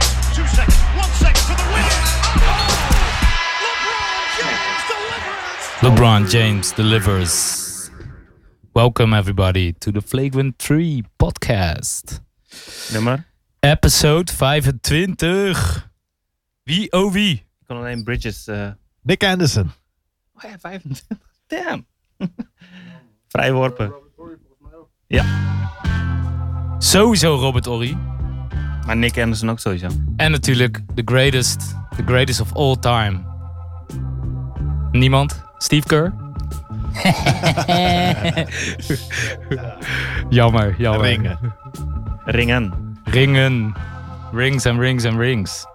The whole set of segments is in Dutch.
seconds, one second for the win. Oh, LeBron James delivers. LeBron James delivers. Welcome everybody to the Flagrant 3 podcast. Nummer? Episode 25. Wie oh wie? Ik kon alleen Bridges. eh Nick Anderson. oh ja, 25. Damn. Vrijworpen. Sowieso Robert Ory. Maar Nick Anderson ook sowieso. En natuurlijk the greatest, the greatest of all time. Niemand? Steve Kerr? jammer, jammer. Ringen. Ringen. Ringen. Rings en rings en rings.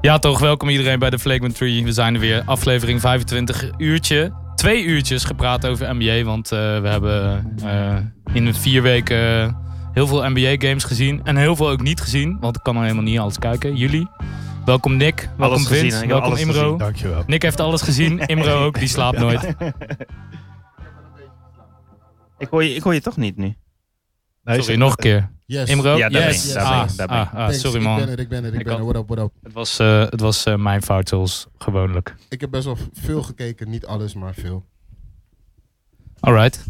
Ja toch, welkom iedereen bij de Flagrant Tree. We zijn er weer, aflevering 25 uurtje. Twee uurtjes gepraat over NBA, want eh, we hebben eh, in vier weken eh, heel veel NBA games gezien. En heel veel ook niet gezien, want ik kan er helemaal niet alles kijken. Jullie, welkom Nick, welkom Alles gezien, Vince, hè? Ik heb welkom alles Imro. Oh. gezien, Dankjewel. Nick heeft alles gezien, Imro ook, die slaapt nooit. Ik hoor, je, ik hoor je toch niet nu. Nee, Sorry, nog een keer. Yes. Imro? Ja, daar ben ik, yes. daar ben Ah, ik, daar ben ah, ik. ah, Thanks. sorry Ik man. ben er, ik ben er, ik Ik ben er. had- What up, what up. Het was, eh, het was eh, mijn fout zoals gewoonlijk. Ik heb best wel veel gekeken. Niet alles, maar veel. Alright.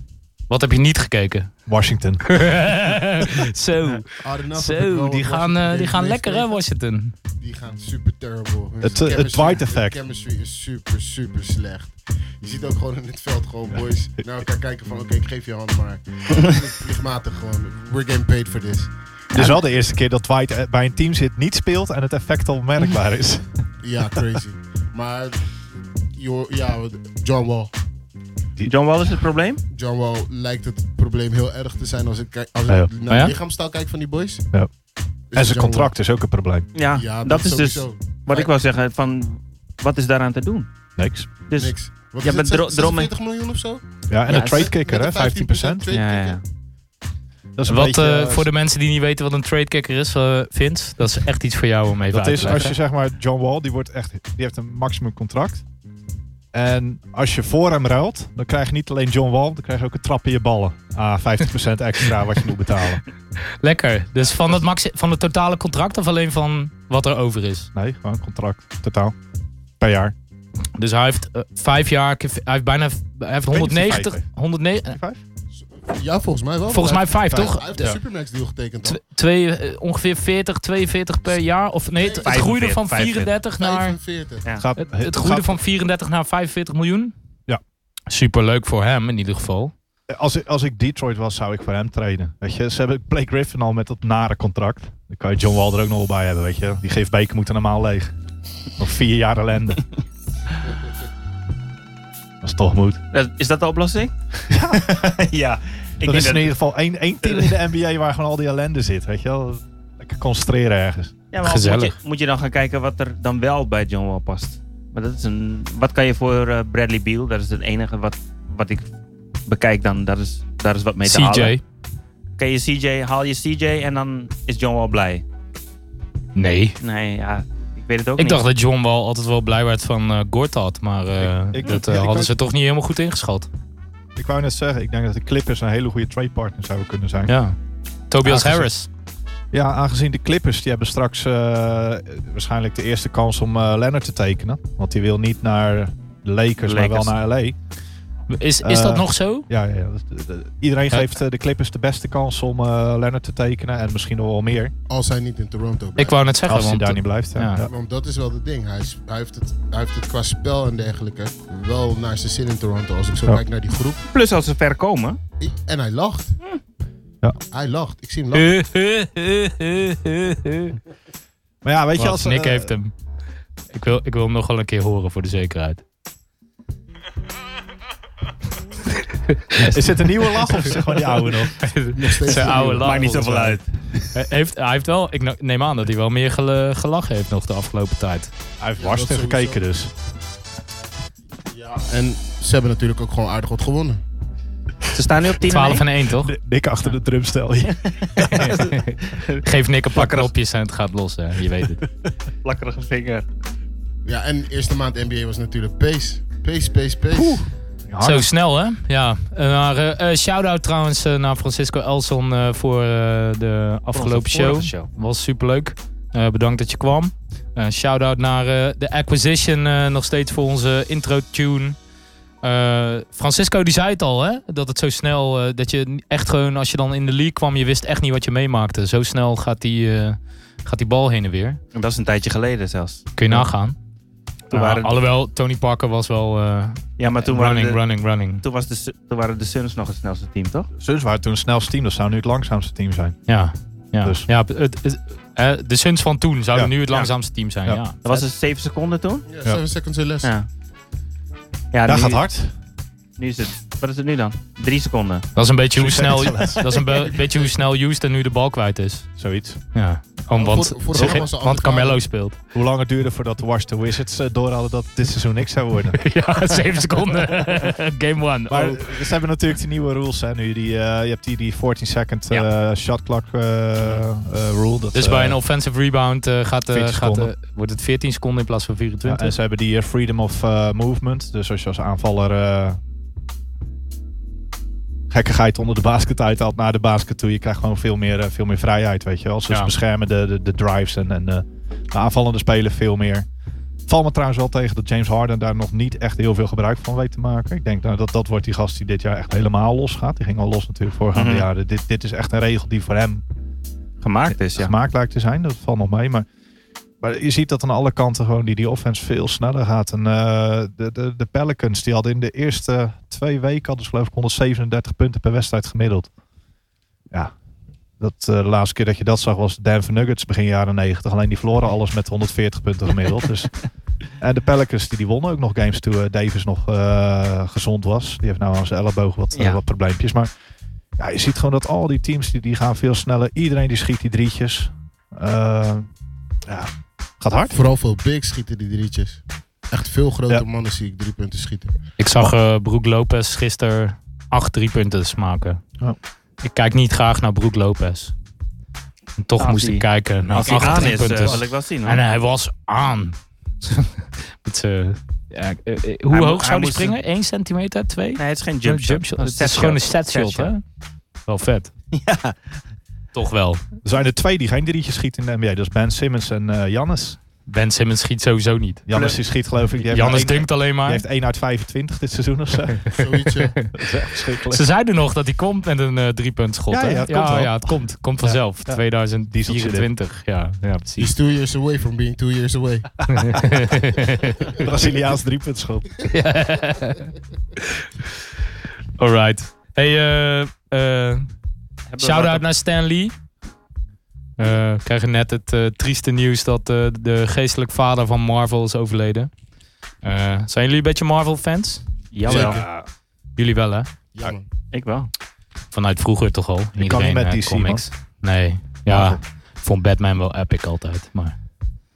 Wat heb je niet gekeken? Washington. zo, Odd enough heb ik wel zo. wat Die gaan, Washington eh, die gaan Games lekker hè, meegekregen. Washington? Die gaan super terrible. Hun Het, eh, het chemistry- Dwight effect. hun chemistry is super, super slecht. Je ziet ook gewoon in het veld gewoon boys naar elkaar kijken van oké, ik geef je hand, maar plichtmatig gewoon. We're getting paid for this. Het is wel de eerste keer dat Dwight eh, bij een team zit, niet speelt en het effect al merkbaar is. Ja, crazy. maar joh, ja, John Wall. John Wall is het probleem? John Wall lijkt het probleem heel erg te zijn als ik, kijk- als ik Ja, joh. naar Maar ja? het lichaamstaal kijk van die boys. Is Ja. En het zijn John Wall. contract is ook een probleem. Ja, Ja, dat, is dus wat ik wou zeggen. Van, wat is daaraan te doen? Niks. Dus, Niks. Wat Ja, is maar het, dro- 46 dromen- miljoen of zo? Ja, en Ja, een trade kicker, hè? 15%. Ja, ja, ja, ja. Dat is een Wat beetje, eh, eh, voor de mensen die niet weten wat een trade kicker is, eh, Vince, dat is echt iets voor jou om even Dat uit is te als leggen. je zeg maar John Wall, die, wordt echt, die heeft een maximum contract. En als je voor hem ruilt, dan krijg je niet alleen John Wall, dan krijg je ook een trap in je ballen. Ah, 50% extra wat je moet betalen. Lekker. Dus van het, maxi- van het totale contract of alleen van wat er over is? Nee, gewoon contract. Totaal. Per jaar. Dus hij heeft eh, vijf jaar, keer- hij heeft bijna hij heeft niet of hij vijf 190, heeft. 109, eh, Ja, volgens mij wel. volgens mij vijf vijf. Hij toch? heeft een Supermax deal getekend. Tw- dan. twee, eh, ongeveer 40, 42 per jaar. Of nee, het, het groeide van 45, 34 naar. 45. Ja. Gaat, Het, het gaat- groeide van 34 naar 45 miljoen. Ja. Superleuk voor hem in ieder geval. Eh, Als ik, als ik Detroit was, zou ik voor hem trainen. Weet je, ze hebben Blake Griffin al met dat nare contract. Dan kan je John Wall er ook nog wel bij hebben, weet je. Die geeft beker moeten normaal leeg. Nog vier jaar ellende. Dat is toch moed. Dat- Is dat de oplossing? Ja. ja. Ik dat denk is in dat- ieder geval één, één team in de NBA waar gewoon al die ellende zit, weet je wel. Lekker concentreren ergens. Ja, maar Moet Gezellig. je, moet je dan gaan kijken wat er dan wel bij John Wall past? Maar dat is een, wat kan je voor eh, Bradley Beal? Dat is het enige wat, wat ik bekijk dan. Dat is, daar is wat mee te halen. CJ. Kan je CJ, haal je CJ en dan is John Wall blij. Nee. Nee, ja, ik weet het ook Ik niet. dacht dat John Wall altijd wel blij werd van eh Gortat. Maar eh, Ik- ik- dat ja, eh, ik hadden ook. ze toch niet helemaal goed ingeschat. Ik wou net zeggen, ik denk dat de Clippers een hele goede tradepartner zouden kunnen zijn. Ja. Tobias Ja, gezien- Harris. Ja, aangezien de Clippers die hebben straks eh, waarschijnlijk de eerste kans om eh Leonard te tekenen. Want die wil niet naar de Lakers, maar wel Lakers. naar LA. Ja, Is, is dat Eh, nog zo? ja, ja. Dat- dat- Iedereen Ja. geeft eh, de Clippers de beste kans om eh Leonard te tekenen. En misschien nog wel meer. Als hij niet in Toronto Ik blijft. wou net zeggen. als hij want, daar niet blijft. Ja. ja. Ja. Want dat is wel het ding. Hij, is, hij, heeft het, hij heeft het qua spel en dergelijke wel naar zijn zin in Toronto. Als ik zo Ja. kijk naar die groep. Plus als ze ver komen. Ik- en hij lacht. Ja. Hij lacht. Ik zie hem lachen. Eh, eh, eh, eh, eh, eh. Maar ja, weet je Wacht, als... Nick eh, heeft hem. Ik wil, ik wil hem nog wel een keer horen voor de zekerheid. Is dit een nieuwe lach of is het gewoon die oude nog? steeds Zijn oude nieuw. lach. volgens mij. uit. Hij Heeft, hij heeft wel, ik no- neem aan dat hij wel meer gel- gelachen heeft nog de afgelopen tijd. Hij heeft Ja, Washington dat sowieso. gekeken dus. Ja, en ze hebben natuurlijk ook gewoon aardig wat gewonnen. Ze staan nu op 10 12 en en 1 toch? Nick achter de drumstel hier. Geef Nick een paar knopjes en het gaat los, hè? je weet het. 1. Plakkerige vinger. Ja, en de eerste maand NBA was natuurlijk pace. Pace, pace, pace. Zo snel hè? Ja. Eh, Maar eh, eh, shout-out trouwens eh, naar Francisco Elson eh, voor eh, de afgelopen vorige show. show. Was superleuk. Eh, bedankt dat je kwam. Eh, shout-out naar eh, de Acquisition, eh, nog steeds voor onze intro-tune. Eh, Francisco die zei het al, hè? dat het zo snel, eh, dat je echt gewoon, als je dan in de league kwam, je wist echt niet wat je meemaakte. Zo snel gaat die, eh, gaat die bal heen en weer. En Dat is een tijdje geleden zelfs. Kun je nagaan. Toen Nou, waren- Alhoewel, Tony Parker was wel eh, Ja, maar toen, running, waren de, running, running. toen, was de, Su- toen waren de Suns nog het snelste team, toch? Suns waren toen het snelste team, dat zou nu het langzaamste team zijn. Ja, ja. Dus. ja het, het- eh, de Suns van toen zouden Ja. nu het Ja. langzaamste team zijn. Ja. Ja. Dat was het 7 seconden toen? Ja, 7 seconds in les. Ja. Ja, dat nu, gaat hard. Nu is het, wat is het nu dan? 3 seconden. Dat is een beetje hoe Suns snel, zijn dat is een be- beetje hoe snel Houston nu de bal kwijt is. Zoiets. Ja. Oh, Om, voor- want, voor ze- hem was de want andere Carmelo kant. speelt. Hoe lang het duurde voordat de Washington Wizards eh, door hadden dat dit seizoen niks zou worden. ja, 7 seconden. Game one. Maar Oh. ze hebben natuurlijk die nieuwe rules. Hè, nu. Die, eh, je hebt die, die 14 second eh, shot clock eh, eh, rule. Dat, Dus eh, bij een offensive rebound eh, gaat, eh, 14 gaat, eh, seconden. wordt het 14 seconden in plaats van ja, 24. en ze hebben die eh, freedom of eh, movement. Dus als je als aanvaller eh gekkigheid onder de basket uit haalt naar de basket toe. Je krijgt gewoon veel meer, eh, veel meer vrijheid. Weet je wel. Ze Ja. beschermen de, de, de drives en, en eh, de aanvallende spelen veel meer. Valt me trouwens wel tegen dat James Harden daar nog niet echt heel veel gebruik van weet te maken. Ik denk nou, dat dat wordt die gast die dit jaar echt helemaal los gaat. Die ging al los natuurlijk voorgaande Mhm. jaren. Dit, dit is echt een regel die voor hem Gemaakt is, ja. gemaakt lijkt te zijn. Dat valt nog mee. Maar, maar je ziet dat aan alle kanten gewoon die, die offense veel sneller gaat. En eh, de, de, de Pelicans die hadden in de eerste twee weken hadden ze geloof ik 137 punten per wedstrijd gemiddeld. Ja, dat, eh, de laatste keer dat je dat zag was Denver Nuggets begin jaren 90. Alleen die verloren alles met 140 punten gemiddeld. dus, en de Pelicans die, die wonnen ook nog games toen eh, Davis nog eh, gezond was. Die heeft nou aan zijn elleboog wat, eh, Ja. wat probleempjes. Maar ja, je ziet gewoon dat al die teams die, die gaan veel sneller. Iedereen die schiet die drietjes. Eh, ja, gaat hard. Vooral veel bigs schieten die drietjes. Echt veel grote Ja. mannen zie ik drie punten schieten. Ik zag eh Broek Lopez gisteren acht driepunters maken. Ja. Ik kijk niet graag naar Broek Lopez. En toch Als moest hij- ik kijken naar Als hij acht aan is, eh, driepunters. wil ik wel zien. hoor. en hij was aan. Het, eh, ja, eh, eh, hoe Hij mo- hoog hij zou die moest- springen? 1 centimeter? 2? Nee, het is geen jump shot. Een Het set is gewoon een shot. set shot, hè? Wel vet. Ja. Toch wel. Er zijn er twee die geen drietjes schieten in de NBA. Dat is Ben Simmons en eh Jannes. Ben Simmons schiet sowieso niet. Jannes die schiet geloof ik. Die heeft Jannes maar één- denkt alleen die maar. heeft 1 uit 25 dit seizoen of zo. Zoiets, eh, ja. dat is echt verschrikkelijk. Ze zeiden nog dat hij komt met een eh driepuntschot. Ja, hè? ja, het komt wel. ja, het komt. Komt vanzelf. ja. 2024. Ja, ja precies. He's two years away from being two years away. Ah, Braziliaans driepuntschot. Alright. Hey, eh eh, Hebben we wat shout-out op- naar Stan Lee. Eh, we krijgen net het eh, trieste nieuws dat eh, de geestelijk vader van Marvel is overleden. Eh, zijn jullie een beetje Marvel-fans? Jawel, Ah, Zeker. Jullie wel, hè? Ja, man. ik wel. Vanuit vroeger toch al. Iedereen, kan niet met eh, DC, comics. Nee. Ja, Marvel. ik vond Batman wel epic altijd. Maar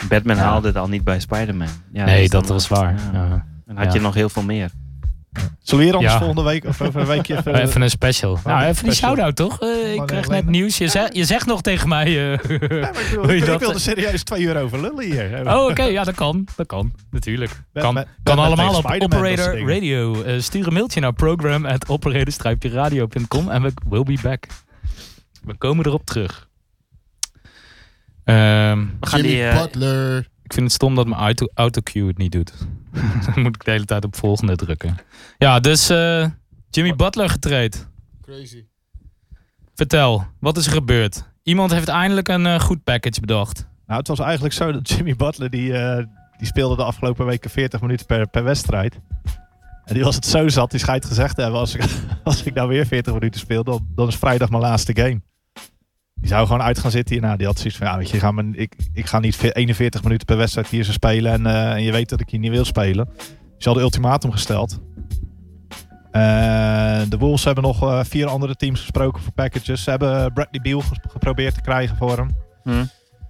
Batman Ja. haalde het al niet bij Spider-Man. Ja, nee, is dan dat was wel- waar. ja. Ja. Dan had je Ja. nog heel veel meer. Zullen we hier anders Ja. volgende week of over een weekje even... Eh, Even een special. Nou, even die special. shout-out toch? Eh, ik nee, kreeg alleen net maar- nieuws. Je, zegt, je zegt nog tegen mij. eh, Ja, maar ik, Wil wil, je ik, dat- wilde serieus twee uur over lullen hier. Oh, oké. Ja, dat kan. Dat kan. Natuurlijk. Batman- Kan, Batman kan tegen allemaal op Spider-Man, dat soort Operator dingen. Radio. Eh, stuur een mailtje naar program at operator-radio.com en we will be back. We komen erop terug. Ehm, We gaan Jimmy die, eh, Butler. ik vind het stom dat mijn auto, autocue het niet doet. Dan moet ik de hele tijd op volgende drukken. Ja, dus eh, Jimmy Butler getraind. Crazy. Vertel, wat is er gebeurd? Iemand heeft eindelijk een eh, goed package bedacht. Nou, het was eigenlijk zo dat Jimmy Butler, die, eh, die speelde de afgelopen weken 40 minuten per, per wedstrijd. En die was het zo zat, die schijnt gezegd te hebben, als ik, als ik nou weer 40 minuten speel, dan, dan is vrijdag mijn laatste game. Die zou gewoon uit gaan zitten hierna. Die had zoiets van, ja, weet je, ga me- ik, ik ga niet ve- 41 minuten per wedstrijd hier zo spelen en, eh, en je weet dat ik hier niet wil spelen. Dus ze hadden ultimatum gesteld. Eh, de Wolves hebben nog eh, vier andere teams gesproken voor packages. Ze hebben Bradley Beal ges- geprobeerd te krijgen voor hem. hm,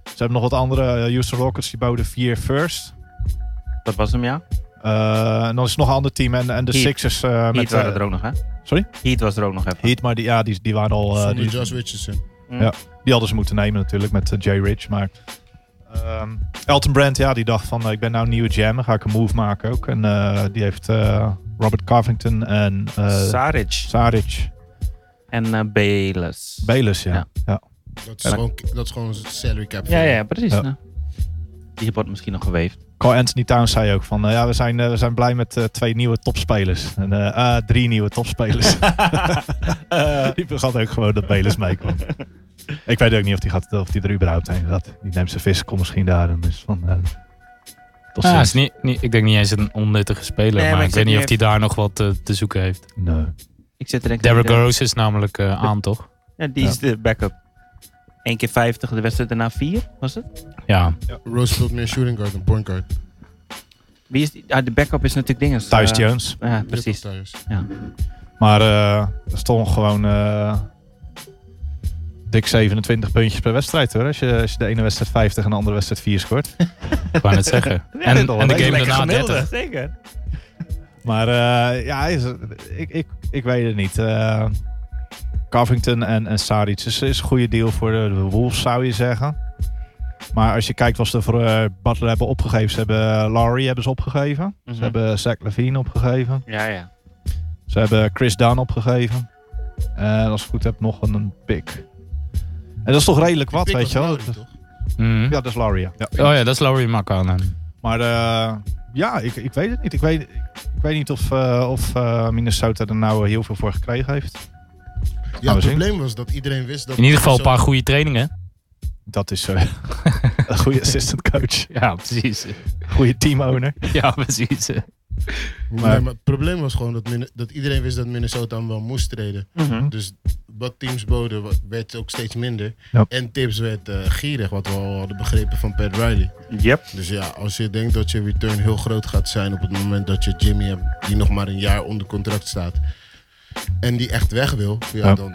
Ze hebben nog wat andere. eh, Houston Rockets die boden 4 first. dat was hem, ja. Eh, en dan is er nog een ander team. En, en de Heat. Sixers eh, Heat met waren eh er ook nog, hè? sorry? Heat was er ook nog even. Heat. Maar die, ja, die, die waren al. eh, Zonder die, Josh Richardson. die hadden ze moeten nemen natuurlijk met eh, Jay Rich. Maar ehm, Elton Brand, ja, die dacht van eh, ik ben nou een nieuwe jam. Dan ga ik een move maken ook. En eh, die heeft eh, Robert Covington en eh Saric Saric en eh Bayless. Belus. Ja. Ja. Ja. Dat Ja, is, gewoon, dat is gewoon een salary cap. Ja, ja, precies. Ja. nou. Die wordt misschien nog geweefd. Carl Anthony Towns zei ook van, eh, ja, we zijn, eh, we zijn blij met eh, twee nieuwe topspelers. En, eh, ah, drie nieuwe topspelers. Eh, die begat ook gewoon dat Belus meekwam. Ik weet ook niet of die, gaat, of die er überhaupt heen gaat. Die neemt zijn vis, komt misschien daar. En dus van, eh, tot Ah, ziens. is niet, niet, ik denk niet eens een onnuttige speler, Nee, maar, maar ik ik weet zit niet nu of hij daar nog wat eh, te zoeken heeft. Nee. Ik zit er denk ik Derrick aan. Rose is namelijk eh, aan, toch? Ja, die is de backup. 1 keer 50, de wedstrijd daarna 4, was het? Ja. Rose speelt meer shooting guard dan point guard. Wie is die? Ah, de backup is natuurlijk dinges. Thuis eh, Jones. Ja, precies. Thuis. Maar eh er stond gewoon eh, dik 27 puntjes per wedstrijd hoor. Als je, als je de ene wedstrijd 50 en de andere wedstrijd 4 scoort. Ik wou net zeggen. Ja, en, dat is en de wel game lekker daarna 30. Zeker. Maar eh, ja, is, ik, ik, ik weet het niet. Eh, Covington en, en Saric is, is een goede deal voor de, de Wolves zou je zeggen. Maar als je kijkt wat ze voor eh, Butler hebben opgegeven. Ze hebben Larry hebben ze opgegeven. Ze Mhm. hebben Zach Levine opgegeven. Ja, ja. Ze hebben Chris Dunn opgegeven. En als ik het goed heb, nog een, een pick. En dat is toch redelijk wat, Die pick weet je was wel? Lowry, toch? Mhm. Ja, dat is Larry, ja. Oh ja, dat is Laurie Makkanen. Maar eh, ja, ik, ik weet het niet. Ik weet, ik weet niet of, eh, of eh, Minnesota er nou heel veel voor gekregen heeft. Ja, we het zien. probleem was dat iedereen wist dat... In ieder geval een paar zo- goede trainingen. Dat is eh, een goede assistant coach. Ja, precies. Goede team owner. Ja, precies. Nee, maar het probleem was gewoon dat, Min- dat iedereen wist dat Minnesota hem wel moest treden. Dus wat teams boden wa- werd ook steeds minder. Ja. En tips werd eh, gierig, wat we al hadden begrepen van Pat Riley. Yep. Dus ja, als je denkt dat je return heel groot gaat zijn op het moment dat je Jimmy hebt, die nog maar een jaar onder contract staat, en die echt weg wil, ja, Ja. dan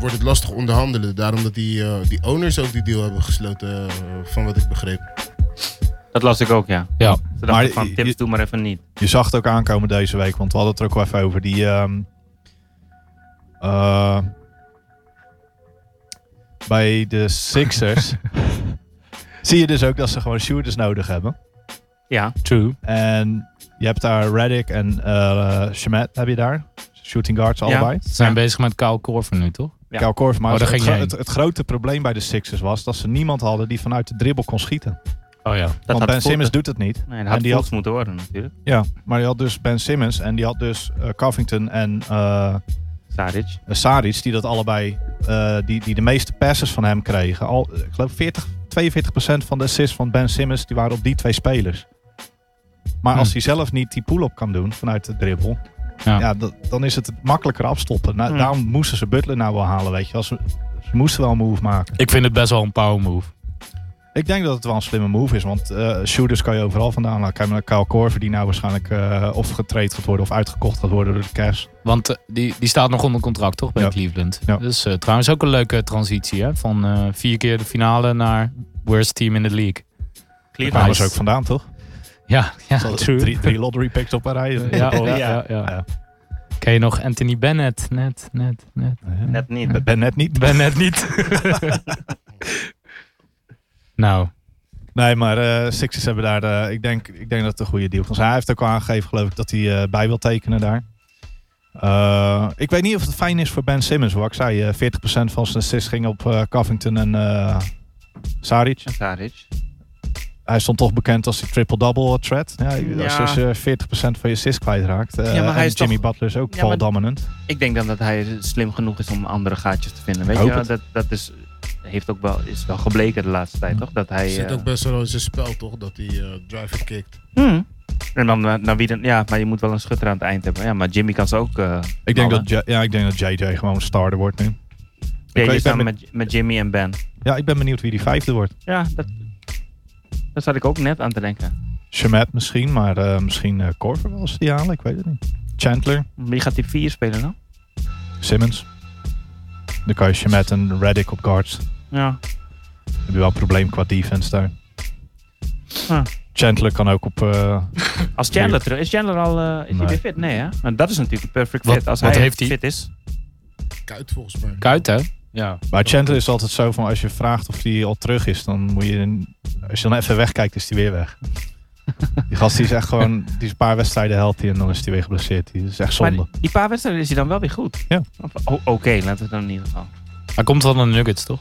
wordt het lastig onderhandelen. Daarom dat die, eh, die owners ook die deal hebben gesloten, eh, van wat ik begreep. Dat las ik ook, ja. Ja. Ze dachten Maar van, je- tips doe maar even niet. Je zag het ook aankomen deze week, want we hadden het er ook wel even over. Die, ehm, eh, bij de Sixers zie je dus ook dat ze gewoon shooters nodig hebben. Ja. True. En je hebt daar Reddick en eh Shemet heb je daar. Shooting guards allebei. Ze zijn Ja. bezig met Kyle Korver nu, toch? Ja. Kyle Korver, Oh, maar daar het, ging je het, het grote probleem bij de Sixers was dat ze niemand hadden die vanuit de dribbel kon schieten. Oh ja. Dat Want had Ben Fultz- Simmons doet het niet. Nee, dat en had die Fultz had- moeten worden natuurlijk. Ja, maar die had dus Ben Simmons en die had dus eh, Covington en eh, Saric. Saric, die dat allebei, eh, die, die de meeste passes van hem kregen. Al, eh, ik geloof 40, 42% van de assists van Ben Simmons, die waren op die twee spelers. Maar als Hm. hij zelf niet die pull-up kan doen vanuit de dribbel, Ja. ja. dat- dan is het makkelijker afstoppen. Nou, Hm. Daarom moesten ze Butler nou wel halen, weet je. wel. Ze, ze moesten wel een move maken. Ik vind het best wel een power move. Ik denk dat het wel een slimme move is, want eh, shooters kan je overal vandaan halen. Kijk maar naar Kyle Korver, die nou waarschijnlijk eh, of getraind gaat worden of uitgekocht gaat worden door de Cavs. Want eh, die, die staat nog onder contract, toch? Bij Ja. Cleveland. Ja. Dus eh, trouwens ook een leuke transitie, hè? Van eh, vier keer de finale naar worst team in the league. Daar Cleveland. kwamen Nice. ze ook vandaan, toch? Ja, ja Ze hadden true. Drie, drie lottery picks op een rij. Ja, oh, ja, ja, ja. Ja. Ken je nog Anthony Bennett? Net, net, net. Net niet. Ik ben net niet. Bennett niet. nou, Nee, maar eh Sixers hebben daar, eh, ik, denk, ik denk dat het een goede deal kan zijn. Hij heeft ook al aangegeven, geloof ik, dat hij eh, bij wil tekenen daar. Eh, ik weet niet of het fijn is voor Ben Simmons, hoor. Ik zei, eh, 40% van zijn assists ging op eh, Covington en eh Saric. En Saric. hij stond toch bekend als die triple-double threat. Ja, als- Als je 40% van je assist kwijtraakt. eh Ja, maar hij en is Jimmy toch- Butler is ook Ja, ball maar- dominant. Ik denk dan dat hij slim genoeg is om andere gaatjes te vinden. Weet Hoop je, wel? het. dat, dat is, heeft ook wel, is wel gebleken de laatste tijd, toch? Dat hij... zit eh, ook best wel in zijn spel, toch? Dat die eh driver kickt. Hmm. En dan eh, naar wie dan... Ja, maar je moet wel een schutter aan het eind hebben. Ja, maar Jimmy kan ze ook... eh, Ik denk, knallen. dat J- ja, ik denk dat JJ gewoon starter wordt nu. Ja, ik je ben staat met- met, met Jimmy en Ben. Ja, ik ben benieuwd wie die vijfde wordt. Ja, dat, daar zat ik ook net aan te denken. Shamet misschien, maar eh, misschien eh Corver wel eens die halen. Ik weet het niet. Chandler, Wie gaat die vier spelen dan? Simmons. Dan kan je Shamet en Reddick op guards. Ja. Dan heb je wel een probleem qua defense daar. Huh. Chandler kan ook op... eh, Als Chandler terug is, Chandler al eh, is Nee. hij weer fit? Nee, hè? Nou, dat is natuurlijk een perfect Wat- fit. Als wat hij heeft hij? fit is. Kuit volgens mij. Kuit, hè? Ja. bij Chandler is het altijd zo van als je vraagt of hij al terug is, dan moet je... Als je dan even wegkijkt, is hij weer weg. Die gast die is echt gewoon... Die is een paar wedstrijden healthy en dan is hij weer geblesseerd. Die is echt zonde. Maar die paar wedstrijden is hij dan wel weer goed. Ja. Of- o- Oké, laten we het dan in ieder geval. Hij komt van de Nuggets, toch?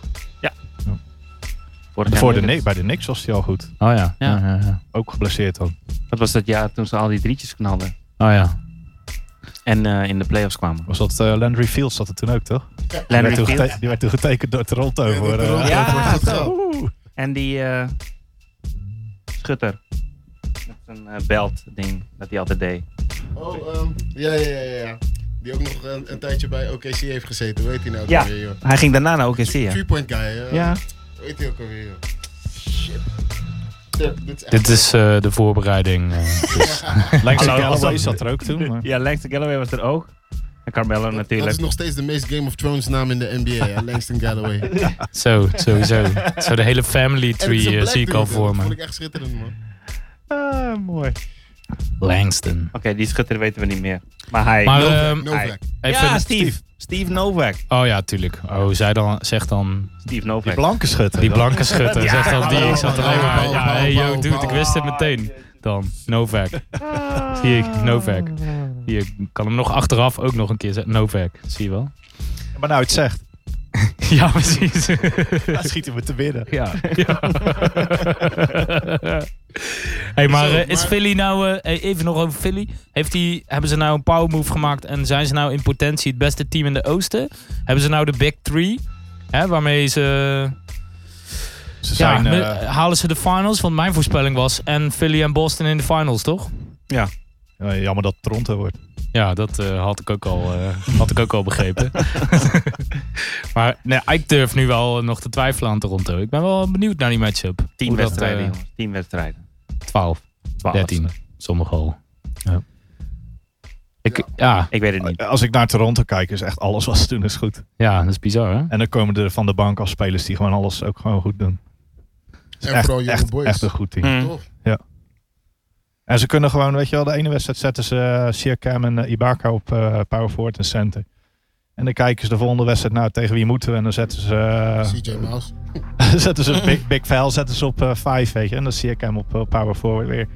Vorig jaar Voor de, Nuggets. Kni- bij de Knicks was hij al goed. Oh ja. Ja. ja, ja. Ook geblesseerd dan. Dat was dat jaar toen ze al die drietjes knalden. Oh ja. En eh, in de playoffs kwamen. Was dat eh, Landry Fields zat er toen ook, toch? Die Landry werd toen Fields. gete- Die werd toen getekend door Toronto. Ja, voor, eh, Toronto. Ja, Ja, zo. zo. En die eh, schutter. Met een belt ding dat hij altijd deed. Oh, ehm, ja, ja, ja, ja, ja. Die ook nog een, een tijdje bij OKC heeft gezeten. Hoe heet hij nou ook Ja. alweer, joh? Hij ging daarna naar OKC, ja. Three-point guy. eh. Ja. Hoe heet hij ook alweer, joh? Shit. Dit, dit is echt... Dit is eh, de voorbereiding. eh. Langston Hallo, als Galloway dat- zat er ook toen. maar- Ja, Langston Galloway was er ook. En Carmelo Dat natuurlijk. is nog steeds de meest Game of Thrones naam in de NBA, hè? Langston Galloway. Zo, sowieso. Zo de hele family En het is tree een eh, black zie ik dude, al hè. voor Dat vond me. ik echt schitterend, man. Ah, mooi. Langston. Oké, die schutter weten we niet meer. Maar hij... Maar Novak, ehm, Novak. even... ja, Steve. Steve Novak. Oh ja, tuurlijk. Oh, zij dan, zegt dan Steve Die Novak. blanke schutter. die dat- blanke schutter. Ja, zegt dan die. Ik zat hallo, alleen maar... hallo, Ja, hallo, hey, yo, hallo, dude, ik hallo. wist het meteen. Dan, Novak. Zie ik, Novak. Hier, ik kan hem nog achteraf ook nog een keer zetten. Novak, zie je wel. Maar nou, het zegt. Ja, precies. Dan schiet hij me te binnen. Ja. ja. hey, maar Zo, eh, is maar- Philly nou... eh, hey, even nog over Philly. Heeft die, hebben ze nou een power move gemaakt en zijn ze nou in potentie het beste team in de Oosten? Hebben ze nou de Big Three? Hè, waarmee ze... Ze Ja, zijn, me- eh, halen ze de finals? Want mijn voorspelling was en Philly en Boston in de finals, toch? eh, jammer dat het Toronto wordt. Ja, dat eh, had, ik ook al, eh, had ik ook al begrepen. maar nee, ik durf nu wel nog te twijfelen aan Toronto. Ik ben wel benieuwd naar die matchup. Tien Hoe dat, wedstrijden, eh, jongens. Tien wedstrijden. 12, Twaalf. 13, sommige al. Ja. Ik, ja, Ik weet het niet. Als ik naar Toronto kijk, is echt alles wat ze doen is goed. ja, dat is bizar hè? En dan komen er van de bank als spelers die gewoon alles ook gewoon goed doen. Het is En echt, vooral jonge echt, boys. echt een goed team. Hmm. Toch? En ze kunnen gewoon, weet je wel, de ene wedstrijd zetten ze eh, Siakam en eh, Ibaka op eh power forward en center. En dan kijken ze de volgende wedstrijd, nou tegen wie moeten we? En dan zetten ze, Ah. eh, CJ Mouse. zetten ze Big, big Val zetten ze op eh, vijf, weet je. En dan Siakam op eh, power forward weer.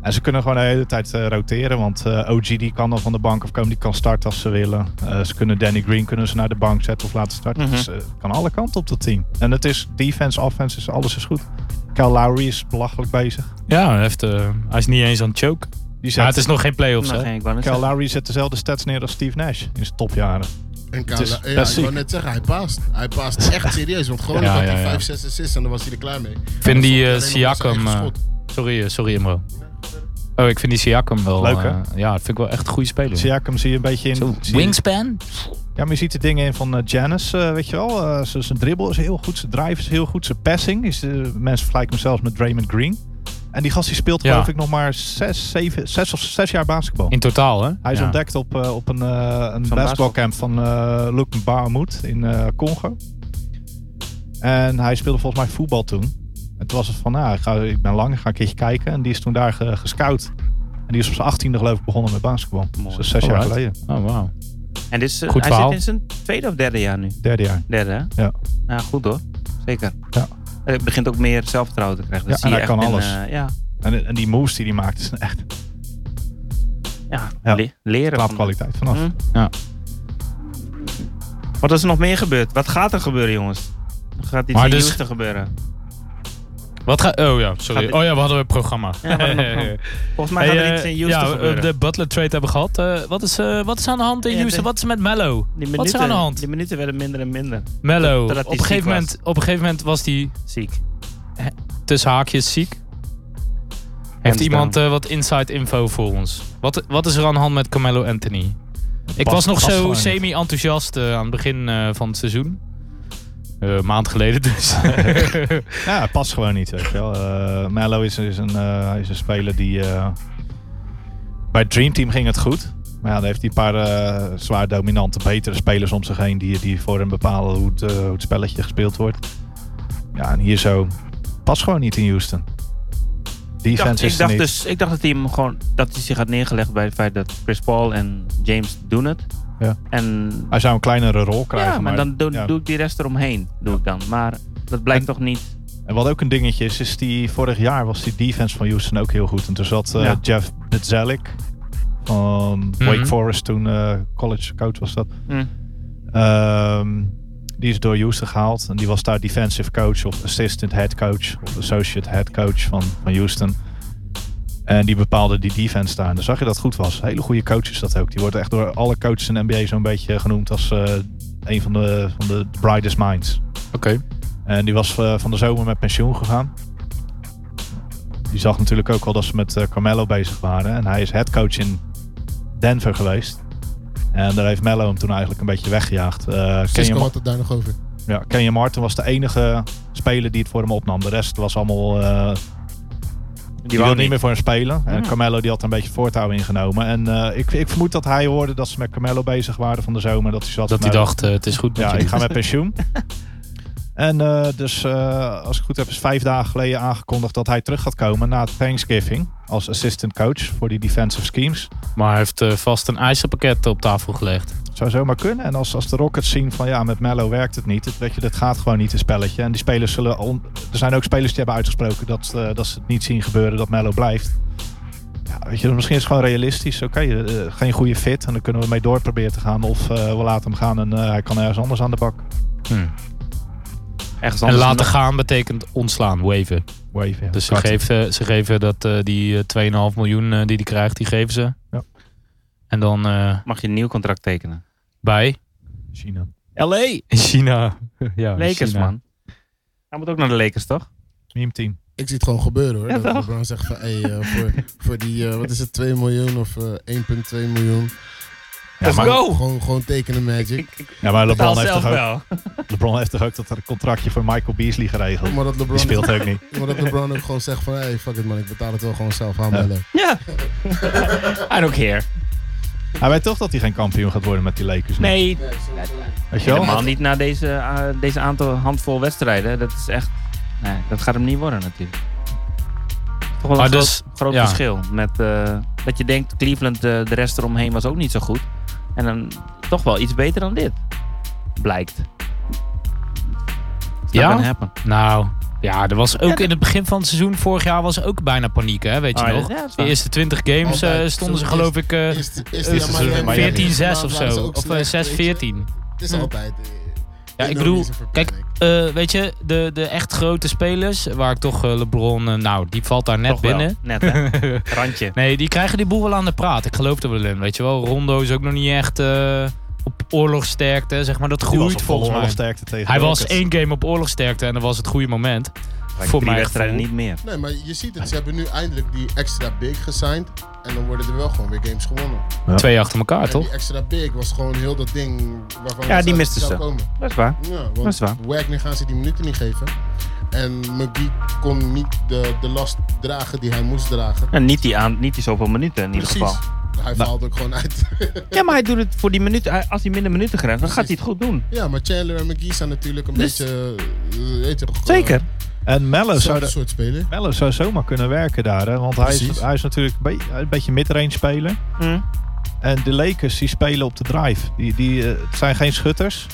En ze kunnen gewoon de hele tijd eh, roteren, want eh, OG die kan dan van de bank of komen, die kan starten als ze willen. Eh, ze kunnen Danny Green kunnen ze naar de bank zetten of laten starten. Mhm. Dus eh, het kan alle kanten op dat team. En het is defense, offense, is, alles is goed. Kyle Lowry is belachelijk bezig. Ja, hij heeft, eh, hij is niet eens aan het choke. Die Maar zet- het is nog geen playoffs Nou, hè? geen- ik wou net Kyle zeggen. Lowry zet dezelfde stats neer als Steve Nash in zijn topjaren. is En Kala, ja, best ik wou ziek. net zeggen, hij paast. Hij paast echt serieus, want gewoon Ja, had ja, hij ja. 5, 6 assists en dan was hij er klaar mee. vind die eh, Alleen nog maar zijn Siakam... eigen eh, schot. sorry, eh, sorry Imro. Oh, ik vind die Siakam wel... Leuk, hè? eh, ja, dat vind ik wel echt een goede speler. Siakam zie je een beetje in. Zo, zie je- wingspan? Ja, maar je ziet de dingen in van eh, Giannis, eh, weet je wel. Eh, z- zijn dribbel is heel goed, zijn drive is heel goed, zijn passing is. eh, mensen vergelijken hem zelfs met Draymond Green. En die gast die speelt Ja. geloof ik nog maar zes, zeven, zes of zes jaar basketbal. In totaal, hè? Hij is Ja. ontdekt op, eh, op een, eh een Zo'n basketbalcamp van eh Luke Bahamut in eh, Congo. En hij speelde volgens mij voetbal toen. En toen was het van, nou, ik, ga, ik ben lang, ik ga een keertje kijken. En die is toen daar ge- gescout. En die is op zijn achttiende geloof ik begonnen met basketbal. Mooi. Dus zes jaar Alright. geleden. Oh, wauw. En dit is, eh, Goed hij verhaal. zit in zijn tweede of derde jaar nu. Derde jaar. Derde, hè? Ja. Nou, goed hoor. Zeker. Ja. Hij begint ook meer zelfvertrouwen te krijgen. Dat Ja, zie en je hij echt kan in, alles. eh, ja, En, en die moves die hij maakt, is echt ja, Ja. le- leren. van- klapkwaliteit vanaf. Hm? Ja. Wat is er nog meer gebeurd? Wat gaat er gebeuren, jongens? Er gaat iets Maar in dus- Houston gebeuren. Wat gaat... Oh ja, sorry. Gaat- Oh ja, we hadden een programma. Ja, we hadden een programma. Volgens mij gaat Hey, er eh, iets in Houston ja, we- gebeuren. de Butler trade hebben gehad. Eh, wat, is, eh, wat is aan de hand in Ja, Houston? de- Wat is er met Mello? die Wat is er aan de hand? Die minuten werden minder en minder. Mello. Totdat Op hij een, ziek gegeven was. moment, op een gegeven moment was hij Ziek. tussen haakjes ziek. Heeft Hands iemand down. eh, wat inside info voor ons? Wat, wat is er aan de hand met Carmelo Anthony? Ik Past- was nog past zo gewoon niet. semi-enthousiast eh, aan het begin eh, van het seizoen. Eh, een maand geleden dus. Ja, het past gewoon niet. Weet je wel. Eh, Melo is, is, een, eh, hij is een speler die... eh, bij Dream Team ging het goed. Maar ja, dan heeft hij een paar eh, zwaar dominante, betere spelers om zich heen... die, die voor hem bepalen hoe het, eh, hoe het spelletje gespeeld wordt. Ja, en hier zo... Past gewoon niet in Houston. Ik Defense dacht, is ik, er dacht niet. dus, ik dacht dat hij hem gewoon dat hij zich had neergelegd bij het feit dat Chris Paul en James doen het. Ja. En Hij zou een kleinere rol krijgen. ja, maar dan doe, ja. doe ik die rest eromheen. Doe ik dan. Maar dat blijkt toch niet. En wat ook een dingetje is, is die vorig jaar was die defense van Houston ook heel goed. En toen zat eh, Ja. Jeff Bezelik van Mhm. Hm. Wake Forest toen eh, college coach was dat. Hm. Ehm, Die is door Houston gehaald. En die was daar defensive coach of assistant head coach. Of associate head coach van, van Houston. En die bepaalde die defense daar. En dan zag je dat het goed was. Hele goede coaches dat ook. Die wordt echt door alle coaches in de NBA zo'n beetje genoemd als eh, een van de, van de brightest minds. Oké. En die was eh, van de zomer met pensioen gegaan. Die zag natuurlijk ook wel dat ze met eh, Carmelo bezig waren. En hij is headcoach in Denver geweest. En daar heeft Mello hem toen eigenlijk een beetje weggejaagd. Eh Cisco Kenyon, Ma- had het daar nog over. ja, Kenyon Martin was de enige speler die het voor hem opnam. De rest was allemaal... eh, die wil niet meer voor hem spelen. En Carmelo die had een beetje voortouw ingenomen. En eh, ik, ik vermoed dat hij hoorde dat ze met Carmelo bezig waren van de zomer. Dat hij zat Dat van, hij nou, dacht, eh, het is goed met ja, jullie. ik ga met pensioen. En eh, dus, eh, als ik het goed heb, is vijf dagen geleden aangekondigd dat hij terug gaat komen na Thanksgiving. Als assistant coach voor die defensive schemes. Maar hij heeft eh, vast een ijzerpakket op tafel gelegd. Zou zomaar kunnen. En als, als de Rockets zien van ja, met Mello werkt het niet. Het, weet je, dat gaat gewoon niet, een spelletje. En die spelers zullen. on- er zijn ook spelers die hebben uitgesproken dat, eh, dat ze het niet zien gebeuren dat Mello blijft. Ja, weet je, dan misschien is het gewoon realistisch. Oké, eh, geen goede fit. En dan kunnen we mee door proberen te gaan. Of eh, we laten hem gaan en eh, hij kan ergens anders aan de bak. Hm, Ergens En anders laten gaan betekent ontslaan, waven. Wave, ja. Dus ze Kort. geven, ze geven dat, eh, die eh, 2,5 miljoen eh, die hij krijgt, die geven ze. Ja. En dan eh, mag je een nieuw contract tekenen. bij? China. L.A. China. ja, Lakers, China. man. Hij moet ook naar de Lakers, toch? Meme team. Ik zie het gewoon gebeuren hoor. Ja, dat toch? LeBron zegt van, hey, eh, voor, voor die, eh, wat is het, 2 miljoen of eh, 1,2 miljoen. Let's maar- go! Gewoon, gewoon tekenen Magic. Ja, maar LeBron Betaal heeft, zelf toch ook, wel. LeBron heeft toch ook dat contractje voor Michael Beasley geregeld. Maar dat Die LeBron, speelt ook niet. maar dat LeBron ook gewoon zegt van, hey, fuck it man, ik betaal het wel gewoon zelf Ja. aan mij leuk. Ja. I don't care. Hij weet toch dat hij geen kampioen gaat worden met die Lakers. nu. Nee, Weet je wel? helemaal niet na deze, eh, deze aantal handvol wedstrijden. Dat is echt... Nee, dat gaat hem niet worden natuurlijk. Toch wel Maar een groot, dus- groot ja. verschil. Met, eh, dat je denkt, Cleveland, eh, de rest eromheen was ook niet zo goed. En dan toch wel iets beter dan dit. Blijkt. It's not Ja? gonna happen. Nou, ja, er was ook in het begin van het seizoen vorig jaar was er ook bijna paniek, hè? Weet je Ah, ja, nog? ja, dat is De waar. eerste 20 games Altijd. eh, stonden ze Zo geloof ik eh, Eerst- eerst- eerste ja, maar- seizoen in maar- Miami. 14-6 maar of waren ze zo. ook Of slecht, weet je. eh, 6-14. Het is Hm. altijd... eh, Ja, ik no bedoel, reason for kijk, panic. Eh, weet je, de, de echt grote spelers, waar ik toch eh, LeBron, eh, nou, die valt daar net Toch wel. binnen. Net, hè? Randje. nee, die krijgen die boel wel aan de praat. Ik geloof er wel in. Weet je wel, Rondo is ook nog niet echt eh, op oorlogsterkte, zeg maar. Dat Die was groeit op volgens mij. oorlogsterkte tegen Hij de was Rockets. één game op oorlogsterkte en dat was het goede moment. Voor Drie mij wedstrijden niet meer. Nee, maar je ziet het. Ze hebben nu eindelijk die extra big gesigned. En dan worden er wel gewoon weer games gewonnen. Twee achter elkaar, En toch? die extra big was gewoon heel dat ding waarvan Ja, we die zeiden, misten zou ze. Komen. Dat is waar. Ja, Dat is want waar. Wagner gaan ze die minuten niet geven. En McGee kon niet de, de last dragen die hij moest dragen. En niet die, aan, niet die zoveel minuten in ieder geval. Hij Nou. valt ook gewoon uit. Ja, maar hij doet het voor die minuten. Hij- Als hij minder minuten krijgt, dan gaat hij het goed doen. ja, maar Chandler en McGee zijn natuurlijk een Dus- beetje... eh, Weet je, toch, eh, Zeker. Nou, En Mello zou, Hetzelfde de- soort speler. Mello zou zomaar kunnen werken daar. Hè? Want hij is, Precies. hij is natuurlijk een be- een beetje midrange speler. Hm. En de Lakers die spelen op de drive. Die, die, eh, het zijn geen schutters.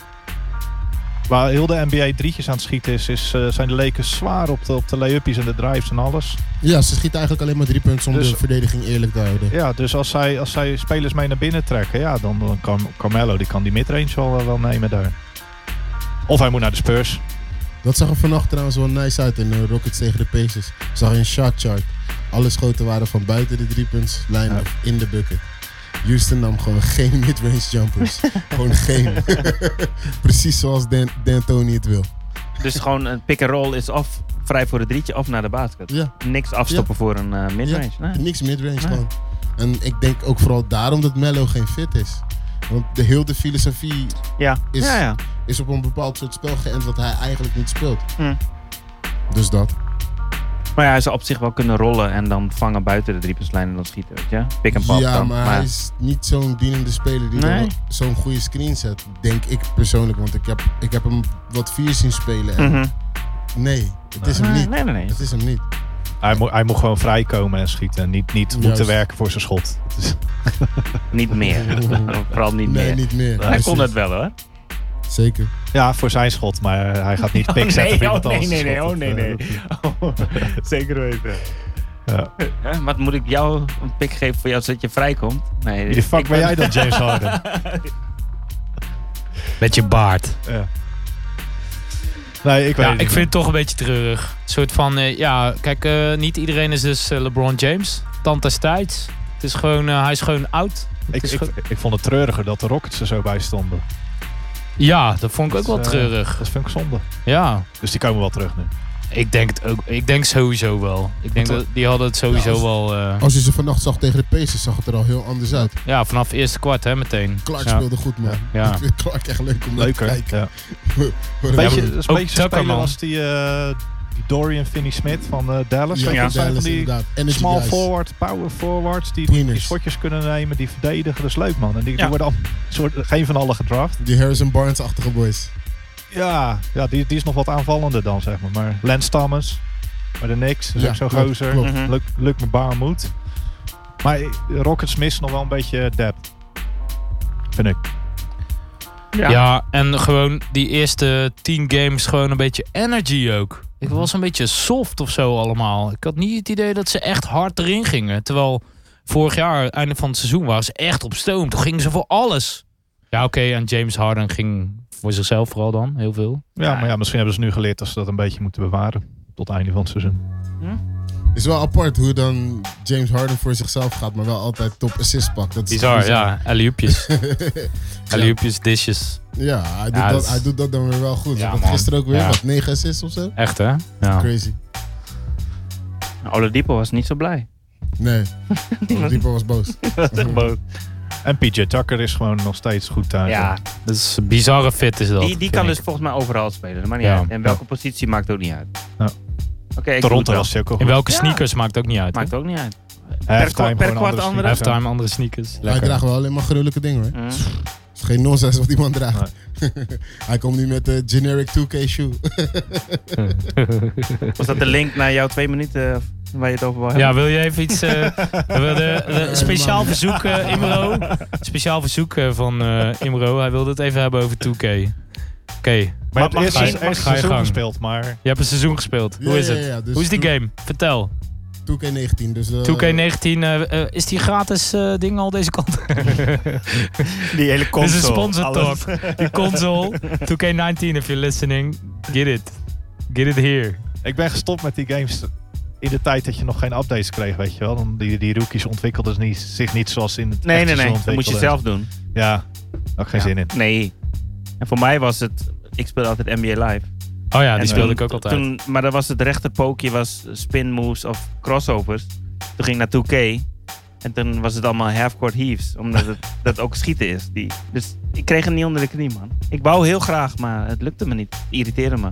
Waar heel de NBA drietjes aan het schieten is, is eh, zijn de Lakers zwaar op de, op de lay-uppies en de drives en alles. Ja, ze schieten eigenlijk alleen maar drie punten om Dus- de verdediging eerlijk te houden. Ja, dus als zij, als zij spelers mee naar binnen trekken, ja, dan, dan kan Carmelo die kan die midrange wel, eh, wel nemen daar. Of hij moet naar de Spurs. Dat zag er vannacht trouwens wel nice uit in de Rockets tegen de Pacers. Zag je een shot chart. Alle schoten waren van buiten de driepuntslijn Ja. of in de bucket. Houston nam gewoon geen midrange jumpers. gewoon geen. Precies zoals Dan, Dan Tony het wil. Dus gewoon een pick-and-roll is of vrij voor het drietje of naar de basket. Ja, Niks afstoppen voor een eh, midrange. Nee. niks midrange Ja. gewoon. En ik denk ook vooral daarom dat Mello geen fit is. Want de hele filosofie Ja. Is- ja, ja. is op een bepaald soort spel geënt wat hij eigenlijk niet speelt. Hm. Dus dat. Maar ja, hij zou op zich wel kunnen rollen en dan vangen buiten de driepuntslijn en dan schieten. Weet je? Pick and pop Ja, dan. maar hij is niet zo'n dienende speler die dan Nee. zo'n goede screen zet. Denk ik persoonlijk, want ik heb, ik heb hem wat vier zien spelen. En Mhm. Nee, het is hem Nee, niet. nee, nee. nee. Het is hem niet. Hij, moet hij moet gewoon vrijkomen en schieten. Niet, niet moeten Juist. werken voor zijn schot. Het is- Niet meer. Vooral niet nee, meer. niet Hij meer. Precies. kon het wel hoor. Zeker. Ja, voor zijn schot, maar hij gaat niet pik zetten nee, op iemand oh, nee, anders. nee, nee, schot. eh, oh, nee, nee. Zeker weten. Ja. Hè, wat moet ik jou een pik geven voor jou zodat je vrijkomt? Nee, Wie de fuck ik ben jij dan, James Harden? Met je baard. Ja. Nee, ik weet Ja, het ik niet. vind het toch een beetje treurig. Een soort van, eh, ja, kijk, eh, niet iedereen is dus eh, LeBron James. Tante Stijds. Het is gewoon, eh, hij is gewoon oud. Het ik, is ik, gewoon- ik vond het treuriger dat de Rockets er zo bij stonden. ja, dat vond ik ook wel eh, treurig. Dat vind ik zonde. Ja, Dus die komen wel terug nu. ik denk het ook. Ik denk sowieso wel. Ik denk Want, dat die hadden het sowieso eh, Ja, als- wel. eh, Als je ze vannacht zag tegen de Pacers, zag het er al heel anders uit. ja, vanaf eerste kwart, hè, meteen. Clark ja. speelde goed, man. Ja. Ik vind Clark echt leuk om naar te Leuker. kijken. Ja. Oh, Voor een Beetje, goede- dat is ook een beetje spelen Tuckerman. als die, eh, die Dorian Finney-Smith van eh, Dallas. Ja, Ja, Dallas, Van die inderdaad. Energy small guys. forward, power forwards die, die Tieners. schotjes kunnen nemen, die verdedigen. Dat is leuk, man. En die, die Ja. worden al, soort, geen van alle gedraft. Die Harrison Barnes-achtige boys. Ja, ja die, die is nog wat aanvallender dan, zeg maar. Maar Lance Thomas, maar de Knicks, dat is Ja, ook zo'n klopt, gozer. klopt. Mhm. Luc, Luc Mbaar moet. Maar eh, Rockets missen nog wel een beetje depth. Vind ik. Ja. en gewoon die eerste tien games gewoon een beetje energy ook. Ik was een beetje soft of zo allemaal. Ik had niet het idee dat ze echt hard erin gingen. Terwijl vorig jaar, einde van het seizoen, waren ze echt op stoom. Toen gingen ze voor alles. Ja, oké, en James Harden ging voor zichzelf vooral dan, heel veel. Ja, maar ja, misschien hebben ze nu geleerd dat ze dat een beetje moeten bewaren. Tot het einde van het seizoen. Is wel apart hoe dan James Harden voor zichzelf gaat, maar wel altijd top assist pakt. Dat is Bizar, ja. Alley-oopjes. ja, Alley-oopjes, dishes. ja, hij, doet Ja, dat, dat is- hij doet dat dan weer wel goed. Ja, Ja, had man. gisteren ook weer Ja. wat, 9 assists of zo. Echt, hè? Ja. Crazy. Oladipo was niet zo blij. Nee, Dieper was boos. En PJ Tucker is gewoon nog steeds goed thuis. Ja, Dat is een bizarre fit is dat. die, die vind kan ik. dus volgens mij overal spelen. Maar niet Ja. uit. En welke positie maakt ook niet uit. Ja. Oké, ik Toronto doe het was hij ook al In goed. welke Ja. sneakers maakt ook niet uit. wel. Maakt ook niet uit. Halftime, per gewoon kwart andere andere. hè? sneakers. Halftime, andere sneakers. Hij draagt wel alleen maar gruwelijke dingen hoor. Mm. Het is geen nonsens wat die man draagt. hij komt nu met de generic 2K shoe. Was dat de link naar jouw twee minuten eh, waar je het over wil Ja, hebben? wil je even iets... eh, wil de, de speciaal verzoek, eh, Imro. Speciaal verzoek eh, van eh, Imro. Hij wilde het even hebben over 2K. Oké, Maar je hebt Mag- eerst mag- een ga je- echt ga je seizoen gang. gespeeld, maar... je hebt een seizoen gespeeld. Ja, Hoe is ja, het? ja, dus Hoe is die toen- game? Vertel. 2K19, dus... eh, 2K19, eh, eh, is die gratis eh, ding al deze kant? Die hele Dit console. is een sponsor talk. Die console. 2K19, if you're listening, get it. Get it here. Ik ben gestopt met die games in de tijd dat je nog geen updates kreeg, weet je wel. Dan die, die rookies ontwikkelden niet, zich niet zoals in het Nee, echte nee, nee. seizoen Dat moet je ontwikkelden. zelf doen. Ja, ook geen Ja. zin in. Nee. En voor mij was het... Ik speel altijd NBA Live. Oh ja, die En ehm, speelde ehm, toen- ik ook altijd. Toen, maar dat was het rechter pookje, was spin moves of crossovers. Toen ging ik naar 2K. En toen was het allemaal half-court heaves. Omdat het dat ook schieten is. Die, dus ik kreeg het niet onder de knie, man. Ik wou heel graag, maar het lukte me niet. Het irriteerde me.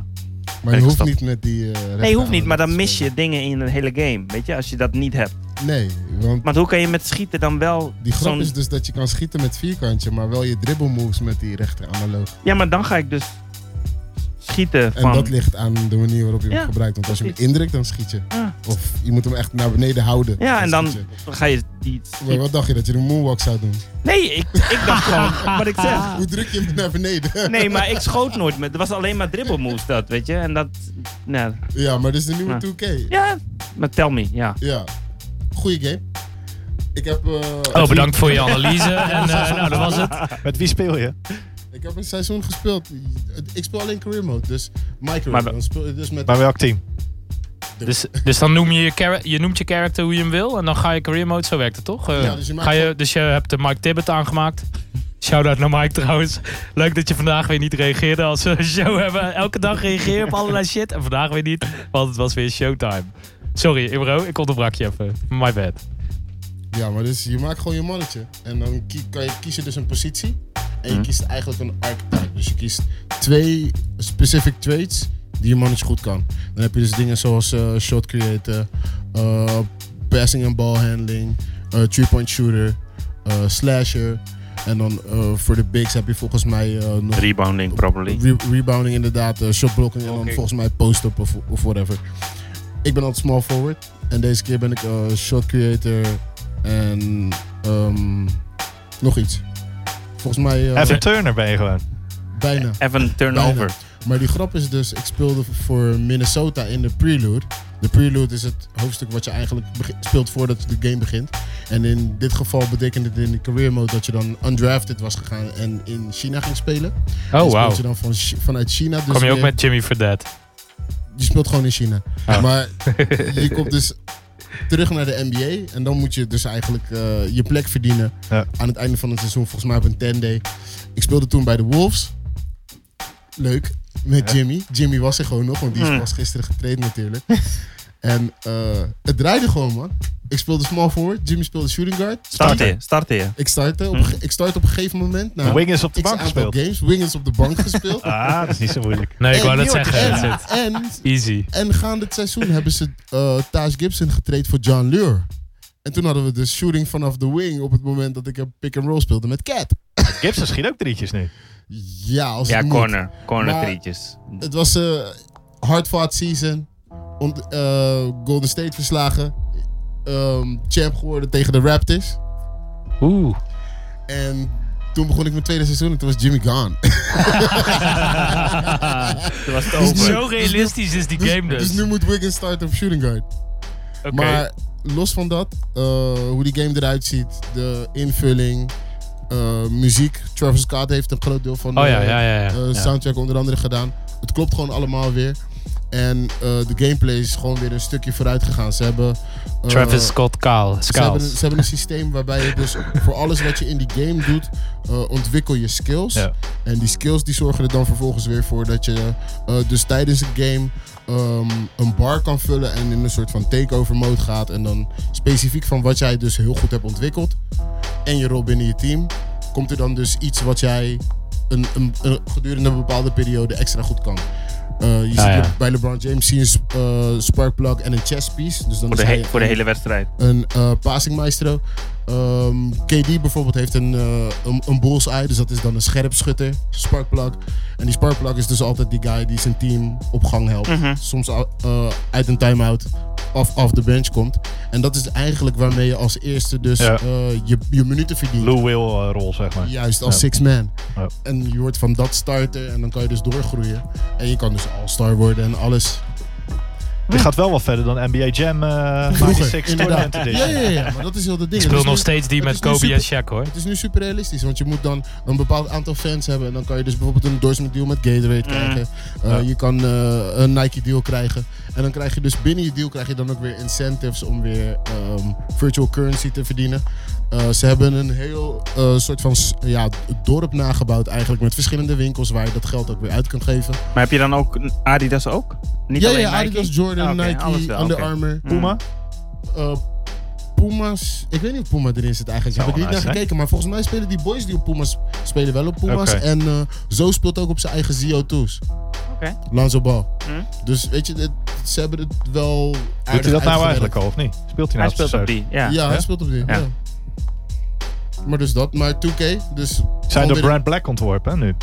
Maar je hoeft Stop. niet met die... eh, Nee, hoeft niet, rechterhanden maar dan te mis spelen. je dingen in een hele game. Weet je, als je dat niet hebt. Nee, want Want hoe kan je met schieten dan wel die grap zo'n... is dus dat je kan schieten met vierkantje, maar wel je dribble moves met die rechter analoog. Ja, maar dan ga ik dus schieten En van... dat ligt aan de manier waarop je hem Ja, gebruikt. Want als je hem precies. indrukt, dan schiet je. Ja. Of je moet hem echt naar beneden houden. ja, en dan schiet je. ga je die... Maar wat dacht je, dat je de moonwalk zou doen? Nee, ik, ik dacht gewoon wat ik zeg. Hoe druk je hem naar beneden? Nee, maar ik schoot nooit met. Er was alleen maar dribbelmoves dat, weet je. En dat, nou, Ja, maar dit is de nieuwe Ja. 2K. Ja. ja, maar tell me, ja. Goeie game. Ik heb... eh, Oh, bedankt voor je analyse. En eh, nou, dat was het. Met wie speel je? Ik heb een seizoen gespeeld. Ik speel alleen career mode, dus micro. Maar- dan speel je dus met... Bij welk team? Dus, dus dan noem je je, chara- je noemt je character hoe je hem wil en dan ga je career mode, zo werkt het toch? Eh, Ja, dus je maakt ga je, gewoon- dus je hebt de Mike Tibbet aangemaakt. Shout-out naar Mike trouwens. Leuk dat je vandaag weer niet reageerde als we een show hebben. Elke dag reageer je op allerlei shit en vandaag weer niet, want het was weer showtime. Sorry Imro, ik onderbrak je even. My bad. Ja, maar dus je maakt gewoon je mannetje. En dan kie- kan je kiezen dus een positie. En je kiest eigenlijk een archetype. Dus je kiest twee specific traits die je mannetje goed kan. Dan heb je dus dingen zoals eh, shot creator, eh, passing en ball handling, eh, three-point shooter, eh, slasher. En dan eh, voor de bigs heb je volgens mij eh, nog Rebounding, probably. Re- rebounding inderdaad, eh, shot blocking en dan volgens mij post-up of, of whatever. Ik ben altijd small forward en deze keer ben ik eh, shot creator en ehm, nog iets. Volgens mij eh, Evan Turner ben je gewoon. bijna. Even een turnover. Maar die grap is dus, ik speelde voor Minnesota in de prelude. De prelude is het hoofdstuk wat je eigenlijk beg- speelt voordat de game begint. En in dit geval betekende het in de career mode dat je dan undrafted was gegaan en in China ging spelen. Oh, wauw. je speelt je dan van, Chi- vanuit China. Dus Kom je ook weer- met Jimmy for Dead? je speelt gewoon in China. Oh. Ah. Maar je komt dus terug naar de NBA. En dan moet je dus eigenlijk eh, je plek verdienen. Ja. Aan het einde van het seizoen, volgens mij op een 10-day. Ik speelde toen bij de Wolves. Leuk. Met Jimmy. Jimmy was er gewoon nog, want die is Hmm. pas gisteren getraind natuurlijk. en eh, het draaide gewoon, man. Ik speelde small forward. Jimmy speelde shooting guard. Starten je, starten je. Ik startte op, een ge- ik start op een gegeven moment. Nou, Wing is op de x bank aantal gespeeld. games. Wing is op de bank gespeeld. Ah, dat is niet zo moeilijk. Nee, ik En- wou net zeggen. dat en- zit en Easy. en gaande het seizoen hebben ze eh Taj Gibson getraind voor John Lure. En toen hadden we de shooting vanaf de wing op het moment dat ik een pick-and-roll speelde met Cat. Gibson schiet ook drietjes nu. Ja, als Ja, het moet. corner. Corner Maar- drietjes. Het was eh hard fought season. Ont- eh, Golden State verslagen. Ehm, champ geworden tegen de Raptors. Oeh. En toen begon ik mijn tweede seizoen en toen was Jimmy gone. Toen was het Zo over. realistisch is die game dus. dus nu moet Wiggins starten op shooting guard. Oké. Maar los van dat, eh, hoe die game eruit ziet, de invulling, eh, muziek. Travis Scott heeft een groot deel van de Oh ja, ja, ja. ja. eh, ja. soundtrack onder andere gedaan. Het klopt gewoon allemaal weer. En eh, de gameplay is gewoon weer een stukje vooruit gegaan. Ze hebben, eh, Travis Scott Kaal. ze hebben, ze Scales. hebben een systeem waarbij je dus voor alles wat je in die game doet, eh, ontwikkel je skills. Ja. En die skills die zorgen er dan vervolgens weer voor dat je eh, dus tijdens een game ehm, een bar kan vullen en in een soort van takeover mode gaat. En dan specifiek van wat jij dus heel goed hebt ontwikkeld en je rol binnen je team, komt er dan dus iets wat jij een, een, een- gedurende een bepaalde periode extra goed kan. Eh, je ziet ja. Le- bij LeBron James zie je een sp- eh, sparkplug en een chess piece. Dus dan Voor is de, hij he- voor de een- hele wedstrijd. een eh passing maestro. Ehm, KD bijvoorbeeld heeft een, eh een, een bullseye, dus dat is dan een scherpschutter, sparkplug. En die sparkplug is dus altijd die guy die zijn team op gang helpt. Mhm. Soms al- eh, uit een timeout of off the bench komt. En dat is eigenlijk waarmee je als eerste dus Ja. eh, je, je minuten verdient. Lou Will eh, rol, zeg maar. Juist als Ja. six man. Ja. En je wordt van dat starter en dan kan je dus doorgroeien. En je kan dus all-star worden en alles. Die gaat wel wat verder dan NBA Jam eh 96 inderdaad. Tournament Ja, Edition. ja, ja, maar dat is heel de ding. Ik Dus speel nu- nog steeds die het met is nu Kobe en super- Shaq hoor. Het is nu super realistisch, want je moet dan een bepaald aantal fans hebben. En dan kan je dus bijvoorbeeld een endorsement deal met Gatorade krijgen. Uh, Je kan eh, een Nike deal krijgen. En dan krijg je dus binnen je deal krijg je dan ook weer incentives om weer ehm, virtual currency te verdienen. Eh, ze hebben een heel eh, soort van s- ja, dorp nagebouwd eigenlijk met verschillende winkels waar je dat geld ook weer uit kunt geven. Maar heb je dan ook Adidas ook? Niet ja, alleen ja, Nike? Adidas, Jordan, Ah, oké, alles Nike, wel, Under oké. Mm. Armour. Puma. eh, Puma's. Ik weet niet of Puma erin zit eigenlijk. Daar heb Zou wel ik niet naar nice gekeken. Maar volgens mij spelen die boys die op Puma's spelen wel op Puma's. Oké. En eh, zo speelt ook op zijn eigen ZO2's. Oké. Lanzo Bal. Hmm. Dus weet je, het- ze hebben het wel. Doet hij dat nou eigenlijk al of niet? Speelt hij Hij nou speelt op die, ja. Ja, hij Ja? speelt op die. Ja. Ja. Maar dus dat. Maar 2K. Dus Zijn door alweer- Brand Black ontworpen hè, nu.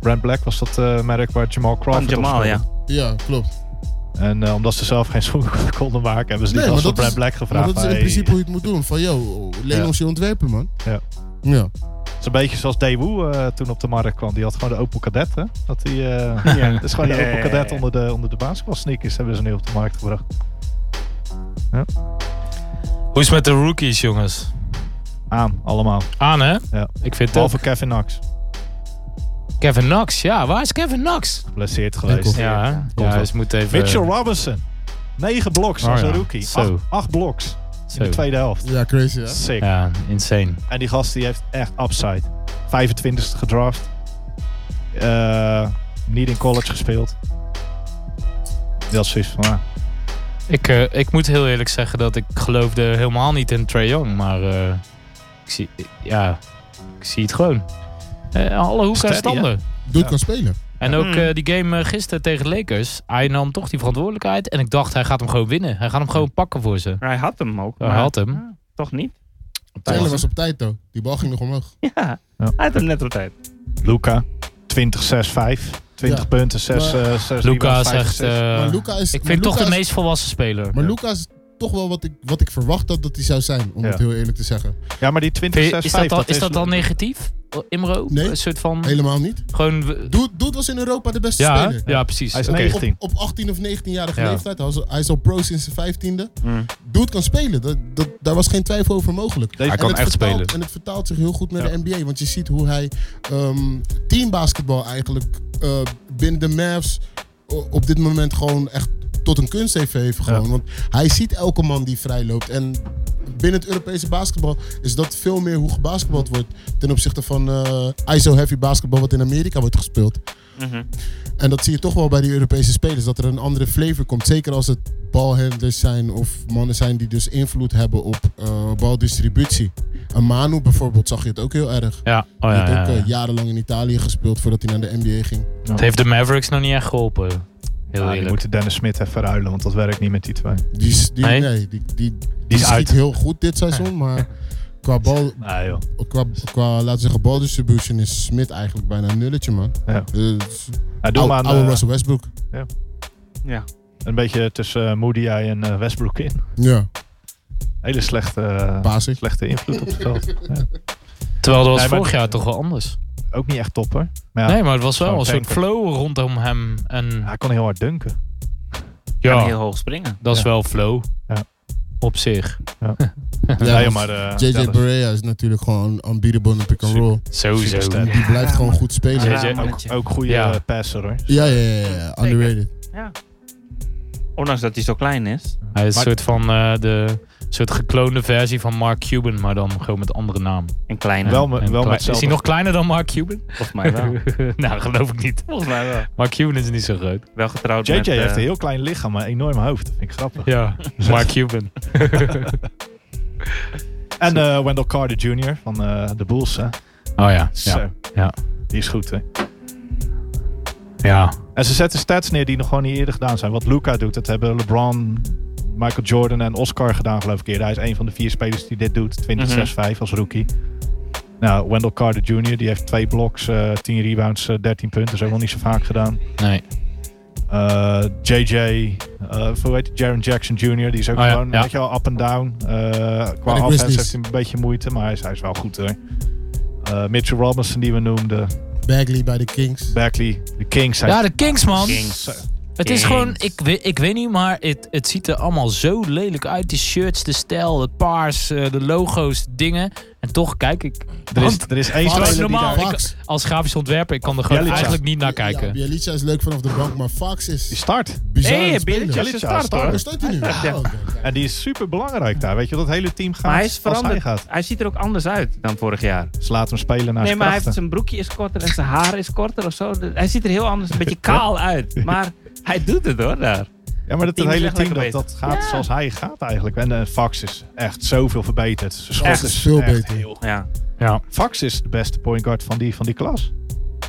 Brand Black was dat eh, merk waar Jamal Van Crawford op Jamal, speelde. ja. Ja, klopt. En eh, omdat ze zelf geen schoenen konden maken, hebben ze die Nee, gast van maar dat Brand is- Black Maar gevraagd. dat is in "Hey, principe hoe je het moet doen. Van yo, leen Ja. ons je ontwerpen, man. Ja. Ja. Het is een beetje zoals Daewoo eh toen op de markt kwam. Die had gewoon de Opel Cadet, hè? Dat die, eh, Het is gewoon de Ja, ja, Opel ja, Cadet ja. onder de, onder de basketbal sneakers hebben ze nu op de markt gebracht. Hoe is het met de rookies jongens? Aan, allemaal. Aan hè? Ja. Ik vind het Behalve Kevin Knox. Kevin Knox. Ja, waar is Kevin Knox? Geblesseerd Enkel. geweest. Ja, hè? ja wel. dus moet even... Mitchell Robinson. 9 bloks Oh als een ja, rookie. zo. 8 bloks in de Zo. tweede helft. ja, crazy hè. Sick. Ja, insane. En die gast die heeft echt upside. 25ste gedraft. Eh, niet in college gespeeld. Dat is zoiets van... ah, Ik, eh, ik moet heel eerlijk zeggen dat ik geloofde helemaal niet in Trae Young, maar eh, ik, zie, ik- ja, ik zie het gewoon. Eh, alle hoeken en Steady, hè? standen. Dude Ja. kan spelen. En ook Mm. eh, die game eh, gisteren tegen Lakers, hij nam toch die verantwoordelijkheid en ik dacht hij gaat hem gewoon winnen. Hij gaat hem gewoon pakken voor ze. Maar hij had hem ook. Hij maar- had hem. Ja, toch niet? Taylor was op tijd, though. Die bal ging nog omhoog. Ja. Hij had hem net op tijd. Luca, 20, 6, 5. 20 Ja. punten, 6, Maar- eh 6 Luca is echt... eh, maar Luca is. ik maar vind toch Luca de is- meest volwassen speler. Maar Luca is toch wel wat ik, wat ik verwacht had dat hij zou zijn, om Ja. het heel eerlijk te zeggen. Ja, maar die 20, eh, Vind je- 6, is, 5, dat dan, is dat dan negatief? Imro? Nee. Een soort van... Helemaal niet. Gewoon... we- Doet, Doet was in Europa de beste Ja, speler. ja, precies. Hij is Oké. 19. Op, op 18 of 19-jarige Ja. Mm. leeftijd. Hij is, al- hij is al pro sinds zijn 15e. Dude kan spelen. Dat, dat, daar was geen twijfel over mogelijk. Hij En kan het echt vertaalt- spelen. En het vertaalt zich heel goed naar Ja. de NBA. Want je ziet hoe hij ehm, teambasketbal eigenlijk eh, binnen de Mavs o- op dit moment gewoon echt tot een kunst heeft, heeft gewoon. Want hij ziet elke man die vrij loopt. En binnen het Europese basketbal is dat veel meer hoe gebasketbald wordt ten opzichte van eh, ISO-heavy basketbal wat in Amerika wordt gespeeld. Mhm. En dat zie je toch wel bij die Europese spelers, dat er een andere flavor komt. Zeker als het balhandlers zijn of mannen zijn die dus invloed hebben op eh, baldistributie. Een Manu bijvoorbeeld zag je het ook heel erg. Ja. Oh, Hij ja, heeft ja, ook ja. eh, jarenlang in Italië gespeeld voordat hij naar de NBA ging. Het heeft de Mavericks nog niet echt geholpen. Heel Ja, die eerlijk. moeten Ah, Dennis Smit even ruilen, want dat werkt niet met die twee. Die, is- die, Nee? nee? die, die, die, is schiet uit. heel goed dit seizoen, maar qua, bal, Nee joh. qua, qua laten we zeggen, baldistribution is Smit eigenlijk bijna een nulletje, man. Ja. Uh, Nou, doe oude maar oude een, eh, Russell Westbrook. Ja. een beetje tussen eh, Moody Eye en eh, Westbrook in. Ja, Hele slechte, eh, basig. slechte invloed op het veld. Ja. Terwijl dat was Nee, maar- vorig jaar toch wel anders. Ook niet echt topper. Maar ja, Nee, maar het was wel Zo'n een soort tanker. flow rondom hem. En hij kon heel hard dunken. Kan ja, heel hoog springen. dat is Ja. wel flow. Ja. Op zich. Ja, nee, maar, eh, JJ Dallas. Barea is natuurlijk gewoon unbeatable in pick and roll. Sowieso. Superster. Die blijft gewoon goed spelen. Ja. Ja, JJ mannetje. Ook, ook goede Ja. eh, passer hoor. ja, ja, ja, underrated. Ondanks dat hij zo klein is. Hij is een Maar- soort van eh, de soort gekloonde versie van Mark Cuban, maar dan gewoon met andere naam. En kleiner. Wel, me- En wel klei- met is hij nog kleiner dan Mark Cuban? Volgens mij wel. nou, geloof ik niet. Volgens mij wel. Mark Cuban is niet zo groot. Wel getrouwd JJ met... eh, heeft een heel klein lichaam, maar een enorm hoofd. Dat vind ik grappig. Ja, Mark Cuban. En eh, Wendell Carter Jr. van eh, de Bulls. Hè. Oh ja, ja. Zo. Ja. Die is goed hè. ja. En ze zetten stats neer die nog gewoon niet eerder gedaan zijn. Wat Luca doet, dat hebben LeBron, Michael Jordan en Oscar gedaan geloof ik eerder. Hij is een van de vier spelers die dit Mhm. doet. 20-6-5 als rookie. Nou, Wendell Carter Jr. die heeft twee blocks, eh 10 rebounds, eh, 13 punten. Dat is ook nog niet zo vaak gedaan. Nee. Eh, JJ, eh hoe heet die? Jaron Jackson Jr. Die is ook Oh ja, gewoon, ja. weet je wel, up and down. Eh, qua de offense Grizzlies. heeft hij een beetje moeite, maar hij is, hij is wel goed hoor. Eh, Mitchell Robinson die we noemden. Bagley bij de Kings. Berkeley, de Kings zijn Ja, de Kings, man. Kings. Zo. Het is Kings. gewoon, ik, we- ik weet niet, maar het, het ziet er allemaal zo lelijk uit. Die shirts, de stijl, het paars, eh, de logo's, de dingen. En toch kijk ik. Er is, want er is één Fuck. Terwijl speler Fox. die daar... normaal, ik- Fox. als grafisch ontwerper, ik kan er gewoon Jelica. eigenlijk niet naar Ja, kijken. Bielica is leuk vanaf de bank, maar Fox Die is start. bizar. Hey, aan het Bielica spelen. is een Jelica is starter. Waar start. staat hij nu? Oh, oké. En die is super belangrijk daar. Weet je, dat hele team gaat Maar hij is als hij veranderd. gaat. Hij, ziet er ook anders uit dan vorig jaar. Dus laat hem spelen naar nee, zijn maar hij heeft, krachten. zijn broekje is korter en zijn haar is korter of zo. Dus Hij ziet er heel anders, een beetje kaal uit. Maar hij doet het hoor, daar. Ja, maar dat team het hele is echt team dat, lekker dat gaat Ja. zoals hij gaat eigenlijk. En eh, Fax is echt zoveel verbeterd. Zijn schot Echt is veel echt beter. heel- Ja. Ja. Fax is de beste point guard van die, van die klas.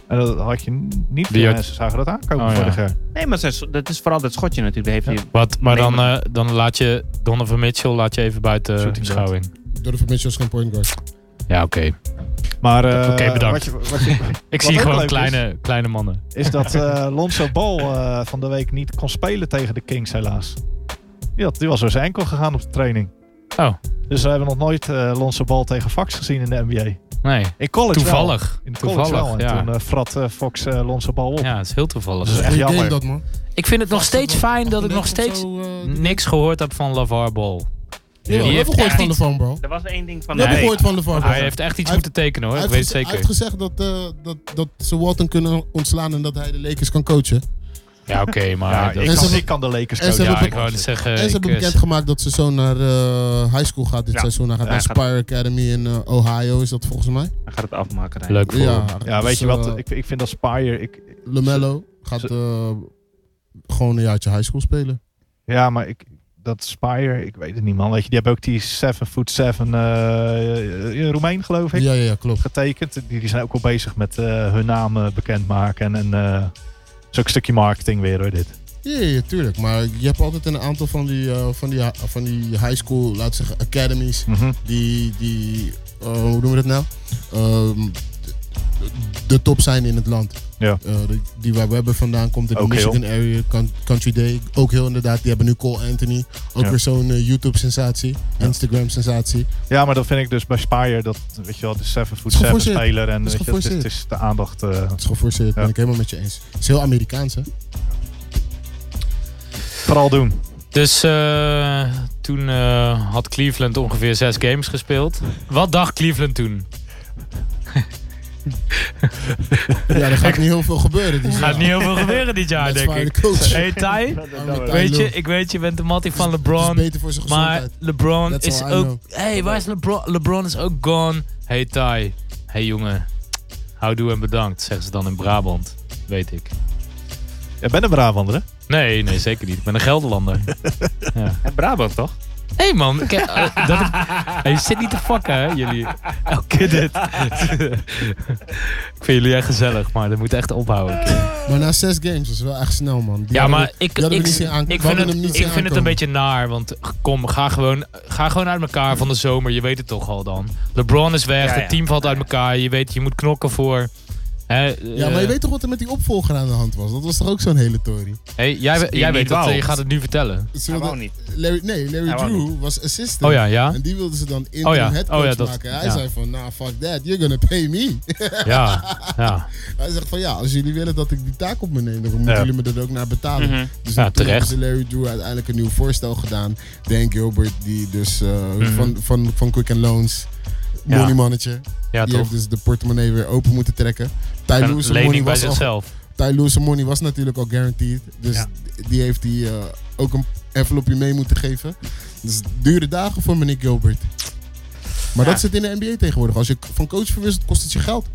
En dat had je n- niet Die veel had- mensen zagen dat aankomen Oh, ja. vorig jaar. Nee, maar zijn- dat is vooral dat schotje natuurlijk. Daar heeft hij Wat, maar Nee, dan, eh, dan laat je Donovan Mitchell laat je even buiten eh, Shooting guard. beschouwing. Donovan Mitchell is geen point guard. Ja, oké. Maar eh, Oké, bedankt. Wat je, wat je, Ik zie Wat ook leuk gewoon is- kleine, kleine mannen. is dat eh, Lonzo Ball eh, van de week niet kon spelen tegen de Kings helaas. Die, had, die was door zijn enkel gegaan op de training. Oh, Dus we hebben nog nooit eh Lonzo Ball tegen Fox gezien in de NBA. nee. In college wel. Toevallig. In college toevallig, wel. En ja. toen eh, Dus- frat eh, Fox eh Lonzo Ball op. Ja, het is heel toevallig. Dat is echt Goeie game jammer. dat, man. Ik vind het nog Fox had steeds wel fijn dat ik nog 98 of steeds zo, eh, niks gehoord heb van LaVar Ball. Ja, we Mm. heeft hebben gehoord echt van iets- LeVan, bro. Er was één ding van We Nee. hebben gehoord van Oh, LeVan. Hij heeft echt iets Hij- moeten tekenen hoor, Hij ik heeft weet het geze- hij zeker. heeft gezegd dat, eh, dat, dat ze Walton kunnen ontslaan en dat hij de Lakers kan coachen. Ja, oké, maar... Ja, dat- ik, En kan, ze- ik kan de Lakers en ze coachen. ja, hebben ik wou net zeggen... en ze hebben ik, eh, bekendgemaakt dat ze zo naar eh, high school gaat dit Ja. seizoen. Hij gaat Ja, naar hij gaat- Spire Academy in eh, Ohio, is dat volgens mij? Hij gaat het afmaken. Rijn. Leuk voor hem. Ja, weet dus, je wat? eh, ik, ik vind dat Spire... Ik, Lamello gaat ze- eh, gewoon een jaartje high school spelen. ja, maar ik, dat Spire... Ik weet het niet, man. Weet je, die hebben ook die 7 foot 7 eh, eh, Roemeen, geloof ik, Ja, ja, ja, klopt. getekend. Die, die zijn ook al bezig met eh, hun namen bekendmaken. En eh, het is ook een stukje marketing weer, hoor, dit. Ja, ja, ja, tuurlijk. Maar je hebt altijd een aantal van die, eh, van die, van die high school, laten we zeggen, academies. Mhm. Die, die eh, hoe noemen we dat nou? Ehm, de top zijn in het land. Ja. Eh, de- die waar we hebben vandaan komt in de Ook heel. Michigan Area Coun- Country Day. Ook heel inderdaad. Die hebben nu Cole Anthony. Ook Ja. weer zo'n eh, YouTube-sensatie. Instagram-sensatie. Ja, maar dat vind ik dus bij Spire, dat weet je wel, de 7 foot Het is 7 geforceerd. speler en Het is weet je, het, is, geforceerd. het is de aandacht. eh, Dat is geforceerd. Ja. Ben ik helemaal met je eens. Het is heel Amerikaans, hè? vooral doen. Dus eh, toen eh, had Cleveland ongeveer zes games gespeeld. Wat dacht Cleveland toen? Ja, er gaat niet heel veel gebeuren. Dus Gaat niet heel veel gebeuren dit jaar, denk ik. De coach. Hey Ty, weet je, ik weet je bent de mattie van Het LeBron. is beter voor zijn Maar gezondheid. LeBron That's is all I ook. Hey, waar is LeBron? LeBron is ook gone. Hey Ty. Hey jongen. Houdoe en bedankt, zeggen ze dan in Brabant. Weet ik. Je bent een Brabander, hè? Nee, nee, zeker niet. Ik ben een Gelderlander. En Brabant, toch? Hé hey man, ik, eh, dat ik- Hey, je zit niet te fucken, hè, jullie. Elke keer dit. ik vind jullie echt gezellig, maar dat moet echt ophouden. Maar na zes games was wel echt snel, man. Die Ja, hadden maar we- ik, die hadden ik, we niet zien aan- we ik, vind, hadden het, hem niet zien ik vind het een aankomen. beetje naar. Want kom, ga gewoon, ga gewoon uit elkaar van de zomer. Je weet het toch al dan. LeBron is weg, Ja, het ja. team valt uit elkaar. Je weet, je moet knokken voor... Hè, Ja, maar je eh, weet toch wat er met die opvolger aan de hand was? Dat was toch ook zo'n hele tory? hey, jij jij niet weet dat, eh, wou. je gaat het nu vertellen. Ze Hij wilden- wou niet. Larry, nee, Larry Hij wou Drew was Oh assistant. ja, ja. En die wilden ze dan in Oh oh, ja, headcoach oh ja, dat- maken. Hij ja. zei van, nah, fuck that, you're gonna pay me. Ja, ja. Hij zegt van, ja, als jullie willen dat ik die taak op me neem, dan moeten Ja. jullie me dat ook naar betalen. Mhm. Dus Ja, toen terecht. hebben ze Larry Drew uiteindelijk een nieuw voorstel gedaan. Dan Gilbert, die dus eh, Mhm. van, van, van Quick Loans, Ja. moneymannetje, Ja, die toch? heeft dus de portemonnee weer open moeten trekken. Ty Een Lue, zijn money lening bij was al zichzelf. Ty Lue, zijn money was natuurlijk al guaranteed. Dus Ja. die heeft hij eh, ook een envelopje mee moeten geven. Dus dure dagen voor meneer Gilbert. Maar Ja. dat zit in de NBA tegenwoordig. Als je k- van coach verwisselt, kost het je geld.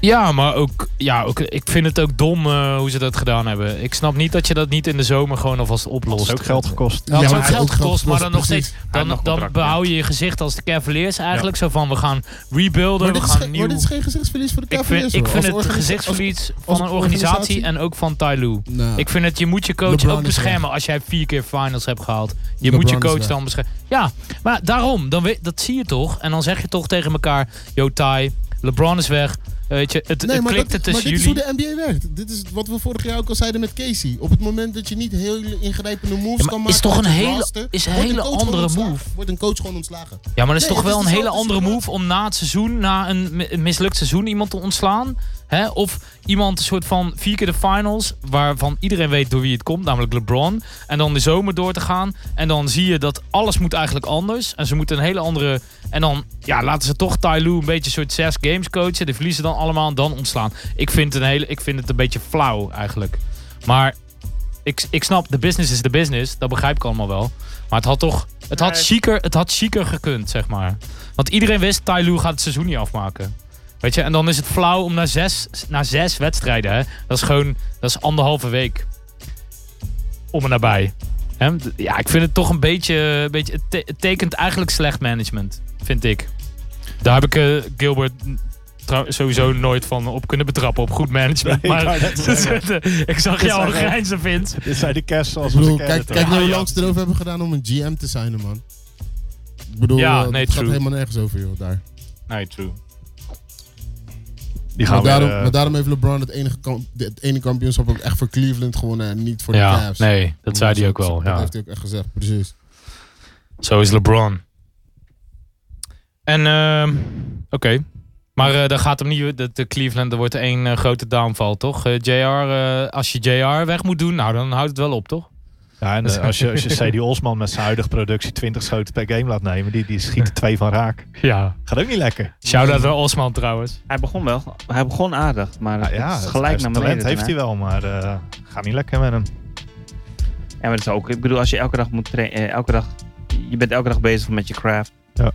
Ja, maar ook, ja, ook, ik vind het ook dom eh, hoe ze dat gedaan hebben. Ik snap niet dat je dat niet in de zomer gewoon alvast oplost. Dat is ook geld Dat gekost. Ja, had maar ook het geld had ook gekost, maar geld dan nog gekost, precies. steeds. Hij had Dan, nog dan contract, behoud je je gezicht als de Cavaliers eigenlijk. Zo van, we gaan rebuilden, Maar we dit, is gaan geen, nieuw... maar dit is geen gezichtsverlies voor de Ik Cavaliers. vind, ik hoor. vind Als het organisa- gezichtsverlies als van een organisatie organisatie- en ook van Ty Lue. als- Nou, Ik vind dat je moet je coach LeBron ook is beschermen als jij vier keer finals hebt gehaald. Je LeBron moet je is coach weg. dan beschermen. Ja, maar daarom, dan weet, dat zie je toch. En dan zeg je toch tegen elkaar, yo Ty, LeBron is weg. Weet je, het, nee, het maar, klikte dat, maar tussen dit is jullie. hoe de NBA werkt. Dit is wat we vorig jaar ook al zeiden met Casey. Op het moment dat je niet hele ingrijpende moves Ja, maar kan is maken... toch uit een je hele- roster, is een wordt hele coach andere gewoon ontslagen. move. Wordt een coach gewoon ontslagen. Ja, maar dat is Nee, toch het wel is een hele dezelfde andere move situatie. om na het seizoen, na een mi- een mislukt seizoen, iemand te ontslaan. Hè? Of iemand een soort van vier keer de finals, waarvan iedereen weet door wie het komt, namelijk LeBron. En dan de zomer door te gaan. En dan zie je dat alles moet eigenlijk anders. En ze moeten een hele andere... En dan ja, laten ze toch Ty Lue een beetje een soort zes games coachen. Die verliezen dan allemaal en dan ontslaan. Ik vind, het een hele, ik vind het een beetje flauw eigenlijk. Maar ik, ik snap, de business is de business. Dat begrijp ik allemaal wel. Maar het had toch... Het had, Nee. chiquer, het had chiquer gekund, zeg maar. Want iedereen wist, Tai Lue gaat het seizoen niet afmaken. Weet je, en dan is het flauw om na zes, na zes wedstrijden, hè. Dat is gewoon, dat is anderhalve week. Om en nabij. Hè? D- Ja, ik vind het toch een beetje, een beetje het, te- het tekent eigenlijk slecht management, vind ik. Daar heb ik eh, Gilbert mm, trouw- sowieso nooit van op kunnen betrappen, op goed management. Nee, ik maar wou net ik zag Dit jou al zijn wel- grijnzen, Vince. Dit zijn de kerst zoals Ik we ze bedoel, kennen. kijk, toch? kijk nou hoe Ja, lang ze erover hebben gedaan om een GM te signen, man. Ik bedoel, Ja, eh, nee, het gaat true. helemaal nergens over, joh, daar. Nee, true. Die Maar gaan daarom, weer, eh, maar daarom heeft LeBron het enige, kamp- het ene kampioenschap ook echt voor Cleveland gewonnen en niet voor de Ja, Cavs. nee, dat zei hij ook wel. Dat Ja. heeft hij ook echt gezegd, precies. Zo is LeBron. En, ehm, oké. Maar eh daar gaat hem niet. De, de Cleveland, er wordt één eh, grote downval, toch? Eh, JR, eh, als je JR weg moet doen, nou dan houdt het wel op, toch? Ja, en eh, als je, als je CD Osman met zijn huidige productie 20 schoten per game laat nemen, die, die schiet er twee van raak. Ja. Gaat ook niet lekker. Shout out naar Osman trouwens. Hij begon wel. Hij begon aardig, maar Nou het ja, is het- gelijk het naar beneden. talent heeft daarna. hij wel, maar eh gaat niet lekker met hem. Ja, maar dat is ook. Ik bedoel, als je elke dag moet trainen, elke dag, je bent elke dag bezig met je craft. Ja.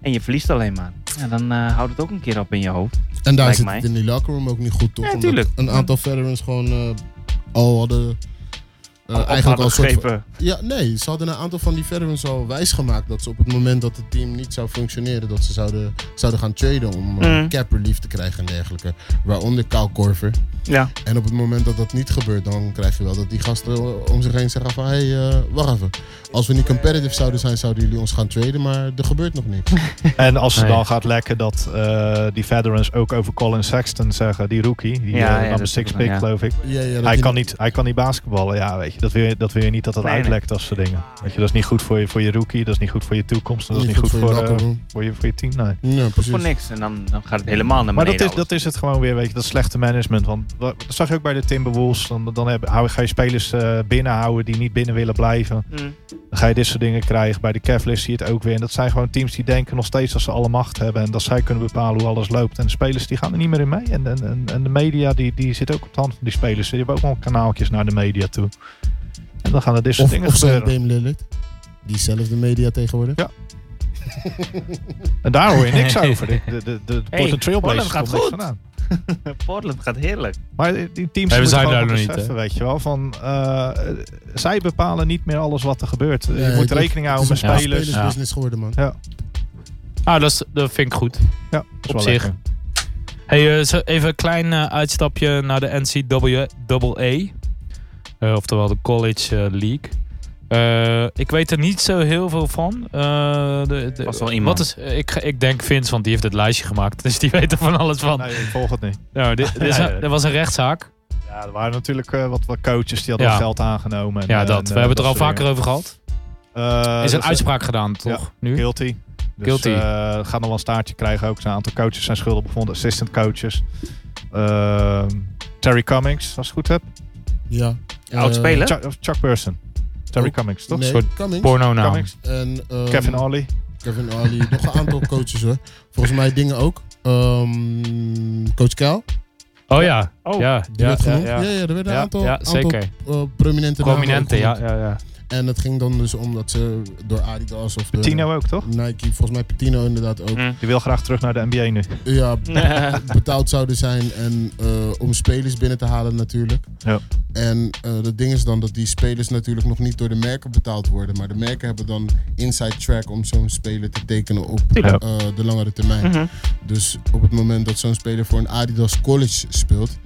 En je verliest alleen maar. Ja, dan eh, houdt het ook een keer op in je Eh, hoofd. En daar Lijkt zit mij. het in die locker room ook niet goed, toch? Ja, Omdat tuurlijk. Een aantal veterans gewoon eh, al hadden eh, eigenlijk al een soort van- Opgeven. Ja, nee, ze hadden een aantal van die veterans al wijsgemaakt dat ze op het moment dat het team niet zou functioneren, dat ze zouden, zouden gaan traden om eh, Mm. cap relief te krijgen en dergelijke. Waaronder Kyle Korver. Ja, En op het moment dat dat niet gebeurt, dan krijg je wel dat die gasten eh, om zich heen zeggen van... Hé, hey, eh, wacht even. Als we niet competitive zouden zijn, zouden jullie ons gaan traden, maar er gebeurt nog niks. En als het Nee. dan gaat lekken dat eh, die veterans ook over Colin Sexton zeggen, die rookie, die Ja, ja, ja, dat number is six ook pick nog, ja. geloof ik. ja, ja, dat Hij die- kan, niet, hij kan niet basketballen, ja weet je. Dat wil je, dat wil je niet dat dat Nee, nee. uitlekt, dat soort dingen. Weet je, dat is niet goed voor je, voor je rookie, dat is niet goed voor je toekomst, dat is niet goed voor, je eh, locker room. voor, je, voor je team, nee. Ja, precies. voor niks. En dan, dan gaat het helemaal naar Maar beneden. dat is, alles. dat is het gewoon weer, weet je, dat slechte management. Want wa- dat zag je ook bij de Timberwolves. Dan, dan heb, hou- ga je spelers eh, binnenhouden die niet binnen willen blijven. Mm. Dan ga je dit soort dingen krijgen. Bij de Cavaliers zie je het ook weer. En dat zijn gewoon teams die denken nog steeds dat ze alle macht hebben. En dat zij kunnen bepalen hoe alles loopt. En de spelers die gaan er niet meer in mee. En, en, en, en de media die, die zit ook op de hand van die spelers. Die hebben ook wel kanaaltjes naar de media toe. En dan gaan er dit soort Of, dingen of zijn gebeuren. Dame Lillard. Diezelfde media tegenwoordig. Ja. En daar hoor je niks over. De, de, de, de Hey, Portland Trailblazers Portland gaat komt niks goed. vandaan. Portland gaat heerlijk. Maar die teams Nee, we moeten zijn gewoon daar nog nog niet, beseffen, weet je wel. Van, eh, zij bepalen niet meer alles wat er gebeurt. Nee, je moet dat- rekening het houden Eh, met is een paar spelers. Ja, spelersbusiness geworden, man. Ah, dat, is, dat vind ik goed. ja, dat is op wel zich. lekker. Hey, eh, zo even een klein eh, uitstapje naar de NCAA. Eh, oftewel de College eh, League. Eh, ik weet er niet zo heel veel van. Eh, de, de- Vast wel iemand. Wat is, eh, ik, ga- ik denk Vince, want die heeft het lijstje gemaakt. Dus die weet er van alles van. Nee, ik volg het niet. Nou, dit, dit is Ja, een- ja. er was een rechtszaak. Ja, er waren natuurlijk eh, wat, wat coaches die hadden Ja. geld aangenomen. en, Ja, eh, dat. en, We eh, hebben het er al dat soort vaker over gehad. dingen. Eh, is dat een uitspraak gedaan, toch? Nu? Guilty. Dus, Guilty. eh, gaat nog wel een staartje krijgen ook. Er zijn Een aantal coaches zijn schuldig bevonden. Assistant coaches. Ehm, Terry Cummings, als ik het goed heb. Ja. Oud Eh, speler? Chuck, of Chuck Person. Terry Oh, Cummings, toch? Nee, soort Cummings. Porno naam. Cummings. En, ehm, Kevin Ollie. Kevin Ali, nog een aantal coaches hoor. Volgens mij dingen ook. Ehm, coach Kel, Oh ja. Oh. ja, ja, die werd ja, genoemd. Ja, ja. ja, er werden een Ja, aantal, ja, aantal, zeker. eh, prominente namen Prominente, ook ja, genoemd. ja, ja. En het ging dan dus om dat ze door Adidas of door Tino ook, toch? Nike, volgens mij Patino inderdaad ook, Mm. Die wil graag terug naar de NBA nu. Hm. ja, betaald zouden zijn en eh, om spelers binnen te halen natuurlijk. Ja. En eh het ding is dan dat die spelers natuurlijk nog niet door de merken betaald worden, maar de merken hebben dan inside track om zo'n speler te tekenen op Ja. eh, de langere termijn. Mhm. Dus op het moment dat zo'n speler voor een Adidas College speelt,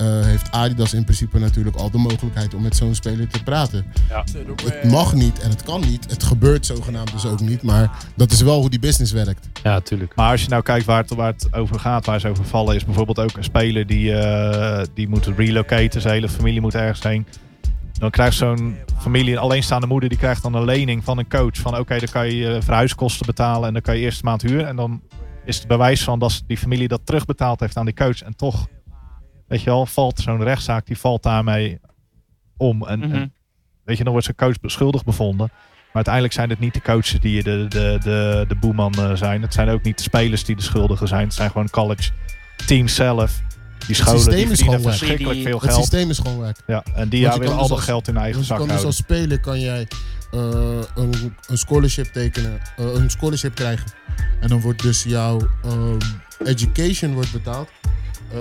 eh, heeft Adidas in principe natuurlijk al de mogelijkheid om met zo'n speler te praten. Het mag niet en het kan niet. Het gebeurt zogenaamd dus ook niet, maar dat is wel hoe die business werkt. Ja, tuurlijk. Maar als je nou kijkt waar het, waar het over gaat, waar ze over vallen, is bijvoorbeeld ook een speler die, eh, die moet relocaten, zijn hele familie moet ergens heen. Dan krijgt zo'n familie, een alleenstaande moeder, die krijgt dan een lening van een coach. Van oké, dan kan je je verhuiskosten betalen en dan kan je eerst een maand huur. En dan is het bewijs van dat die familie dat terugbetaald heeft aan die coach. En toch, weet je wel, valt zo'n rechtszaak, die valt daarmee om. En, Mhm. en Weet je, dan wordt zijn coach beschuldigd bevonden. Maar uiteindelijk zijn het niet de coaches die de, de, de, de boeman eh, zijn. Het zijn ook niet de spelers die de schuldigen zijn. Het zijn gewoon college teams zelf. Die scholen systeem die is verdienen gewoon weg. verschrikkelijk Die- veel Het geld. systeem is gewoon werk. Ja, en die je ja, kan willen dus al dat als- geld in eigen Dus je zak kan dus houden. als speler kan jij eh, een, een scholarship tekenen, eh, een scholarship krijgen. En dan wordt dus jouw ehm, education wordt betaald.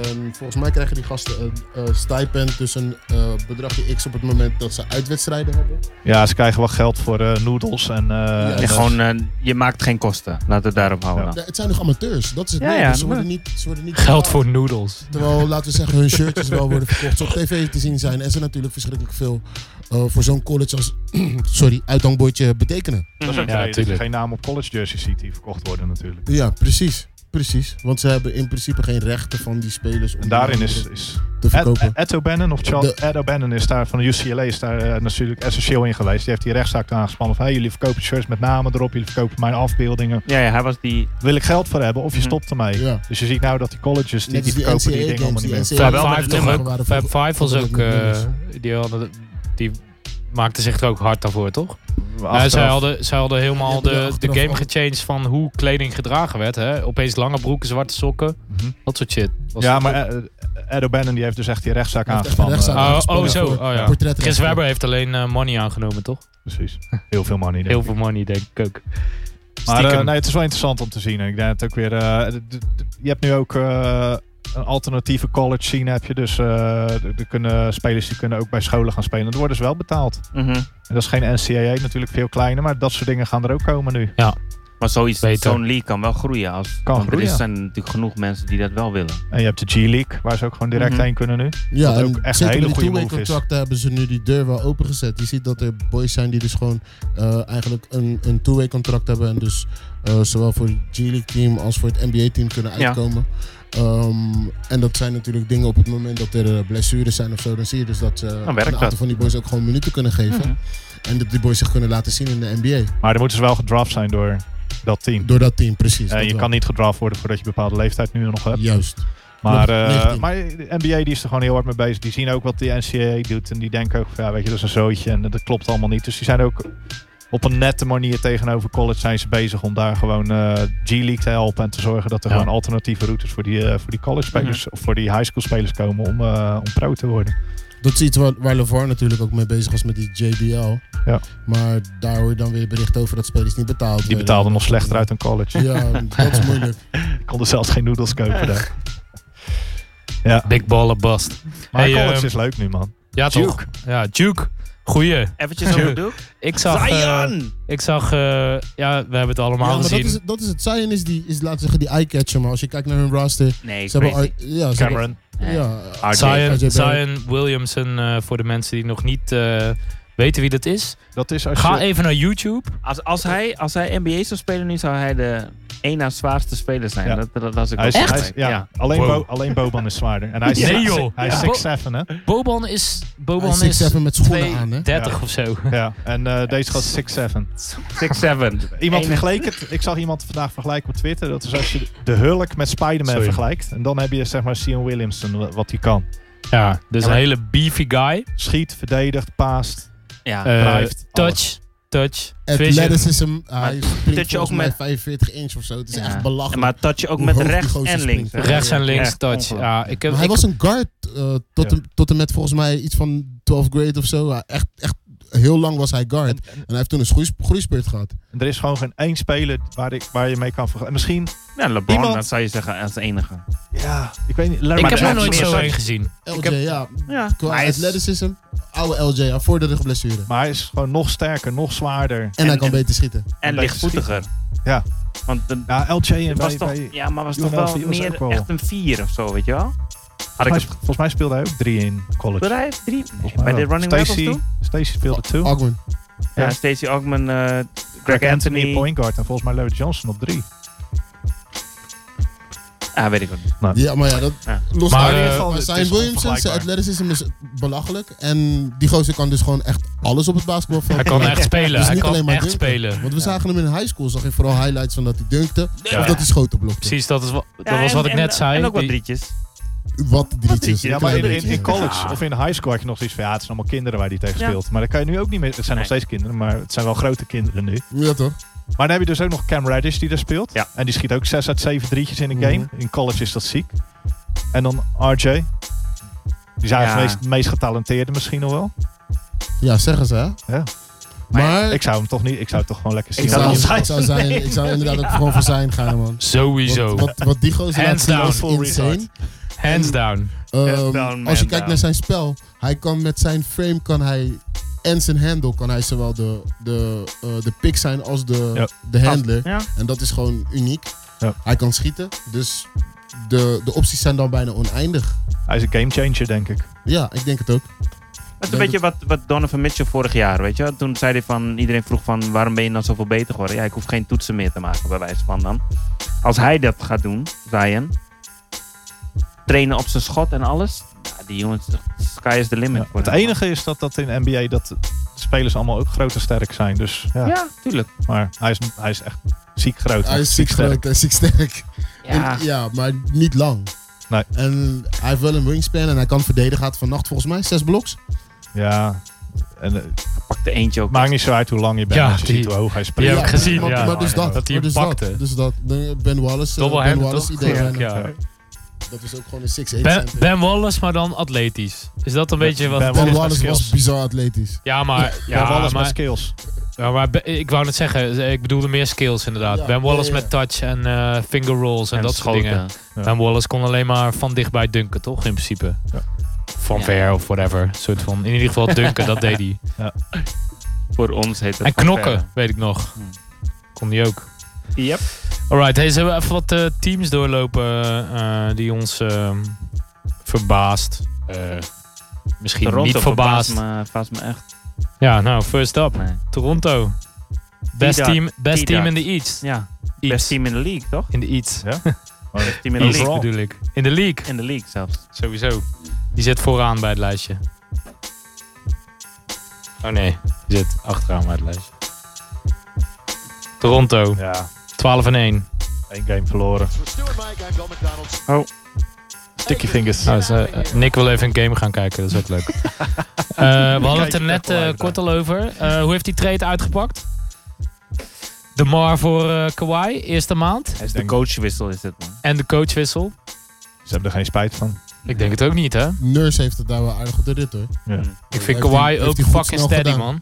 En volgens mij krijgen die gasten een eh, stipend tussen eh bedragje X op het moment dat ze uitwedstrijden hebben. Ja, ze krijgen wel geld voor eh, noedels en... eh, en, Ja, eh, gewoon, eh, je maakt geen kosten. Laten we het daarop houden. Ja. dan. Ja, het zijn nog amateurs, dat is het Ja, ding. ja, Dus ze, maar- worden niet, ze worden niet Geld betaald. voor noedels. Terwijl, laten we zeggen, hun shirtjes wel worden verkocht. Ze op tv te zien zijn en ze natuurlijk verschrikkelijk veel eh, voor zo'n college als, sorry, uithangbordje betekenen. Dat is ook Ja, de reden dat je tuurlijk. geen naam op college jerseys ziet die verkocht worden natuurlijk. Ja, precies. Precies. Want ze hebben in principe geen rechten van die spelers om En daarin die is, anderen is te Ed, verkopen. Ed O'Bannon of Charles De- Ed O'Bannon is daar van de UCLA is daar eh, natuurlijk essentieel in geweest. Die heeft die rechtszaak aangespannen van hey, jullie verkopen shirts met namen erop, jullie verkopen mijn afbeeldingen. Ja, ja, hij was die... Wil ik geld voor hebben of je Mhm. stopt ermee? Ja. Dus je ziet nou dat die colleges die, Net die als die verkopen die NCAA dingen allemaal niet meer. games, die Fab NCAA Five games toch ook? waren Fab vroeger- Five was ook... vroeger eh, met die, hadden, die maakte zich er ook hard daarvoor, toch? Achteraf- Ja, zij, hadden, zij hadden helemaal Ja, die de, de achteraf game al- gechanged van hoe kleding gedragen werd. Hè? Opeens lange broeken, zwarte sokken, Mhm. dat soort shit. Was Ja, het- maar eh, Ed O'Bannon die heeft dus echt die rechtszaak Hij heeft echt aangespannen. een rechtszaak Eh, oh, oh, aangespannen zo. voor Oh, ja. portretrechten. Chris Webber heeft alleen eh, money aangenomen, toch? precies. Heel veel money. denk ik. Heel veel money, denk ik ook. Maar eh, Stiekem. nee, het is wel interessant om te zien. En Ik denk het ook weer. eh, d- d- d- je hebt nu ook eh, een alternatieve college scene heb je. Dus eh, er er kunnen spelers die kunnen ook bij scholen gaan spelen. Dat worden ze wel betaald. Mhm. En dat is geen NCAA natuurlijk, veel kleiner. Maar dat soort dingen gaan er ook komen nu. Maar zoiets, Beter. zo'n league kan wel groeien. Als, Kan want er groeien. is- zijn natuurlijk genoeg mensen die dat wel willen. En je hebt de G-League, waar ze ook gewoon direct Mhm. heen kunnen nu. Ja, Dat ook en echt een zeker hele met goede die two-way move is. contracten hebben ze nu die deur wel opengezet. Je ziet dat er boys zijn die dus gewoon eh, eigenlijk een, een two-way contract hebben. En dus eh, zowel voor het G-League team als voor het NBA team kunnen Ja. uitkomen. Ehm, en dat zijn natuurlijk dingen op het moment dat er eh, blessures zijn of zo. Dan zie je dus dat ze een werkt aantal dat. van die boys ook gewoon minuten kunnen geven. En dat die boys zich kunnen laten zien in de NBA. Maar dan moeten ze wel gedraft zijn door dat team. Door dat team, precies. Eh, dat je wel. kan niet gedraft worden voordat je een bepaalde leeftijd nu nog hebt. Juist. Maar, Klopt, eh, 19. maar de NBA die is er gewoon heel hard mee bezig. Die zien ook wat die NCAA doet. En die denken ook van, ja, weet je, dat is een zootje. En dat klopt allemaal niet. Dus die zijn ook op een nette manier tegenover college zijn ze bezig om daar gewoon eh, G-League te helpen. En te zorgen dat er Ja. Mhm. gewoon alternatieve routes voor die, eh, voor die college spelers of voor die high school spelers komen om, eh, om pro te worden. Dat is iets waar, waar LeVar natuurlijk ook mee bezig was met die JBL. Ja. Maar daar hoor je dan weer bericht over dat spelers niet betaald Die werden. betaalden nog slechter uit dan college. Ja, dat is moeilijk. Die konden zelfs geen noedels kopen daar. Ja, Big baller bust. maar Hey, college ehm, is leuk nu, man. Ja, toch? Ja, Duke. Goeie. Eventjes over Duke. Ik zag... eh, ik zag... eh, ja, we hebben het allemaal Ja, maar dat gezien. is, dat is het. Zion is, die, is laten we zeggen die eye-catcher. Maar als je kijkt naar hun roster... Nee, Ze hebben, crazy. Ar- ja, ze hebben, Cameron. ja, RJ. Zion, RJ Barrett. Zion Williamson, eh, voor de mensen die nog niet eh, weten wie dat is. Dat is als je... Ga even naar YouTube. Als, als, hij, als hij NBA zou spelen nu, zou hij de één na zwaarste speler zijn. Ja. Dat, dat, dat is ook Hij is, wel hij is- belangrijk. ja, Alleen, Wow. Bo- alleen Boban is zwaarder. En hij is, Nee, six- joh. Hij is Ja. 6'7", hè? Boban is... Boban Hij is is 6'7 met schoenen aan, hè? 30 Ja. of zo. dus Ja, en eh, deze gaat 6'7". 6'7. Iemand Enig. vergeleek het. Ik zag iemand vandaag vergelijken op Twitter. Dat is als je de Hulk met Spider-Man Sorry. vergelijkt. En dan heb je zeg maar Sion Williamson, wa- wat hij kan. Ja, dus Ja, maar- een hele beefy guy. Schiet, verdedigt, paast. Ja. Eh, Drijft, touch, Oh. touch, vision. Athleticism. Hij dat springt je ook volgens mij met- 45 inch of zo. Het is Ja. echt belachelijk. maar touch je ook Hoe met hoog die rechts gozer en springt, links. hè? Rechts en links, Echt touch. ongelooflijk. Ja, ik heb, Maar hij ik- was een guard eh, tot, Ja. en, tot en met volgens mij iets van 12th grade of zo. Hij- Echt, echt heel lang was hij guard. En hij heeft toen een groeis- groeispeurt gehad. En er is gewoon geen één speler waar, ik, waar je mee kan vergelijken. En misschien, Ja, LeBron, Iemand- dat zou je zeggen, als enige. ja, ik weet niet. Larry ik maar heb er nog zijn nooit meer zo touch. heen gezien. LJ, heb- ja. Ja. Qua Hij is- athleticism, oude LJ, ja, voor de blessure. Maar hij is gewoon nog sterker, nog zwaarder. En, hij kan en- beter schieten. En lichtvoetiger. Ja. Want de, Ja, LJ en was toch, bij- bij- ja, maar was UNLV toch wel was ook meer wel- echt een 4 of zo, weet je wel? Had ik volgens, mij, het sp- volgens mij speelde hij ook drie in college. Speelde hij drie? Volgens mij Bij de wel. Running Rebels Stacy, toen? Stacy speelde two. Ogwen. Ja. Ja, Stacey Augman, eh, Greg Greg Anthony, Anthony. point guard en volgens mij Larry Johnson op drie. Ah, weet ik ook niet. Ja, maar ja, dat Ja. los Maar, maar, eh, van. het Zijn is Williamson, zijn onvergelijkbaar. athleticism is belachelijk. En die gozer kan dus gewoon echt alles op het basketbalveld. Hij kan echt spelen. Dus hij niet alleen kan maar echt dunken. spelen. Want we zagen hem in high school, zag je vooral highlights van dat hij dunkte. Ja. Of dat hij schoten blokte. Precies, dat, is wa- dat Ja, was en- wat ik en- net zei. En ook wat Die- drietjes. Wat drietjes. drietjes. Ja, maar in, in, in Ja. college of in high school had je nog zoiets van ja, het zijn allemaal kinderen waar die tegen Ja. speelt. Maar dat kan je nu ook niet meer. Het zijn nog steeds kinderen, maar het zijn wel grote kinderen nu. Ja, toch? Maar dan heb je dus ook nog Cam Reddish die daar speelt. Ja. En die schiet ook 6 uit 7 drietjes in een game. In college is dat ziek. En dan RJ. Die zijn Ja. het meest, meest getalenteerde misschien nog wel. Ja, zeggen ze, hè? Ja. Maar Ik zou hem toch niet. Ik zou het toch gewoon lekker zien. Ik zou, hem Ja. niet- ik, zou zijn, ik zou inderdaad ook gewoon voor zijn gaan, man. Sowieso. Wat, wat, wat die gozer laat Hands zien is down. insane. Hands down. Ehm, down, als je man kijkt down. naar zijn spel, hij kan met zijn frame kan hij, en zijn handle kan hij zowel de, de, eh, de pick zijn als de, Ja. de handler. Ja. En dat is gewoon uniek. Ja. Hij kan schieten, dus de, de opties zijn dan bijna oneindig. Hij is een gamechanger, denk ik. Ja, ik denk het ook. Het is een beetje wat, wat Donovan Mitchell vorig jaar, weet je. wel. Toen zei hij van, iedereen vroeg van, waarom ben je nou zoveel beter geworden? Ja, ik hoef geen toetsen meer te maken, bij wijze van dan. Als hij dat gaat doen, Zion, trainen op zijn schot en alles. Ja, die jongens, sky is the limit. Ja. voor Het hem. enige is dat dat in NBA dat de spelers allemaal ook groot en sterk zijn. Dus ja. Ja, tuurlijk. Maar hij is, hij is echt ziek groot. Hij is ziek sterk. groot en ziek sterk. Ja, En- ja, maar niet lang. Nee. En hij heeft wel een wingspan en hij kan verdedigen. Gaat vannacht volgens mij zes bloks. Ja. En, eh, pakte eentje ook. Maakt niet zo uit hoe lang je bent, Ja, want je die- ziet hoe hoog hij die springt. heb ik gezien, maar, ja. maar dus dat. Dat hij maar dus hem pakte. Dat, dus dat. De- Ben Wallace. eh, ben Double-handed Wallace toch? idee. bijna. Ja. Ja. Dat is ook gewoon een 6 8 Ben, ben Wallace, maar dan atletisch. Is dat een beetje wat... Ben Ben Wallace Wallace met was skills. bizar atletisch. Ja, maar... Ja, Ja, alles maar met skills. Ja, maar be- ik wou net zeggen, ik bedoelde meer skills inderdaad. Ja, ben Wallace ja, ja. met touch en eh, finger rolls en, dat schoten. soort dingen. Ben Wallace kon alleen maar van dichtbij dunken, toch? In principe. Ja. Van Ja. ver of whatever. Een soort van, in ieder geval dunken, dat deed hij. Voor ons heet dat En van knokken, verre. weet ik nog. Hmm. Kon die ook. Yep. Alright, hey, zullen we even wat eh, teams doorlopen eh, die ons ehm, verbaast? Eh, misschien Toronto niet verbaasd. verbaast me, verbaast me echt. Ja, nou, first up. Nee. Toronto. Best T-Dot. team, best T-Dot. team in the East. Ja, East. best team in de league, toch? In de East. Best team in de East league. bedoel ik. In de league. In de league zelfs. Sowieso. Die zit vooraan bij het lijstje. Oh nee, die zit achteraan bij het lijstje. Toronto, Ja, 12 en 1. één game verloren. Oh. Sticky fingers. Nou, dus, eh, eh, Nick wil even een game gaan kijken, dat is ook leuk. Eh, we hadden het er net eh, kort al over. Eh, hoe heeft die trade uitgepakt? De Mar voor eh Kawhi, eerste maand. Hij is de denk- coachwissel is dit, man. En de coachwissel. Ze hebben er geen spijt van. Ik denk het ook niet, hè? Nurse heeft het daar wel aardig op de rit hoor. Mm. Ja. Ik vind Heeft hij- Kawhi heeft ook hij goed fucking snel steady, gedaan. man.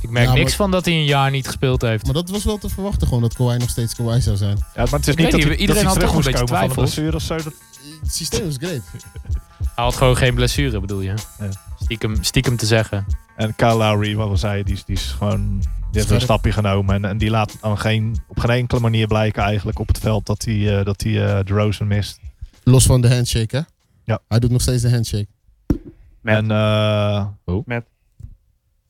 Ik merk Ja, maar- niks van dat hij een jaar niet gespeeld heeft. Maar dat was wel te verwachten gewoon dat Kawhi nog steeds Kawhi zou zijn. Ja, maar het is Ik weet niet dat, niet, hij- iedereen dat had hij toch terug moest een beetje komen van een twijfels. blessure of zo. Dat, Het systeem is great. Hij had gewoon geen blessure, bedoel je? Ja. Stiekem, stiekem te zeggen. en Kyle Lowry, wat we zeiden, die, is- die is gewoon... Die heeft Scherp. een stapje genomen en, en die laat aan geen, op geen enkele manier blijken eigenlijk op het veld dat hij eh, dat hij eh de Rosen mist. Los van de handshake hè? Ja. Hij doet nog steeds de handshake. Met. Oh. En, eh, Met.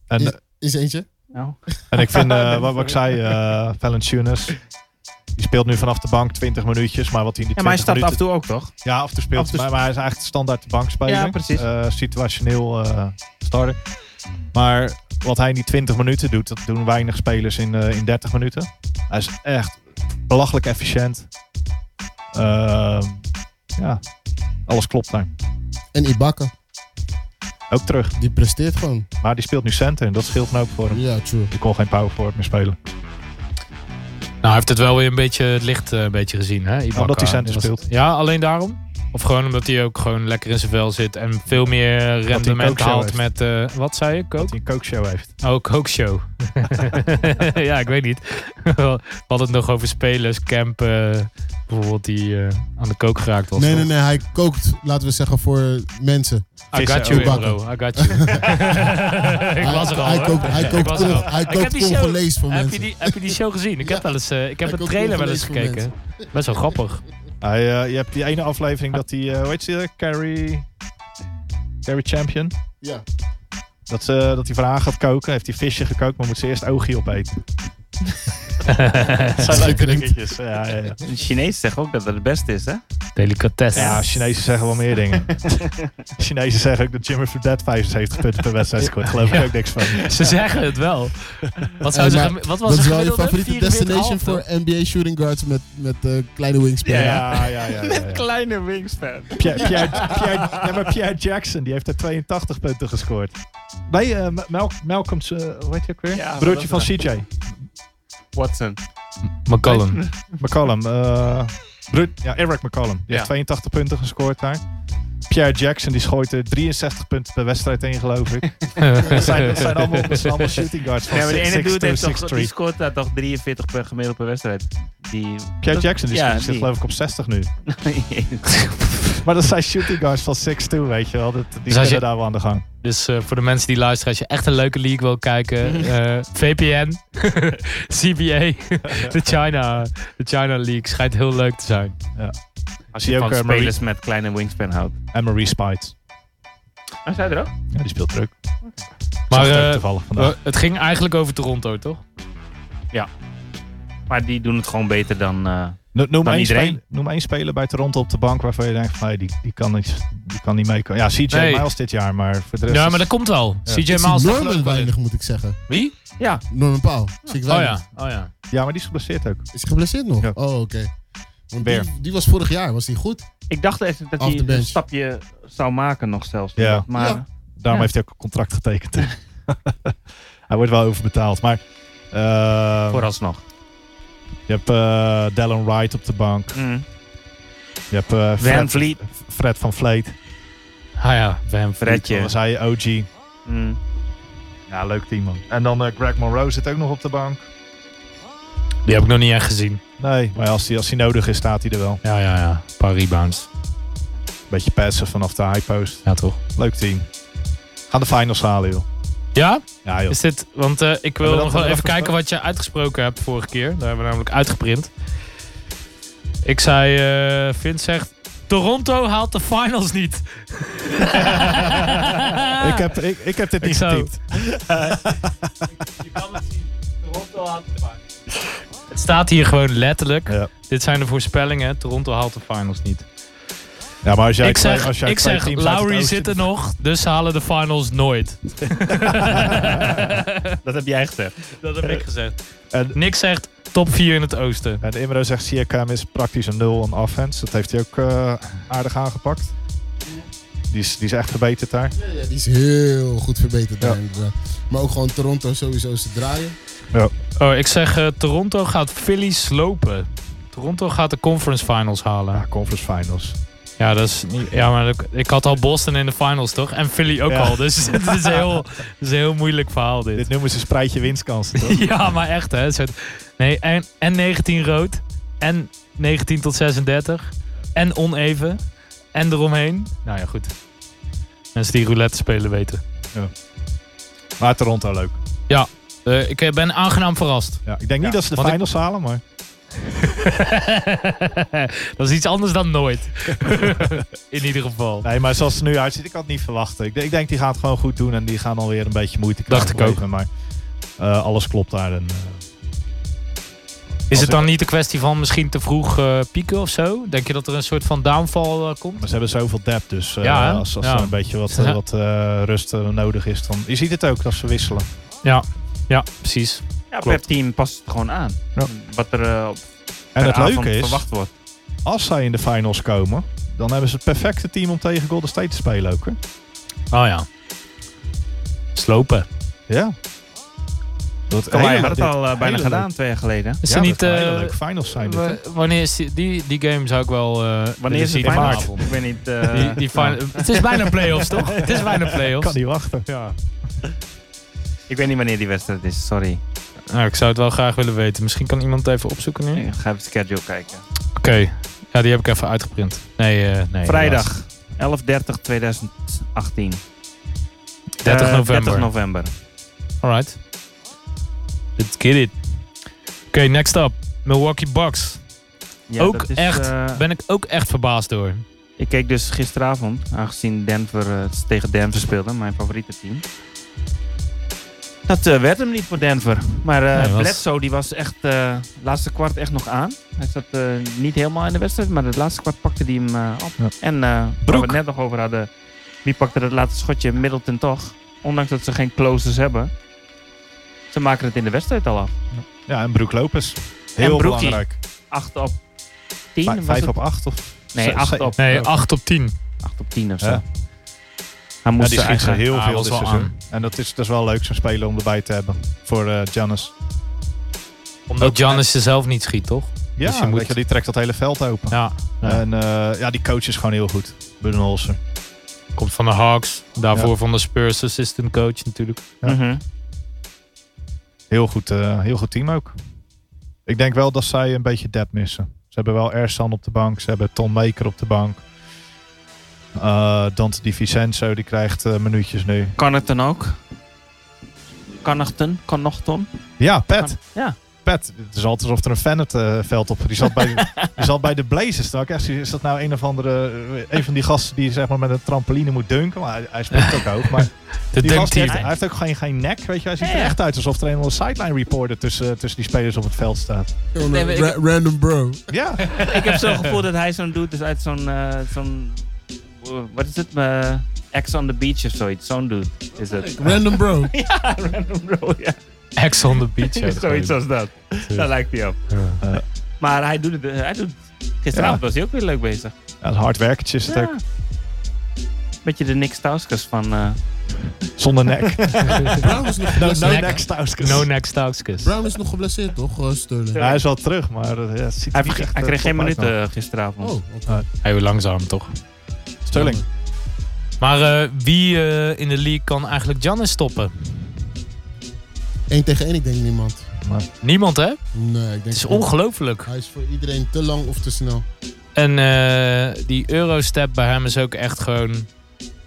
en, Is er eentje? Nou. en ik vind, eh, wat, wat ik zei, eh Valanciunas, die speelt nu vanaf de bank 20 minuutjes, maar wat hij in die Ja, maar hij 20 stapt af en minuten... toe ook, toch? Ja, af en toe speelt Af en toe maar, maar hij is eigenlijk standaard de bankspeler. Ja, precies. Eh, situationeel eh, starter. Maar wat hij in die 20 minuten doet, dat doen weinig spelers in, eh, in 30 minuten. Hij is echt belachelijk efficiënt. Ehm, ja, alles klopt daar. En Ibaka. Ook terug. Die presteert gewoon. Maar die speelt nu center en dat scheelt een hoop voor hem. Ja, true. Die kon geen power forward meer spelen. Nou, hij heeft het wel weer een beetje het licht eh, een beetje gezien, hè? Ibaka. Omdat hij center Was- speelt. Ja, alleen daarom? Of gewoon omdat hij ook gewoon lekker in zijn vel zit en veel meer rendement coakshow haalt heeft. met... eh, wat zei je? Dat Coke? hij een kookshow heeft. Oh, Coke Show. ja, ik weet niet. We hadden het nog over spelers, Camp eh, bijvoorbeeld, die eh, aan de kook geraakt was. Nee, toch? nee, nee. Hij kookt, laten we zeggen, voor mensen. I Vissen got you, ook. bro. I got you. ik Hij- was er al. Hij hoor. kookt, hij Ik kookt, was er al. Cong- hij Ik kookt heb die show- Congolees voor Heb je, mensen. die, heb je die show gezien? Ik Ja. heb wel eens, eh, ik heb Hij een kookt trailer wel eens Congolees voor gekeken. Best wel grappig. Hij, eh, je hebt die ene aflevering dat hij, eh hoe heet ze, Carry, Carry Champion. Ja. Dat, ze, dat hij voor haar gaat koken. Heeft hij visje gekookt, maar moet ze eerst oogje opeten. Dat zijn leuke Schitterend. dingetjes. Ja, ja, ja. De Chinezen zeggen ook dat het het beste is, hè? Delicatesse. ja, Chinezen zeggen wel meer dingen. Chinezen zeggen ook dat Jimmy Fredette 75 punten per wedstrijd scoort. Geloof ik ook niks van. Ze zeggen het wel. Wat, zou Eh, ze maar gemi- wat was Dat ze is wel je gemiddelde? favoriete 44,5, destination voor toch? NBA shooting guards met, met eh, kleine wingspan. Ja, ja, ja. ja, ja. Kleine wingspan. Pierre, Pierre, Pierre, ja, maar Pierre Jackson, die heeft er 82 punten gescoord. Nee, eh, Ma- Mal- Malcolm's, eh, hoe heet je ook weer? Ja, maar Broertje van dat is CJ. Watson. McCollum. McCollum. eh, Bru- ja, Eric McCollum. Die Ja. heeft 82 punten gescoord daar. Pierre Jackson die gooit er 63 punten per wedstrijd in, geloof ik. dat, zijn, dat zijn allemaal, dat zijn allemaal shooting guards van Ja, maar de 6'6 ene dude to heeft toch, 6'3. die scoort daar toch 43 per gemiddeld per wedstrijd. Die, Pierre dat- Jackson die Ja, zit die. geloof ik op 60 nu. Maar dat zijn shooting guards van 6'2, weet je wel. Dat, die als zijn je- daar wel aan de gang. Dus eh, voor de mensen die luisteren, als je echt een leuke league wil kijken, eh, VPN, CBA, de China, de China League schijnt heel leuk te zijn. Als Zie je je van ook, eh, Marie- spelers met kleine wingspan houdt. En Marie Spites. Maar Oh, zij er ook? Ja, die speelt druk. Maar Zag ik ook eh, toevallig vandaag. we- het ging eigenlijk over Toronto, toch? Maar die doen het gewoon beter dan... eh, No- noem, dan één iedereen. speler, noem één speler bij Toronto op de bank waarvan je denkt van hey, die, die, kan niet, die kan niet meekomen. Ja, CJ Nee. Miles dit jaar, maar voor de rest Ja, is- maar dat komt wel. Ja. CJ Ik zie Miles. daar geloof Norman ik wel in. weinig, moet ik zeggen. Wie? ja, Norman Paul. Zie ik Oh weinig. ja, oh ja. ja, maar die is geblesseerd ook. Is hij geblesseerd nog? Ja. Oh, oké. Want Bear. die, die was vorig jaar, was die goed? ik dacht echt dat Off hij the bench. een stapje zou maken nog zelfs. Ja. Maar Ja. Ja. Daarom heeft hij ook een contract getekend. hij wordt wel overbetaald. Maar eh, vooralsnog. je hebt eh Dallin Wright op de bank. Mm. Je hebt eh, Van Fred, Vliet. Fred van Vleet. Ah ja, Van Vliet. Fredje. Dan zei je OG. Mm. Ja, leuk team man. En dan eh, Greg Monroe zit ook nog op de bank. Die heb ik nog niet echt gezien. Nee, maar als hij als die nodig is, staat hij er wel. Ja, ja, ja. Een paar rebounds. Beetje passen vanaf de high post. Ja, toch? Leuk team. Gaan de finals halen, joh. Ja? Ja, joh. Is dit, want eh, ik wil Hebben we dat nog wel dan even afgesproken? kijken wat je uitgesproken hebt vorige keer. Daar hebben we namelijk uitgeprint. Ik zei, eh Vince zegt, Toronto haalt de finals niet. ik, heb, ik, ik heb dit Ah. Ik niet zou- getypt. Je kan het zien. Toronto haalt de finals. Het staat hier gewoon letterlijk. Ja. Dit zijn de voorspellingen. Toronto haalt de finals niet. Ja, maar als jij ik twee- zeg, als jij ik twee zeg teams uit het Lowry oosten- zit er nog, dus ze halen de finals nooit. Dat heb jij gezegd. Dat heb ik gezegd. En, Nick zegt top 4 in het oosten. en Imro zegt, Siakam is praktisch een nul aan offense. Dat heeft hij ook eh, aardig aangepakt. Die is, die is echt verbeterd daar. Ja, ja, die is heel goed verbeterd daar Ja. inderdaad. Maar ook gewoon Toronto sowieso ze draaien. Oh, ik zeg eh, Toronto gaat Philly slopen. Toronto gaat de conference finals halen. Ja, Ah, conference finals. Ja, dat is niet, ja maar ik, ik had al Boston in de finals, toch? En Philly ook Ja. al. Dus het is, heel, het is een heel moeilijk verhaal dit. Dit noemen ze spreidje winstkansen, toch? Ja, maar echt hè. Een soort- nee, en, en 19 rood. En 19 tot 36. En oneven. En eromheen. Nou ja, goed. Mensen die roulette spelen weten. maar Toronto leuk. Eh, ik eh, ben aangenaam verrast. Ja, ik denk niet dat ze de want ik- finals halen, maar... dat is iets anders dan nooit. In ieder geval. Nee, maar zoals het er nu uitziet, ik had het niet verwacht. Ik, denk- ik denk die gaat het gewoon goed doen en die gaan alweer een beetje moeite krijgen. Dacht ik ook. Even, Maar eh, alles klopt daar. En, eh, Is het dan niet een kwestie van misschien te vroeg eh, pieken of zo? Denk je dat er een soort van downfall eh, komt? maar ze hebben zoveel depth, dus eh, Ja, hè? als, als Ja. er een beetje wat, Ja. wat eh, rust eh, nodig is, dan... Je ziet het ook, dat ze wisselen. Ja, ja precies. Ja, Klopt. per team past het gewoon aan. Ja. Wat er eh, op En per het avond leuke is, verwacht wordt. als zij in de finals komen, dan hebben ze het perfecte team om tegen Golden State te spelen ook. Hè? Oh ja. Slopen. Ja. Dat Kawhi hele- had het dit- al eh, bijna hele gedaan leuk- twee jaar geleden. Is Ja, er dat niet... zou hele eh, leuke finals zijn dit. hè? w- wanneer is die, die, die game zou ik wel eh, willen Wanneer is het zien final? vanavond. Ik weet niet. eh, Die, die nou, final- Het is bijna playoffs, toch? Het is bijna playoffs. Kan niet wachten. Ja. Ik weet niet wanneer die wedstrijd is, sorry. Nou, ik zou het wel graag willen weten. Misschien kan iemand het even opzoeken nu. Oké. Ik ga even de schedule kijken. Ja, die heb ik even uitgeprint. Nee, eh, nee. helaas. Vrijdag 11.30 2018. 30 Eh, november. 30 november. Alright. Let's get it. Oké, next up. Milwaukee Bucks. Ja, Ook dat is, echt. eh, Ben ik ook echt verbaasd door. Ik keek dus gisteravond, aangezien Denver eh, tegen Denver speelde, mijn favoriete team. Dat eh, werd hem niet voor Denver. Maar eh Nee, was- Bledsoe die was echt eh, laatste kwart echt nog aan. Hij zat eh, niet helemaal in de wedstrijd, maar het laatste kwart pakte hij hem eh, op. Ja. En eh, waar we Broek. het net nog over hadden, wie pakte dat laatste schotje? Middleton toch? Ondanks dat ze geen closers hebben. Ze maken het in de wedstrijd al af. ja, en Broek Lopez. Heel Broekie. belangrijk. 8 op 10? Vij- was Vijf het? op acht of... Nee, ze- 8 ze- op, Nee, 8 op 10. 8 op 10 of zo. Ja. Hij Ja, moest die schiet ze eigenlijk- heel Ah, veel was wel dit seizoen. aan. En dat is, dat is wel leuk, zo'n speler om erbij te hebben. Voor eh Giannis. Omdat Ook- Giannis ze zelf niet schiet, toch? Ja, Dus je moet- weet je, die trekt dat hele veld open. Ja. Ja. En eh, ja, die coach is gewoon heel goed. Budenholzer. Komt van de Hawks. Daarvoor Ja. van de Spurs assistant coach natuurlijk. Ja. Mhm. Heel goed, eh, heel goed team ook. Ik denk wel dat zij een beetje depth missen. Ze hebben wel Ersan op de bank. Ze hebben Tom Maker op de bank. Eh, Dante Di Vincenzo die krijgt eh, minuutjes nu. Kan het dan ook? Kan nog ten? Kan nog ton? Ja, Pat. Ja. Pat. Het is altijd alsof er een fan het eh, veld op... Die zat bij, die zat bij de Blazers. Nou, echt, is dat nou een of andere... eh, Een van die gasten die zeg maar, met een trampoline moet dunken. Maar hij, hij speelt ook hoog. Maar De die gast, die heeft, team. hij heeft ook geen, geen nek. Weet je? Hij ziet Ja, er ja. echt uit alsof er een of andere sideline reporter tussen, tussen die spelers op het veld staat. Gewoon Nee, een maar ik- ra- random bro. Ja. Ik heb zo'n gevoel dat hij zo'n doet, dus uit zo'n. eh, zo'n eh, wat is het? eh Ex on the beach of zoiets. Zo'n dude is het. Random bro. ja, random bro. Ja. Ex on the beach. ook zoiets als dat. Daar lijkt hij op. Ja. Maar hij doet het. eh, hij doet, het. gisteravond Ja. was hij ook weer leuk bezig. Ja, een hard werkertje is het ook. Beetje de Nick Stauskas van. eh, Zonder nek. Brown Nou, is nog No, geblesseerd. no Nek. neck Stauskas. No neck Stauskas. Brown is nog geblesseerd toch, eh, Sterling? Ja, hij is wel terug, maar eh, ja, het ziet er hij niet verge- echt, hij eh, kreeg geen top uit, minuten eh, gisteravond. Oh, oké. Hij wil langzaam toch. man. Sterling. Maar eh, wie eh, in de league kan eigenlijk Giannis stoppen? Eén tegen één, ik denk niemand. Niemand, hè? Nee, ik denk Het is ongelooflijk. Hij is voor iedereen te lang of te snel. En eh, die Eurostep bij hem is ook echt gewoon...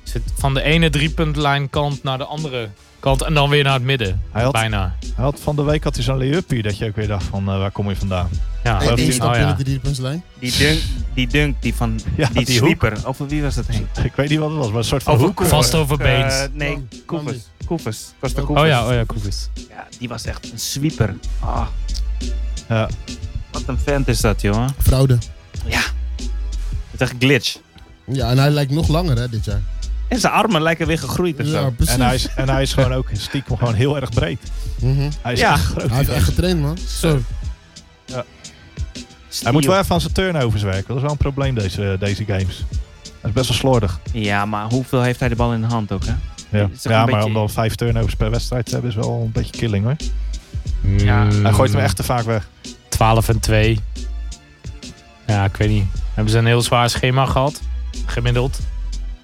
Zit van de ene driepuntlijn kant naar de andere kant. En dan weer naar het midden. Hij had, Bijna. hij had van de week had hij zo'n lay dat je ook weer dacht van eh, waar kom je vandaan? Ja. Eén geloof ding ik. stap Oh, ja. binnen de driepuntslijn. Die dunk, die dunk die van Ja, die, die sweeper. Over wie was dat heen? Ik weet niet wat het was, maar een soort van Over hoek. Koever. Vast over Eh, Beens. nee, Landy. Koevers. Koevers. Costa Oh, Koevers. Oh ja, oh ja, Koevis. Ja, die was echt een sweeper. Ah, Ja. wat een vent is dat, jongen. Fraude. Het is echt glitch. Ja, en hij lijkt nog langer hè, dit jaar. En zijn armen lijken weer gegroeid of Ja, zo. precies. En hij, is, en hij is gewoon ook stiekem gewoon heel erg breed. Mhm. Hij is Ja. echt groot. Hij heeft echt getraind, man. Zo. Hij moet wel even aan zijn turnovers werken. Dat is wel een probleem deze, deze games. Dat is best wel slordig. Ja, maar hoeveel heeft hij de bal in de hand ook, hè? Ja, Het is toch ja een maar beetje- om dan vijf turnovers per wedstrijd te hebben is wel een beetje killing hoor. Mm. Ja. Hij gooit Eh, hem echt te vaak weg. Eh, 12 en 2. Ja, ik weet niet. Hebben ze een heel zwaar schema gehad? Gemiddeld. Eh,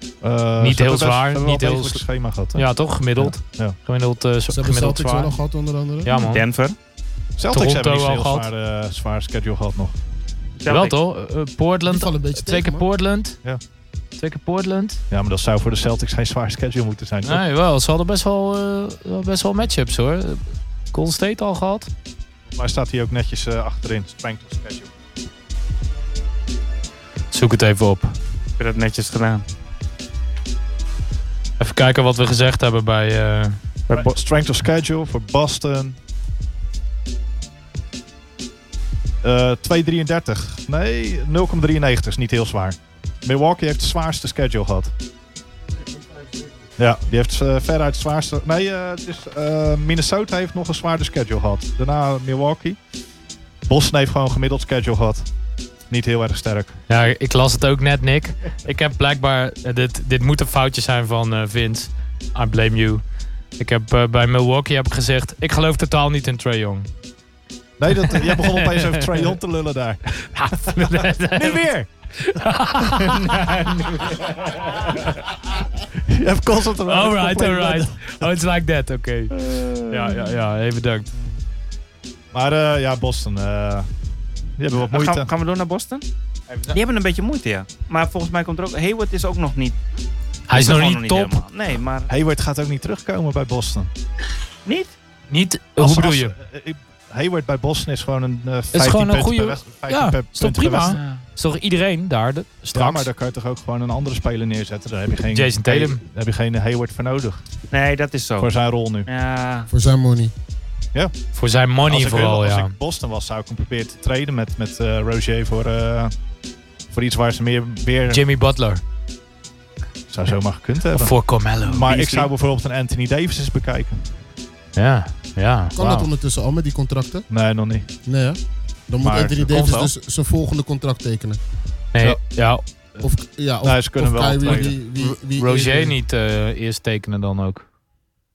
Niet ze heel hebben zwaar, best- ze hebben niet wel heel degelijk s- schema gehad. hè? Ja, toch? Gemiddeld. Ja. Gemiddeld, eh, zo- Ze hebben gemiddeld Celtics wel zwaar. nog gehad, onder andere. Ja, man. Denver. Celtics hebben niet Toronto zo'n al heel gehad. zwaar, eh, zwaar schedule gehad nog. Wel Celtics. toch? Eh, eh, Die Portland. vallen een beetje Twee keer tegen, man. Portland. Ja. Twee keer Portland. Ja, maar dat zou voor de Celtics geen zwaar schedule moeten zijn. toch? Nee, wel. Ze hadden best wel, eh, wel best wel matchups hoor. Eh, Golden State al gehad. Maar staat hij ook netjes eh, achterin. Strength of schedule. Zoek het even op. Ik heb dat netjes gedaan. Even kijken wat we gezegd hebben bij... eh, Bij Bo- Strength of schedule voor Boston. Eh 2,33. Nee, 0,93 is niet heel zwaar. Milwaukee heeft de zwaarste schedule gehad. Ja, die heeft eh, veruit het zwaarste. Nee, eh, het is, eh, Minnesota heeft nog een zwaarder schedule gehad. Daarna Milwaukee. Boston heeft gewoon een gemiddeld schedule gehad. Niet heel erg sterk. Ja, ik las het ook net, Nick. Ik heb blijkbaar... eh, Dit, dit moet een foutje zijn van eh, Vince. I blame you. Ik heb eh, bij Milwaukee heb ik gezegd... Ik geloof totaal niet in Trae Young. Nee, dat, eh, jij begon opeens over Trae Young te lullen daar. Nu weer! Je hebt constant een alright, compleet- Eh. alright. Oh, it's like that. Oké. Ja, ja, ja. Hey, bedankt. Maar eh, ja, Boston. eh die hebben wat moeite. Nou, Gaan, gaan we door naar Boston? Die hebben een beetje moeite, ja. Maar volgens mij komt er ook... Hayward is ook nog niet... Hij is nog gewoon niet top. helemaal. Nee, maar... Hayward gaat ook niet terugkomen bij Boston. Niet? Niet... Als- Hoe bedoel als- je? eh, ik- Hayward bij Boston is gewoon een eh 15 gewoon een punten goede- per wedst- 15 Ja, per- is toch punten per prima? wedstrijd. Ja. Is toch iedereen daar de, Ja, straks? maar daar kan je toch ook gewoon een andere speler neerzetten. Daar heb je geen, Jason Tatum. Daar heb je geen Hayward voor nodig. Nee, dat is zo. Voor zijn rol nu. Ja, Voor zijn money. Voor zijn money Als ik, vooral, als ja. ik Boston was, zou ik hem proberen te traden met, met eh, Rozier voor, eh, voor iets waar ze meer, weer Jimmy Butler. zou zomaar gekund hebben. Voor Carmelo. maar ik Beasley. zou bijvoorbeeld een Anthony Davis eens bekijken. Ja, ja. Kan dat ondertussen al met die contracten? Nee, nog niet. Nee, hè? Dan moet Maar Anthony het komt Davis dus zijn volgende contract tekenen. Nee, Ja. ja, Of, ja, of, Nee, Nou, ze kunnen of wel Kyrie, traden. die- wie- wie- Roger niet eh, eerst tekenen dan ook.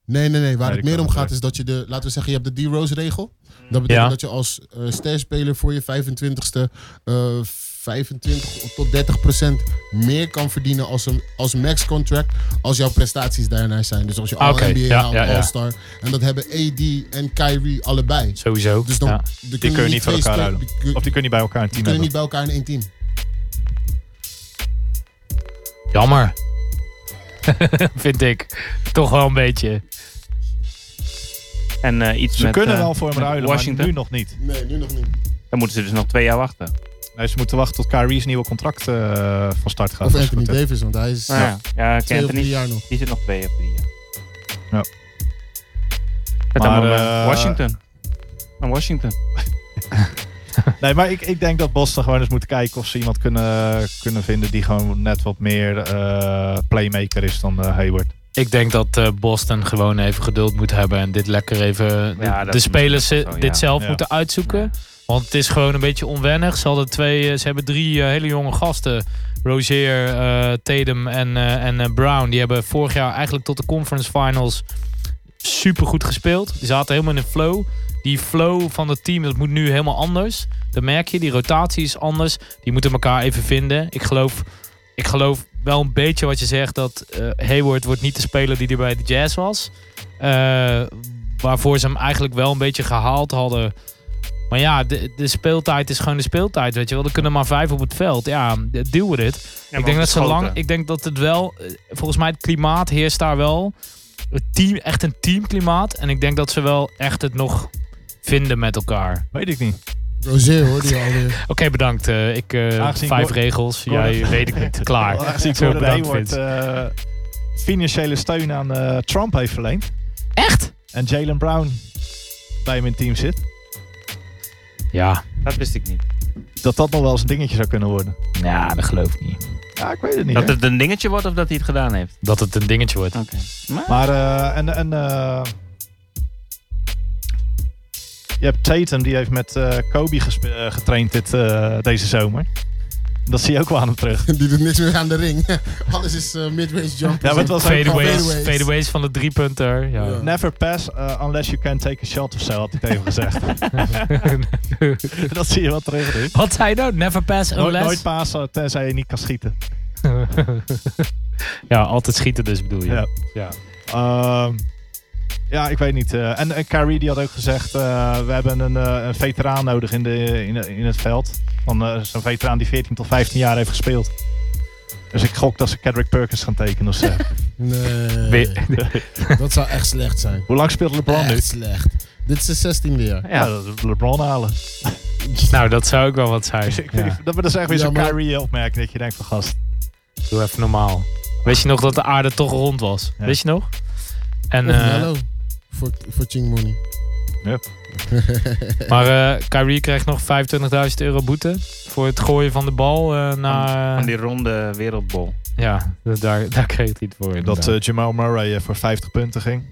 Nee, nee, nee. Waar Nee, het die meer om kunnen gaat is dat je de, laten we zeggen, je hebt de D-Rose-regel. Dat betekent Ja. dat je als eh sterspeler voor je 25ste eh 25 tot 30 procent meer kan verdienen als een als max contract als jouw prestaties daarnaar zijn. Dus als Ah, je Oké, All-NBA ja, haalt, ja, ja. All-Star. En dat hebben AD en Kyrie allebei. Sowieso. Dus dan ja. er kunnen kun je niet van elkaar twee spe- ruilen. die kun- Of die kunnen niet bij elkaar een Die team hebben. kunnen niet bij elkaar in één team. Jammer. Vind ik. Toch wel een beetje. en eh, iets Ze met... kunnen eh, wel voor hem met ruilen, Washington. maar nu nog niet. Nee, nu nog niet. Dan moeten ze dus nog twee jaar wachten. Nee, ze moeten wachten tot Kyrie's nieuwe contract eh, van start gaat. Of Dat is Anthony goed, hè? Davis, want hij is Nou ja, ja, twee of drie Anthony, jaar nog. die zit nog twee of drie jaar. Ja. Met Maar, dan maar, eh, Washington. Naar Washington. Nee, maar ik, ik denk dat Boston gewoon eens moet kijken of ze iemand kunnen, kunnen vinden die gewoon net wat meer eh, playmaker is dan eh, Hayward. Ik denk dat eh, Boston gewoon even geduld moet hebben. En dit lekker even. de- Ja, de, dat moet spelers wel ze- zo, ja. dit zelf Ja. moeten uitzoeken. Want het is gewoon een beetje onwennig. Ze, hadden twee, eh, ze hebben drie eh, hele jonge gasten. Rozier, eh Tatum en, eh, en eh, Brown. Die hebben vorig jaar eigenlijk tot de conference finals super goed gespeeld. Die zaten helemaal in de flow. Die flow van het team, dat moet nu helemaal anders. Dat merk je. Die rotatie is anders. Die moeten elkaar even vinden. Ik geloof, ik geloof wel een beetje wat je zegt. Dat eh Hayward wordt niet de speler die er bij de Jazz was. Eh, waarvoor ze hem eigenlijk wel een beetje gehaald hadden. Maar ja, de, de speeltijd is gewoon de speeltijd, weet je wel. Er kunnen maar vijf op het veld. Ja, deal with it. ik, denk dat ze lang, ik denk dat het wel, eh, volgens mij het klimaat heerst daar wel. Het team, echt een teamklimaat. En ik denk dat ze wel echt het nog vinden met elkaar. Weet ik niet. Rosé hoor, die alweer. Oké, bedankt. eh, ik, eh, Aangezien vijf Gor- regels. Gordon- Jij weet ik Ah, niet. Klaar. Aangezien Zo Gordon bedankt, Hayward Vince. eh, financiële steun aan eh, Trump heeft verleend. Echt? En Jalen Brown bij hem in het team zit. Ja. Dat wist ik niet. Dat dat nog wel eens een dingetje zou kunnen worden. Ja, dat geloof ik niet. Ja, ik weet het niet. Dat hè. het een dingetje wordt of dat hij het gedaan heeft. Dat het een dingetje wordt. Oké. Maar, eh, en, en eh, je hebt Tatum, die heeft met eh, Kobe gespe- eh, getraind dit, eh, deze zomer. Dat zie je ook wel aan hem terug. Die doet niks meer aan de ring. Alles is eh, midrange jump. Ja, maar het was ook gewoon Fadeaways, Fadeaways. fadeaways van de driepunter. Ja. Never pass eh, unless you can take a shot of zo, had ik even gezegd. dat zie je wel terug. Rick. Wat zei je nou? Never pass Nooit, unless... nooit pasen tenzij je niet kan schieten. ja, altijd schieten dus bedoel je. Ja. ja. Ehm, ja, ik weet niet. Eh, en, en Kyrie die had ook gezegd, eh, we hebben een, eh, een veteraan nodig in, de, in, in het veld. Van eh, zo'n veteraan die 14 tot 15 jaar heeft gespeeld. Dus ik gok dat ze Kendrick Perkins gaan tekenen of zo. Nee, Weer- dat zou echt slecht zijn. Hoe lang speelt LeBron nu? Echt slecht. Dit is zijn 16e jaar. Ja, dat is LeBron halen. nou, dat zou ook wel wat zijn. Dus ik, Ja. ik- dat, maar dat is echt weer Ja, zo'n maar- Kyrie opmerking dat je denkt van gast. Doe even normaal. Weet je nog dat de aarde toch rond was? Ja. Weet je nog? En, Of eh, Mello. Voor, voor Ching Money. Yep. maar eh, Kyrie krijgt nog 25.000 euro boete voor het gooien van de bal eh, naar... Van die ronde wereldbol. Ja, d- daar, daar kreeg hij het voor. Dat inderdaad. eh, Jamal Murray eh, voor 50 punten ging.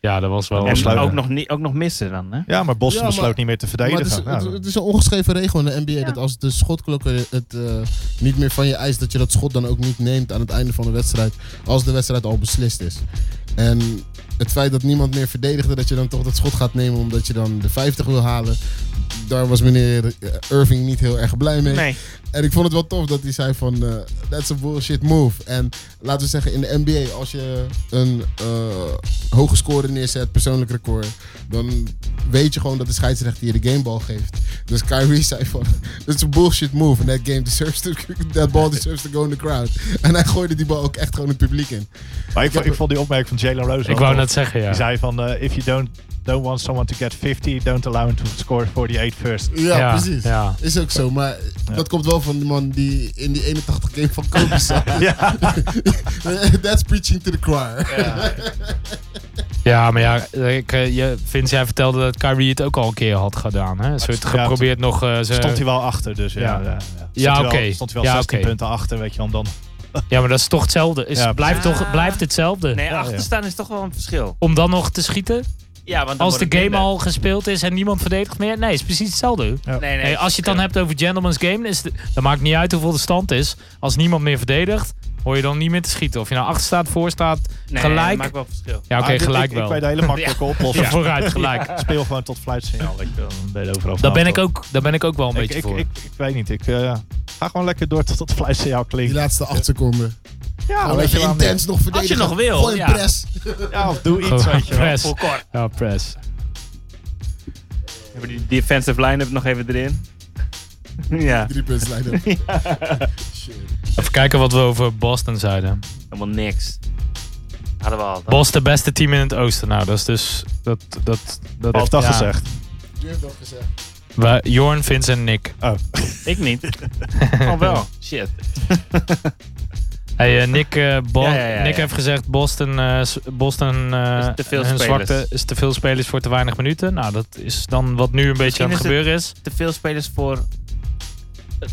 ja, dat was wel... En En Besluiten. ook nog, niet, ook nog missen dan, hè? Ja, maar Boston Ja, maar- besloot niet meer te Maar verdedigen. het, is, Nou, het, het is een ongeschreven regel in de NBA dat als de schotklokken het eh, niet meer van je eist, dat je dat schot dan ook niet neemt aan het einde van de wedstrijd, als de wedstrijd al beslist is. En het feit dat niemand meer verdedigde, dat je dan toch dat schot gaat nemen omdat je dan de 50 wil halen, daar was meneer eh, Irving niet heel erg blij mee. Nee. En ik vond het wel tof dat hij zei van, eh, that's a bullshit move. En laten we zeggen, in de NBA, als je een eh, hoge score neerzet, persoonlijk record, dan weet je gewoon dat de scheidsrechter je de gameball geeft. Dus Kyrie zei van, that's a bullshit move. And that game deserves to, that ball deserves to go in the crowd. En hij gooide die bal ook echt gewoon het publiek in. maar ik, vond- ik vond die opmerking van Jalen Rose wel Ik wou tof. net zeggen, ja. Die zei van, eh, if you don't, don't want someone to get 50, don't allow him to score 48 first. Ja, Ja, precies. ja. Is ook zo, maar dat komt wel van die man die in die 81 game van Kobe zat. Ja. That's preaching to the choir. Ja, maar ja, ik, eh, je, Vince, jij vertelde dat Kyrie het ook al een keer had gedaan. Hè? Een soort ja, geprobeerd nog... eh, ze- Stond hij wel achter, dus ja. Ja. ja, ja. Ja, Stond hij wel- oké. Stond hij wel Ja, 16 oké. punten achter, weet je wel. Dan, Ja, maar dat is toch hetzelfde. Is, Ja, blijft, precies. toch, blijft hetzelfde. Nee, ja. achterstaan is toch wel een verschil. Om dan nog te schieten? Ja, want dan Als de wordt het game minder. al gespeeld is en niemand verdedigt meer? Nee, is precies hetzelfde. Nee, Eh, nee. Hey, als je het dan hebt over gentleman's game, is het, dan maakt niet uit hoeveel de stand is. Als niemand meer verdedigt, hoor je dan niet meer te schieten. Of je nou achter staat, voor staat, Nee, gelijk. dat maakt wel verschil. Ja, oké, Ah, dit- gelijk ik, wel. Ik weet een hele makkelijke oplossing. Vooruit, gelijk. Speel gewoon tot fluitsignaal, weet je wel. Dan ben je overal Daar vanaf, ben, ik toch? ook, daar ben ik ook wel een Ik, beetje ik, voor. ik, ik weet niet. Ik eh, ga gewoon lekker door tot het fluitsignaal Die klinkt. laatste acht seconden. Ja, Oh, Nou, weet je wel. intens nog verdedigen. nog wil, Gooi een ja. press. Ja, of doe iets, Gewoon weet je wel. Oh, press. Voor kort. Ja, press. Hebben we die defensive line-up nog even erin? ja, Drie punten leiden. Shit. Even kijken wat we over Boston zeiden. helemaal niks. Hadden we al. Boston, beste team in het oosten. Nou, dat is dus... Dat, dat, dat, Heeft dat ja. gezegd. Je hebt dat gezegd. Wij- Jorn, Vince en Nick. Oh. Ik niet. Oh wel. Shit. Hey, eh, Nick, eh, Bo- Ja, ja, ja, Nick ja. heeft gezegd Boston, eh, s- Boston eh, Is te veel hun spelers. zwakte is te veel spelers voor te weinig minuten. Nou, dat is dan wat nu een beetje aan het is het- gebeuren is. Te veel spelers voor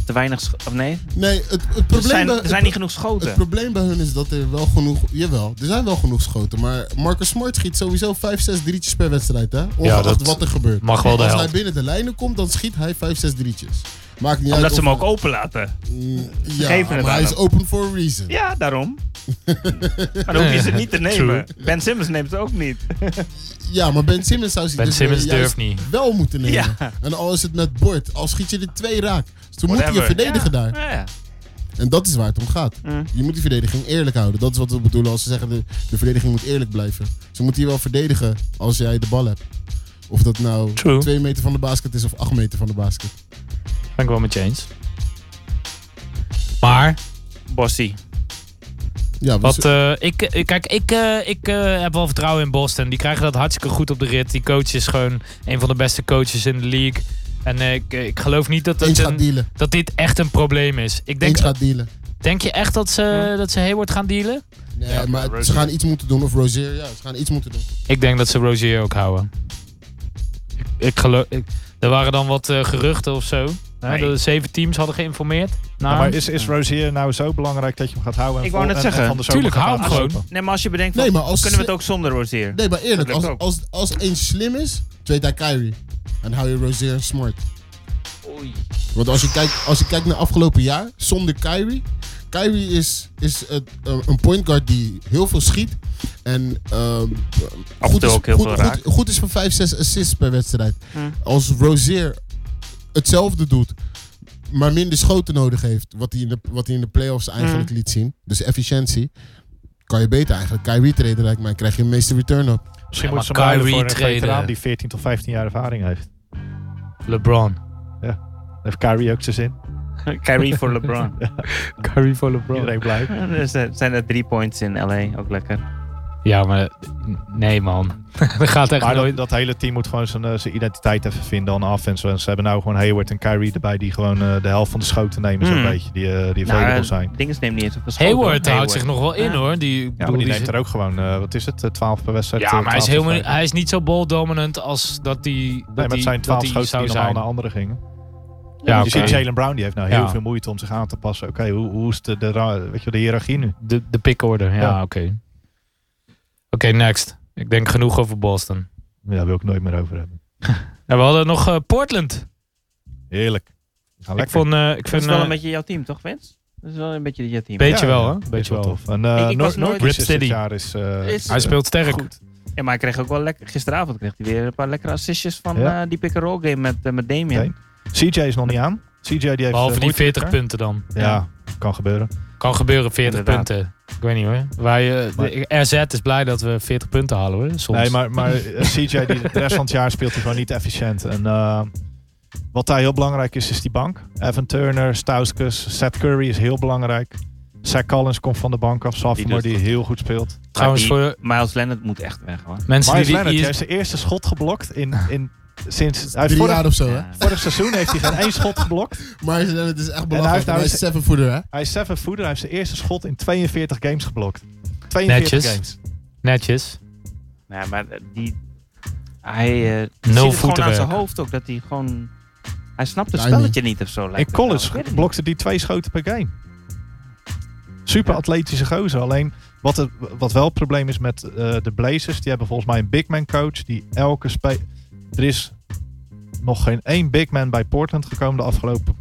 te weinig... scho- Of nee? Nee, het, het Er probleem... Dus zijn, bij, er zijn niet genoeg schoten. het probleem bij hun is dat er wel genoeg... Jawel, er zijn wel genoeg schoten. Maar Marcus Smart schiet sowieso 5, 6 drietjes per wedstrijd. Hè? Ongeacht dat wat er gebeurt. mag wel de Als hij helft. binnen de lijnen komt, dan schiet hij 5, 6 drietjes. Maakt niet Omdat uit ze hem of- ook open laten. Mm, Ze Ja, geven het maar hij aan is open for a reason. Ja, daarom. maar dan hoef je ze niet te nemen. Ben Simmons neemt ze ook niet. Ja, maar Ben Simmons zou ze Ben dus Simmons juist durft niet. wel moeten nemen. Ja. En al is het met Bord, al schiet je er twee raak. Dus toen moet je Whatever. verdedigen daar. Ja, ja. En dat is waar het om gaat. Mm. Je moet die verdediging eerlijk houden. Dat is wat we bedoelen als ze zeggen de, de verdediging moet eerlijk blijven. Ze moeten je wel verdedigen als jij de bal hebt. Of dat nou True. twee meter van de basket is of acht meter van de basket. Ben ik wel met je eens. Maar Bossy. Ja, we- Wat, eh, ik, eh, kijk, ik, eh, ik eh, heb wel vertrouwen in Boston. Die krijgen dat hartstikke goed op de rit. Die coach is gewoon een van de beste coaches in de league. En eh, ik, ik geloof niet eh, dat, het eens een- gaat dealen. dat dit echt een probleem is. Ik denk, Eens Hm. gaat dealen. denk je echt dat ze, dat ze Hayward gaan dealen? Nee, Ja, maar Rozier. ze gaan iets moeten doen. Of Rozier, ja, ze gaan iets moeten doen. Ik denk dat ze Rozier ook houden. Ik, ik geloof, ik- er waren dan wat eh, geruchten of zo. Hè, Nee. Dat de zeven teams hadden geïnformeerd. Nou, maar is, is Rozier nou zo belangrijk dat je hem gaat houden? En Ik wou vol- net en- en zeggen. van de zomer Tuurlijk, gaat hou hem aankopen? gewoon. Nee, maar als je bedenkt, Nee, van, maar als kunnen we ze- het ook zonder Rozier? Nee, maar eerlijk, Dat lukt als, ook. als, als één slim is, twee daar Kyrie. En hou je Rozier en Smart. Oei. Want als je kijkt, als je kijkt naar afgelopen jaar, zonder Kyrie. Kyrie is, is het, eh, een point guard die heel veel schiet. En ehm, en goed, toe is, ook heel goed, veel goed- raakt. goed is voor 5, 6 assists per wedstrijd. Hm. Hmm. Als Rozier hetzelfde doet, maar minder schoten nodig heeft. Wat hij in de, wat hij in de playoffs Hm. eigenlijk liet zien. Dus efficiëntie. Kan je beter eigenlijk Kyrie traden, lijkt mij. Krijg je de meeste return op. Misschien Ja, moet ze maar hem ruilen voor Kyrie een traden. veteraan die 14 tot 15 jaar ervaring heeft. LeBron. Dan heeft Kyrie ook zijn zin. Kyrie voor LeBron. Kyrie voor LeBron. Iedereen blij. Er zijn- dus, eh, zijn er drie points in LA, ook lekker. Ja, maar nee man. dat gaat echt Maar nooit. dat, dat hele team moet gewoon zijn, eh, zijn identiteit even vinden aan offense. En ze hebben nou gewoon Hayward en Kyrie erbij die gewoon eh, de helft van de schoten nemen zo'n Hmm. beetje. Die, eh, die Nou, available eh, zijn. Dinges neemt niet eens op een Hayward houdt zich nog wel in Ja. hoor. Die, ik bedoel, Ja, maar die die neemt zit- er ook gewoon, eh, wat is het, eh, 12 per wedstrijd. ja, eh, maar hij is, 12 helemaal, tot vijf. hij is niet zo ball dominant als dat hij dat Nee, maar hij- het zijn dat 12 hij schoten zou die normaal zijn. naar anderen gingen. Ja, Je oké. ziet Jalen Brown, die heeft nou heel Ja. veel moeite om zich aan te passen. Oké, hoe, hoe is de, de, ra- weet je, wel, de hiërarchie nu? De, de pick order. Ja, Ja. oké. Oké, next. Ik denk genoeg over Boston. Ja, daar wil ik nooit meer over hebben. En we hadden nog eh, Portland. Heerlijk. Ga Ik lekker. vond, eh, ik Dat vind is wel eh, een beetje jouw team, toch Vince? Dat is wel een beetje jouw team. Beetje- wel, hè? dat is Beetje wel. tof. En eh, Ik- ik was Noord- nooit- Noordwich Rip is dit City. jaar is... eh, Is- hij speelt sterk. Goed. Ja, maar hij kreeg ook wel lekker. Gisteravond kreeg hij weer een paar lekkere assistjes van Ja. eh, die pick-and-roll game met, eh, met Damien. Dame. CJ is nog niet aan. CJ die heeft... eh, Behalve die moeite 40 met punten dan. elkaar. Ja, kan gebeuren. Kan gebeuren, 40 Inderdaad. punten. Ik weet niet hoor. Wij, eh, de- RZ is blij dat we 40 punten halen hoor. Soms. Nee, maar, maar eh, CJ die de rest van het jaar speelt hij gewoon niet efficiënt. En eh, wat daar heel belangrijk is, is die bank. Evan Turner, Stauskas, Seth Curry is heel belangrijk. Zach Collins komt van de bank af, sophomore doet die, het heel goed speelt. Trouwens, Maar die- voor Miles Leonard moet echt weg, hoor. mensen Miles die, Leonard, die die heeft zijn eerste schot geblokt in, in sinds hij heeft Drie vorig, jaar of zo, hè? Ja. vorig seizoen heeft hij geen één schot geblokt. Maar het is echt hij heeft belangrijk. nou Hij is eens- seven footer, hè? Hij is seven footer, hij heeft zijn eerste schot in 42 games geblokt. 42 Netjes. games. netjes. Nee, maar eh, die... Hij eh Nul ziet het gewoon aan voetenwerk. zijn hoofd ook, dat hij gewoon... Hij snapt het Timing. spelletje niet of zo. lijkt In het wel. college Ik weet het niet. blokte die twee schoten per game. Super atletische gozer. Alleen wat, het, wat wel het probleem is met eh, de Blazers. Die hebben volgens mij een big man coach. Die elke spe Er is nog geen één big man bij Portland gekomen de afgelopen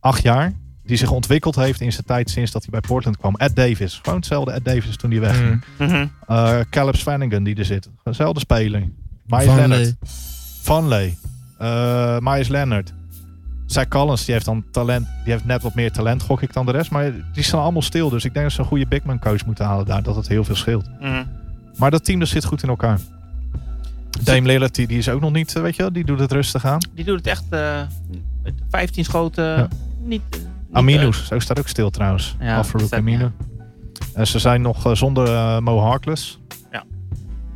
acht jaar. Die zich ontwikkeld heeft in zijn tijd sinds dat hij bij Portland kwam. Ed Davis. Gewoon hetzelfde Ed Davis toen hij weg. Mm. Mhm. Eh, Caleb Swanigan die er zit. Hetzelfde speler. Miles Van Leonard. Lee. Vanley, eh Myers Leonard. Zach Collins, die heeft dan talent. Die heeft net wat meer talent, gok ik, dan de rest. Maar die staan allemaal stil. Dus ik denk dat ze een goede big man coach moeten halen daar. Dat het heel veel scheelt. Mhm. Maar dat team dat zit goed in elkaar. Dame Lillard, die, die is ook nog niet, eh, weet je wel, die doet het rustig aan. Die doet het echt eh, met 15 schoten. Ja. Niet, eh, niet, Aminu, zo staat ook stil trouwens. Ja, Ja, Farouk staat- Aminu. ja. En ze zijn nog eh, zonder eh, Mo Harkless. Ja.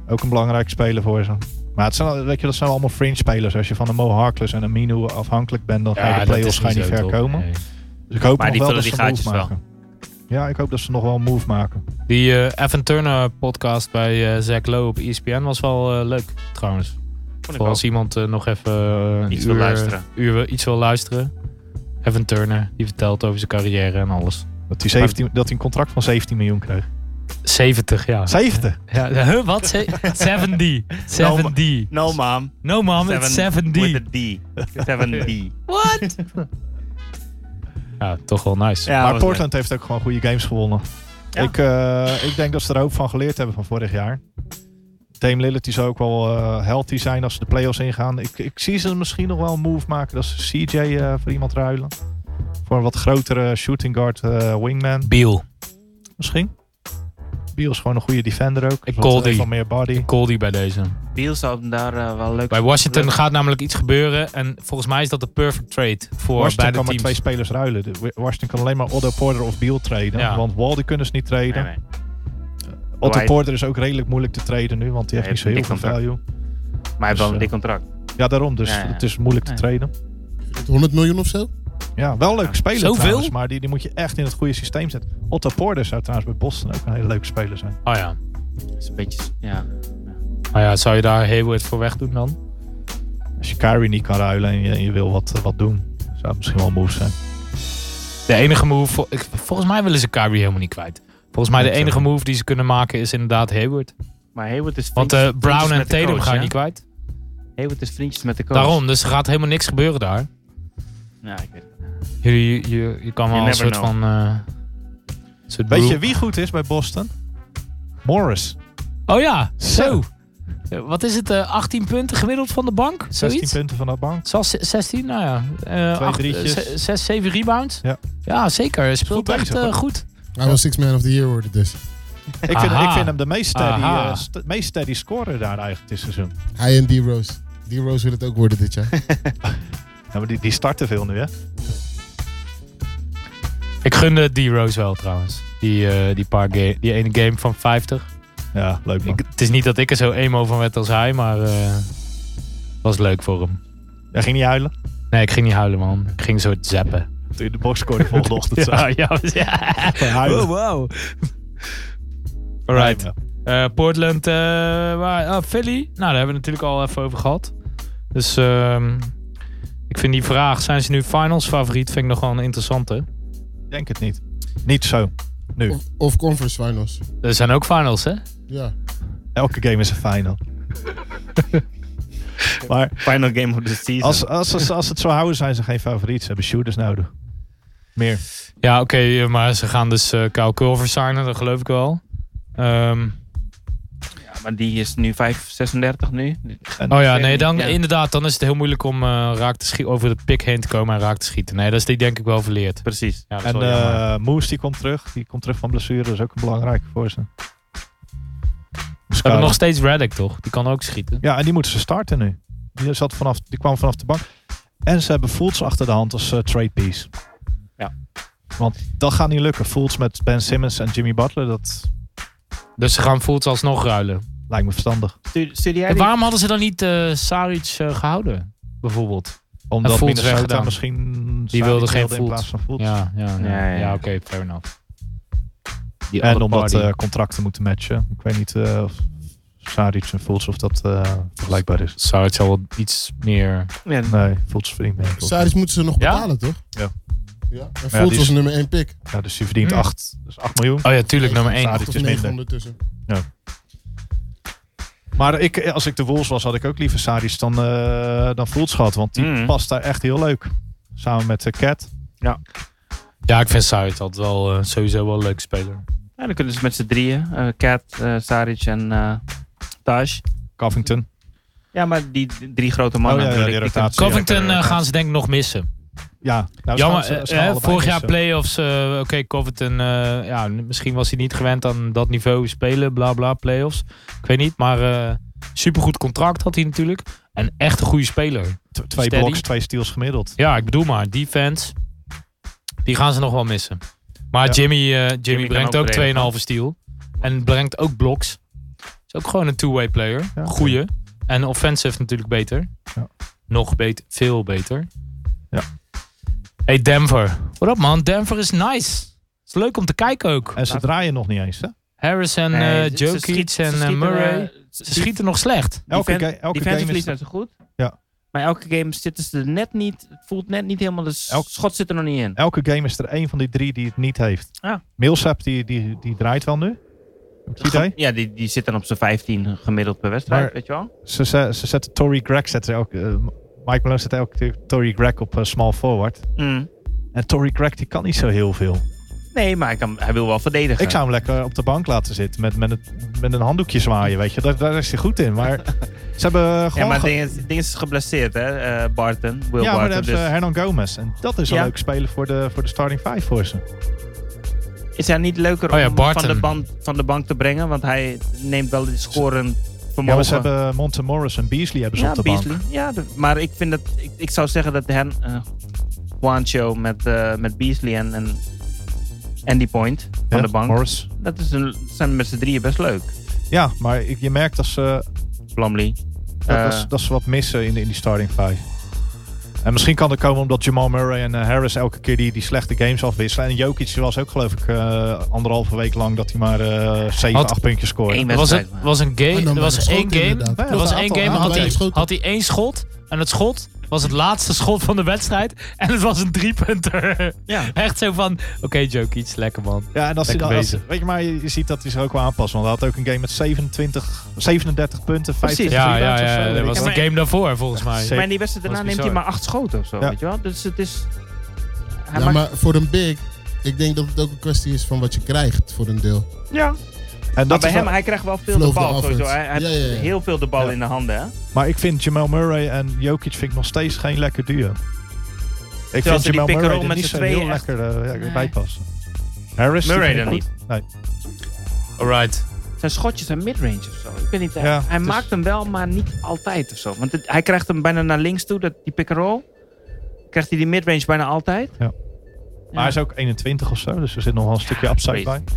Ook een belangrijke speler voor ze. Maar het zijn, al- weet je, dat zijn allemaal fringe spelers. Als je van een Mo Harkless en Aminu afhankelijk bent, dan ga je de play-offs ga je niet ver komen. Dus ik hoop Maar nog die vullen wel die dat ze een move gaatjes wel. maken. Ja, ik hoop dat ze nog wel een move maken. Die eh Evan Turner podcast bij eh Zack Lowe op ESPN was wel eh, leuk trouwens. eh, vond ik Voor als iemand eh, nog even eh, een Iets uur, wil luisteren. uur iets wil luisteren. Evan Turner, die vertelt over zijn carrière en alles. Dat hij, 17, dat hij een contract van 17 miljoen kreeg. 70 jaar. 70? Ja, huh, wat? Ze- 70. 70. wel. No, mom. No man, it's Seven- 70. With a D. 7D. What? Ja, toch wel nice. Ja, maar was Portland heeft ook gewoon goede games gewonnen. Ja. Ik, eh, ik denk dat ze er ook van geleerd hebben van vorig jaar. Dame Lillard die zou ook wel eh, healthy zijn als ze de playoffs ingaan. Ik, ik zie ze misschien nog wel een move maken dat ze CJ eh, voor iemand ruilen. Voor een wat grotere shooting guard eh, wingman Biel. misschien. Beal is gewoon een goede defender ook. Ik Wat- call heeft die. wat meer body. Call die bij deze. Biel zou hem daar eh, wel leuk Bij Washington gaat namelijk iets gebeuren. En volgens mij is dat de perfect trade voor Washington kan beide maar teams. twee spelers ruilen. De- Washington kan alleen maar Otto Porter of Beal traden. Ja. Want Wall die kunnen ze niet traden. Nee, nee. Otto Dwight- Porter is ook redelijk moeilijk te traden nu. Want die Ja, heeft niet zo hij heel heeft veel een dik value. Maar hij heeft wel Dus, een eh, dik contract. Ja, daarom. Dus Ja, ja. het is moeilijk Ja. te traden. 100 miljoen of zo? Ja, wel leuk spelen Zoveel? trouwens, maar die, die moet je echt in het goede systeem zetten. Otto Porter zou trouwens bij Boston ook een hele leuke speler zijn. Oh ja. Dat is een beetje... Ja. Oh ja, zou je daar Hayward voor wegdoen dan? Als je Kyrie niet kan ruilen en je, en je wil wat, eh, wat doen, zou het misschien wel een move zijn. De enige move... vol- ik- volgens mij willen ze Kyrie helemaal niet kwijt. Volgens mij de Dat zou enige kunnen. move die ze kunnen maken is inderdaad Hayward. Maar dus Hayward is Want eh, vriendjes- vriendjes Brown en met de Tatum coach, gaan hè? niet kwijt. Hayward is dus vriendjes met de coach. Daarom, dus er gaat helemaal niks gebeuren daar. Ja, ik weet het. Je, je, je, je kan wel You een never soort know. van... eh, soort Weet je broer- wie goed is bij Boston? Morris. Oh ja, zo. Zo. Eh, Wat is het? eh, 18 punten gemiddeld van de bank? 16 Zoiets? punten van de bank. Zoals ze- 16, nou ja. eh Twee acht, drietjes. eh, ze- Zes, zeven rebounds. Ja. ja zeker. Hij speelt goed echt bezig, eh, hoor. goed. Hij was Six Man of the Year worden dus. Ik vind, Aha. ik vind hem de meest steady, Aha. eh, st- meest steady scorer daar eigenlijk dit seizoen. Hij en D-Rose. D-Rose wil het ook worden dit jaar. Ja, maar die, die starten veel nu, hè? Ik gunde D-Rose wel trouwens. Die, eh, die, paar ga- die ene game van 50. Ja, leuk man. Ik, het is niet dat ik er zo emo van werd als hij, maar eh was leuk voor hem. Hij ging niet huilen Nee, ik ging niet huilen man. Ik ging zo zappen. toen je de box scoorde volgende ochtend. ja, ja, Oh, ja. Huilen. Oh, wow. Alright. Eh, Portland, eh, waar, ah, Philly. Nou, daar hebben we natuurlijk al even over gehad. Dus ehm, ik vind die vraag, zijn ze nu finals favoriet, vind ik nog wel een interessante. Ik denk het niet. Niet zo. Nu. Of, of Conference Finals. Er zijn ook finals, hè? Ja. Elke game is een final. maar Final game of the season. Als, als, als, als het zo houden, zijn ze geen favoriet. Ze hebben shooters nodig. Meer. Ja, oké, eh, maar ze gaan dus eh Kyle Culver signen, dat geloof ik wel. Ehm, Ja, maar die is nu 5, 36 nu. oh ja, nee, niet, dan, ja. inderdaad, dan is het heel moeilijk om eh, raak te schieten, over de pick heen te komen en raak te schieten. Nee, dat is die denk ik wel verleerd. Precies. Ja, dat is En wel jammer. eh Moose die komt terug. Die komt terug van blessure. Dat is ook belangrijk voor ze. ze hebben nog steeds Reddick, toch? Die kan ook schieten. Ja, en die moeten ze starten nu. Die, zat vanaf, die kwam vanaf de bank. En ze hebben Fultz achter de hand als eh, trade piece. Ja. Want dat gaat niet lukken. Fultz met Ben Simmons en Jimmy Butler. Dat Dus ze gaan Fultz alsnog ruilen. lijkt me verstandig. Stuur, stuur jij En die? waarom hadden ze dan niet eh, Saric eh, gehouden, bijvoorbeeld? Omdat Fultz Minnesota weggedaan. misschien... Die Sadik wilde geen in Fultz. plaats van Fultz. Ja, ja, ja. Ja, ja. Ja, oké, fair enough. Die En other omdat party. eh, contracten moeten matchen. Ik weet niet eh, of Saric en Fultz of dat eh, vergelijkbaar is. Saric zal wel iets meer... Ja, Nee, Fultz verdient meer. Saric moeten ze nog Ja? betalen, toch? Ja. ja. En die Fultz is- was nummer 1 pick. Ja, dus je verdient Hm. 8 dus acht miljoen. Oh ja, tuurlijk, nummer Acht 1. Saric of is negen minder. ondertussen. Maar ik, als ik de Wolves was, had ik ook liever Saric dan, eh dan Fultz gehad. Want die Hmm. Mm. past daar echt heel leuk. Samen met de Cat. Ja, ik vind Saric altijd wel eh, sowieso wel een leuk speler. Ja, dan kunnen ze met z'n drieën. eh, Kat, eh, Saric en eh Taj. Oh Covington. Ja, maar die d- drie grote mannen. Oh, ja, ja, natuurlijk, die die rotatie. kunnen- Covington eh, gaan ze denk ik nog missen. Ja, nou, Jammer, ze gaan- ze eh, gaan hè, allebei vorig jaar missen. playoffs. eh, Oké, Covington, eh, ja, n- misschien was hij niet gewend aan dat niveau spelen, bla bla, playoffs. Ik weet niet, maar eh, supergoed contract had hij natuurlijk. En echt een goede speler. T- Twee Steady. blocks, twee steals gemiddeld. Ja, ik bedoel maar, die fans, die gaan ze nog wel missen. Maar Ja. Jimmy, eh, Jimmy, Jimmy kan brengt ook ook verdedigen. 2,5 steal. En brengt ook blocks. Is ook gewoon een two-way player. Ja. Goeie. En offensive natuurlijk beter. Ja. Nog beter, veel beter. Ja. Hey Denver. Wat op man, Denver is nice. Is leuk om te kijken ook. En ze draaien nog niet eens. Hè? Harris en Nee, eh, ze- ze Jokic schiet- ze en eh, schieten, Murray. eh, ze schieten nog slecht. Elke, Defen- ga- elke Defensive game verlies is... zijn ze goed. Ja. Maar elke game zitten ze er net niet. Het voelt net niet helemaal. De s- Elk- schot zit er nog niet in. Elke game is er één van die drie die het niet heeft. Ja. Millsap die, die, die draait wel nu. Heb je het idee? Ja, die, die zit dan op zijn 15 gemiddeld per wedstrijd. Maar- weet je wel? Ze, ze, ze zetten Tory Greg zet er ook. eh, Mike Malone zet ook Tory Greg op eh, small forward. Mm. En Tory Greg die kan niet zo heel veel. Nee, maar hij, kan, hij wil wel verdedigen. Ik zou hem lekker op de bank laten zitten met, met, het, met een handdoekje zwaaien, weet je. Daar, daar is hij goed in. Maar ze hebben ja, gewoon... maar ge- het ding is, het ding is geblesseerd, hè? eh, Barton. Will ja, maar eh, Barton. dan hebben dus- ze Hernan Gomez. En dat is een Ja. leuk speler voor de, voor de starting five voor ze. Is hij niet leuker Oh ja, om Barton. van de, band, van de bank te brengen? Want hij neemt wel de scoren Ja, vermogen. maar ze hebben Monte Morris en Beasley hebben ze Ja, op de Beasley. bank. Ja, de- maar ik vind dat... Ik, ik zou zeggen dat hen... eh Juancho met, eh, met Beasley en, en Andy Point van Ja, de bank. Morris. Dat is een, zijn met z'n drieën best leuk. Ja, maar ik- je merkt dat ze, Plumlee. dat, Eh, dat ze, dat ze wat missen in, de- in die starting five. En misschien kan dat komen omdat Jamal Murray en eh, Harris elke keer die, die slechte games afwisselen. En Jokic was ook geloof ik eh, anderhalve week lang dat hij maar eh 7, Had- 8 puntjes scoorde. Eén Er was, een, wedstrijd, maar. was een Maar game, dan er was maar één schoten game, inderdaad. er was Ja, één aantal- game, aantal had hij, weinig schoten. had hij één schot. En het schot was het laatste schot van de wedstrijd. En het was een driepunter. Ja. Echt zo van, oké Jokic, lekker man. Ja, en als hij Lekker dan, als- bezig. weet je, maar je, je ziet dat hij zich ook wel aanpast. Want hij had ook een game met 27, 37 punten, 50 Precies. Ja, rebounds ja, of zo, ja, weet dat ik was het. de maar- game daarvoor volgens zeker. mij. Maar in die wedstrijd daarna Dat neemt is hij maar bizar. acht schoten of zo, Ja. weet je wel? Dus het is... Hij Ja, maakt- maar voor een big, ik denk dat het ook een kwestie is van wat je krijgt voor een deel. ja. En Maar dat bij is hem, wel- hij krijgt wel veel de Vloog de bal offense. sowieso. Hij, hij Ja, heeft ja, ja. heel veel de bal Ja. in de handen, hè? maar ik vind Jamal Murray en Jokic vind ik nog steeds geen lekker duo. Ik ze die vind Jamal pick and Murray roll er met niet z'n zo heel tweeën echt- lekker eh, ja, Nee. bij passen. Harris die Murray vind ik dan goed. Nee. Alright. Zijn schotjes zijn midrange of zo. Ik weet niet. hij- Ja, hij het is- maakt hem wel, maar niet altijd of zo. Want het- hij krijgt hem bijna naar links toe, dat, die pick and roll. Krijgt hij die midrange bijna altijd. Ja. Maar hij is ook 21 of zo, dus er zit nog wel een stukje upside crazy. bij.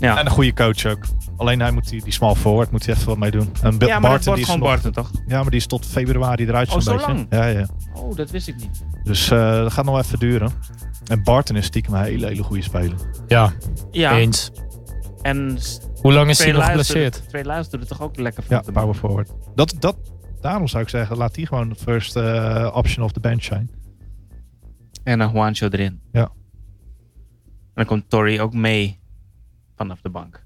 Ja. En een goede coach ook. Alleen hij moet die, die small forward moet hij even wat mee doen. En Bill ja, maar dat Barton, wordt die is gewoon nog- Barton, toch? Ja, maar die is tot februari eruit Oh, zo'n zo beetje. lang? Ja, ja. Oh, dat wist ik niet. Dus eh, dat gaat nog wel even duren. En Barton is stiekem een hele, hele goede speler. Ja, Ja, eens. en Hoe lang is hij twee nog luisteren geblesseerd? twee luisteren doet het toch ook lekker Ja, de power forward. Dat, dat, daarom zou ik zeggen, laat die gewoon de first eh, option of the bench zijn. En dan Juancho erin. Ja. En dan komt Tori ook mee vanaf de bank.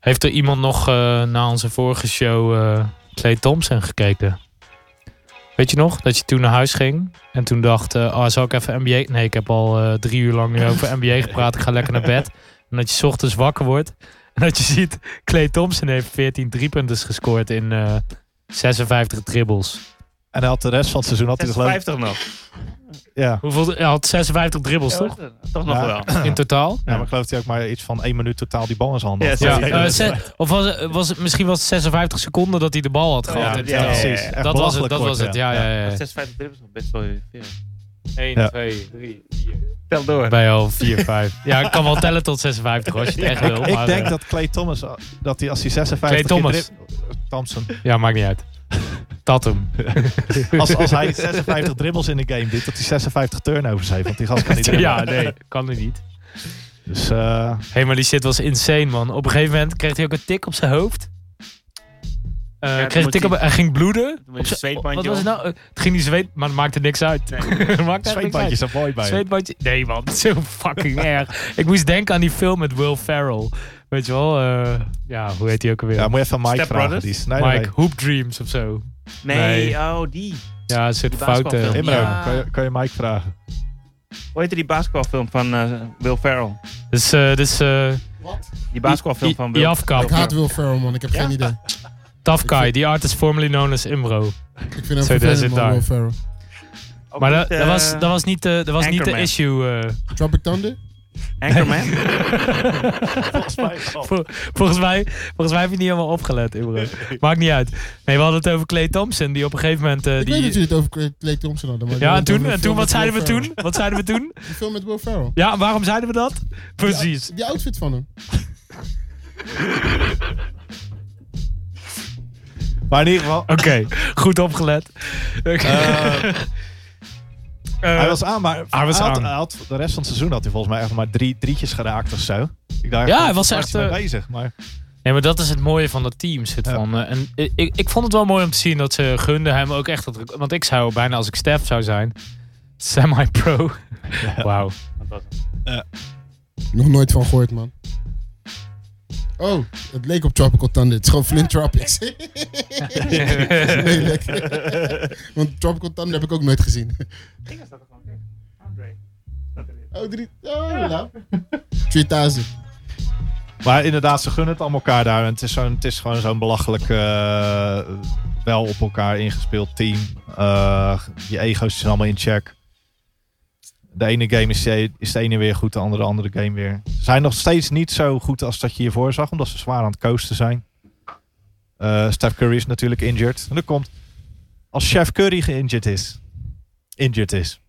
Heeft er iemand nog eh na onze vorige show eh Clay Thompson gekeken? Weet je nog? Dat je toen naar huis ging en toen dacht, eh oh, zal ik even NBA... Nee, ik heb al eh, drie uur lang nu over NBA gepraat. Ik ga lekker naar bed. En dat je 's ochtends wakker wordt en dat je ziet... Clay Thompson heeft 14 driepunters gescoord in eh 56 dribbles. En hij had de rest van het seizoen altijd geloof ik. 56 nog. Ja. Hoeveel? Hij had 56 dribbles, toch? Toch nog Ja. wel. In totaal? ja, Nou, maar ik geloof dat hij ook maar iets van één minuut totaal die bal in zijn handen had. Ja, Ja, eh, zes- of was het, was het, misschien was het 56 seconden dat hij de bal had gehad. Ja, in ja, totaal. ja, ja. Echt Dat was het, belachelijk dat kort, was het. Ja, ja, ja. ja. 56 dribbles nog best wel veel. 1, Ja. 2, 3, 4. Tel door. Bij al 4, 5. Ja, ik kan wel tellen tot 56 als je het echt wil. Ik maar, denk eh, dat Clay Thomas, eh, dat hij als hij 56 Clay keer Thomas. drib- Thompson. Ja, maakt niet uit. Tatum. Als, als hij 56 dribbles in de game doet, dat hij 56 turnovers heeft. Want die gast kan niet dribbelen. Ja, nee, kan nu niet. Dus eh, Hé, maar die shit was insane, man. Op een gegeven moment kreeg hij ook een tik op zijn hoofd. Eh, dan kreeg een moet tik op, hij- hij ging bloeden. moet je Op een zijn- zweetbandje Wat was het om. nou? Eh, Het ging niet zweet, maar het maakte niks uit. Het maakte echt niks uit. zweetbandjes zijn mooi bij hem. Zweetbandje. Nee, man. Zo fucking erg. Ik moest denken aan die film met Will Ferrell. Weet je wel? eh, ja, hoe heet die ook alweer? Ja, moet je even Mike Step vragen. Brothers? Die is, nee, nee, Mike nee. Hoop Dreams of zo. Nee, Nee. oh die. Ja, een soort Die foute. basketbalfilm. Imro, Ja. kan, je, kan je Mike vragen? Hoe heette die basketbalfilm van eh, Will Ferrell? Dus, eh dus eh Wat? Die basketbalfilm I- van Will, Jafka. Will Ik haat Ferrell. Will Ferrell, man. Ik heb geen idee. Tough Guy, die artist formerly known as Imro. Ik vind hem Zo, daar vervelend, zit man, daar. Will Ferrell. Ook Maar niet, dat, dat, eh, was, dat was niet de, dat was niet de Anchorman. issue. eh. Tropic Thunder? Anchorman? Volgens mij Oh. wel. Vol- volgens, mij, volgens mij heb je niet helemaal opgelet, Imro. Maakt niet uit. Nee, we hadden het over Clay Thompson, die op een gegeven moment... eh, Ik weet dat die, jullie het over Clay Thompson hadden. Maar ja, en jullie toen, hadden en het toen, over wat de film zeiden we met Will toen? Wat zeiden we toen? Ferrell. De film met Will Ferrell. Ja, waarom zeiden we dat? Precies. Die outfit van hem. Maar in ieder geval, Oké, goed opgelet. Oké. Eh, Eh, hij was aan, maar hij was had, aan. had- de rest van het seizoen had hij volgens mij echt maar drie drietjes geraakt of zo. Ik dacht, Ja, hij waar was is echt, mee eh, bezig. Maar Nee, maar dat is het mooie van dat team. Zit Ja. van, eh, en ik, ik, ik vond het wel mooi om te zien dat ze gunden hem ook echt. Dat, want ik zou bijna als ik Stef zou zijn. Semi-pro. Wauw. Nog nooit van gehoord, man. Oh, het leek op Tropical Thunder. Het is gewoon Flint Tropics. Lelijk. Want Tropical Thunder heb ik ook nooit gezien. Oh, drie. Oh, nou. 3000. Maar inderdaad, ze gunnen het aan elkaar daar. En het is, zo'n, het is gewoon zo'n belachelijk eh, wel op elkaar ingespeeld team. Eh, je ego's zijn allemaal in check. De ene game is de, is de ene weer goed, de andere, andere game weer. Ze zijn nog steeds niet zo goed als dat je hiervoor zag, omdat ze zwaar aan het coasten zijn. Eh Steph Curry is natuurlijk injured. En dan komt, als Chef Curry geïnjured is, injured is,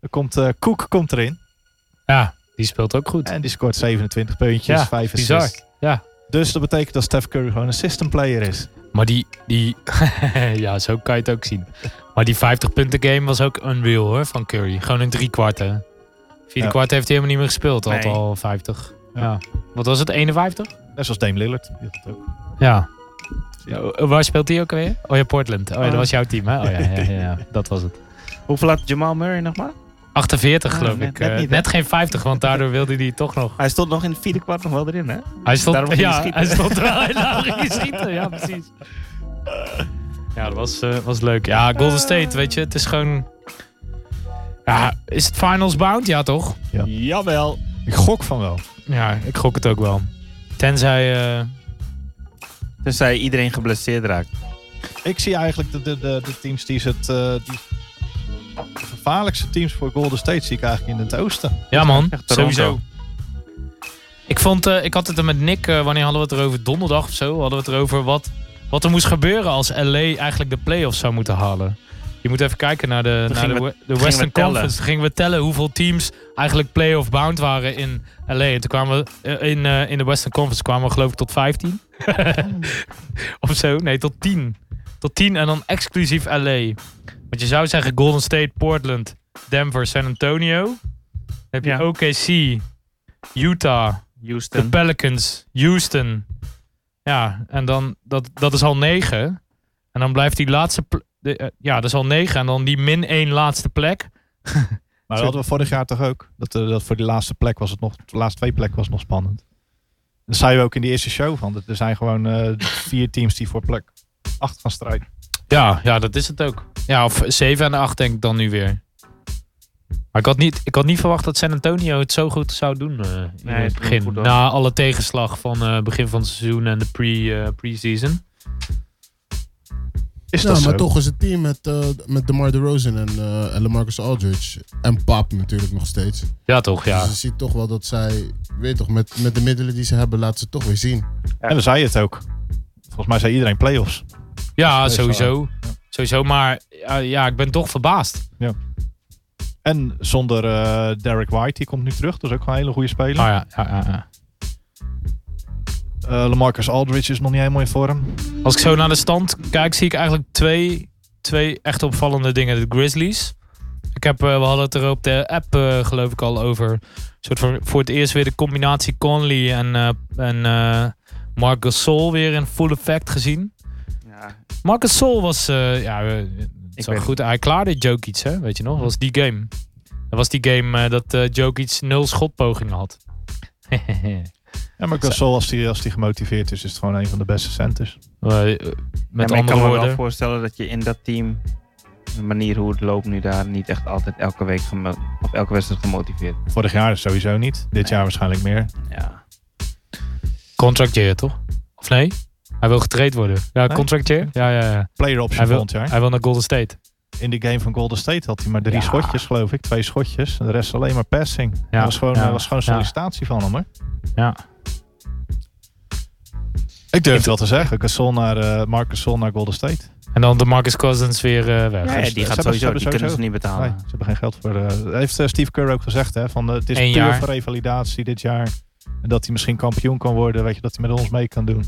dan komt eh Cook komt erin. Ja, die speelt ook goed. En die scoort 27 puntjes, Ja, 5 bizar. assists. Ja. Dus dat betekent dat Steph Curry gewoon een system player is. Maar die, die ja, zo kan je het ook zien. Maar die 50 punten game was ook unreal hoor, van Curry. Gewoon in drie kwarten. Vierde Ja. kwart heeft hij helemaal niet meer gespeeld. Had Nee. al 50. Ja. Ja. Wat was het, 51? Net zoals Dame Lillard. Die had het ook. Ja. Ja. O- Waar speelt hij ook alweer? Oh ja, Portland. Oh ja, dat Oh. was jouw team hè? Oh ja, ja, ja, ja. dat was het. Hoeveel had Jamal Murray nog maar? 48 Ah, geloof net- ik. net Eh, Net, niet, hè? geen 50, want daardoor wilde hij toch nog. Hij stond nog in het vierde kwart nog wel erin, hè? Hij stond, Daarom ging ja, hij hij schieten. stond er wel in daarom ging hij schieten. Ja, precies. Ja, dat was, eh, was leuk. Ja, Ah. Golden State, weet je, het is gewoon... Ja, is het finals bound? Ja, toch? Jawel. Ik gok van wel. Ja, ik gok het ook wel. Tenzij... eh, Tenzij iedereen geblesseerd raakt. Ik zie eigenlijk de, de, de, de teams die het... eh, die de gevaarlijkste teams voor Golden State zie ik eigenlijk in het oosten. ja, man. echt Toronto. Sowieso. Ik, vond, eh, ik had het er met Nick, eh, wanneer hadden we het erover? Donderdag of zo? Hadden we het erover wat, wat er moest gebeuren als LA eigenlijk de playoffs zou moeten halen. Je moet even kijken naar de, Toen naar de, gingen we- we- de we Western tellen. Conference. Toen gingen we tellen hoeveel teams eigenlijk playoff bound waren in LA. En toen kwamen we eh, in, eh, in de Western Conference kwamen we geloof ik tot 15. of zo. Nee, tot 10. Tot 10 en dan exclusief LA. Want je zou zeggen Golden State, Portland, Denver, San Antonio. Dan heb je Ja. OKC, Utah, de Houston. Pelicans, Houston. Ja, en dan, dat, dat is al negen. En dan blijft die laatste, pl- de, eh, ja, dat is al negen. En dan die min één laatste plek. Maar dat hadden we vorig jaar toch ook. Dat, eh, dat voor die laatste plek was het nog... De laatste twee plekken was het nog spannend. Dat zei we ook in die eerste show van. dat Er zijn gewoon eh, vier teams die voor plek acht gaan strijden. Ja, ja, dat is het ook. Ja, of zeven en acht denk ik dan nu weer. Maar ik had niet, ik had niet verwacht dat San Antonio het zo goed zou doen eh, in Nee, het het ging begin. goed, hoor. Na alle tegenslag van eh, begin van het seizoen en de pre, eh, pre-season. Is Ja, dat Nou, maar zo? toch is het team met, eh met DeMar DeRozan en, eh en LaMarcus Aldridge. En Pap natuurlijk nog steeds. ja, toch? Ja. Dus je ziet toch wel dat zij, weet toch, met, met de middelen die ze hebben, laten ze toch weer zien. En we zeiden het ook. Volgens mij zei iedereen playoffs. Ja, Dat is sowieso. Sowieso, maar ja, ja, ik ben toch verbaasd. En zonder eh, Derek White, die komt nu terug. Dat is ook gewoon een hele goede speler. Ah ja, ja, ja, ja. Eh, Lamarcus Aldridge is nog niet helemaal in vorm. Als ik zo naar de stand kijk, zie ik eigenlijk twee, twee echt opvallende dingen. De Grizzlies. Ik heb, eh, we hadden het er op de app, eh, geloof ik, al over. Een soort van, voor het eerst weer de combinatie Conley en, eh en eh, Marc Gasol weer in full effect gezien. Ja. Marc Gasol was, eh, ja, eh, het zag weet- goed. Hij klaarde Jokic, hè? weet je nog? Dat was die game. Dat was die game eh, dat eh, Jokic nul schotpogingen had. Eh, Ja, maar Gasol, als die, als die gemotiveerd is, is het gewoon een van de beste centers. Eh, eh, met Ja, maar ik andere kan me wel woorden. voorstellen dat je in dat team, de manier hoe het loopt nu daar, niet echt altijd elke week gemo- of elke wedstrijd gemotiveerd. Vorig jaar sowieso niet. Dit jaar waarschijnlijk meer. Ja. Contracteer, toch? Of nee? Hij wil getraind worden. Ja, Nee? contracteer. Ja, ja, ja. Player option Hij wil, volgend jaar. hij wil naar Golden State. In de game van Golden State had hij maar drie Ja. schotjes, geloof ik. Twee schotjes. En de rest alleen maar passing. dat was gewoon, ja, dat was gewoon ja. sollicitatie van hem, hoor. Ja. Ik durf wel te zeggen. Gasol naar, eh Marc Gasol naar Golden State. En dan de Marcus Cousins weer eh, weg. Ja, ja, die ze gaat hebben- ze sowieso, hebben die kunnen sowieso- ze niet Nee, Ah. betalen. ze hebben geen geld voor. eh, dat heeft eh, Steve Kerr ook gezegd, hè? Van, eh, het is Eén puur jaar. voor revalidatie dit jaar. En dat hij misschien kampioen kan worden. Weet je, dat hij met ons mee kan doen. En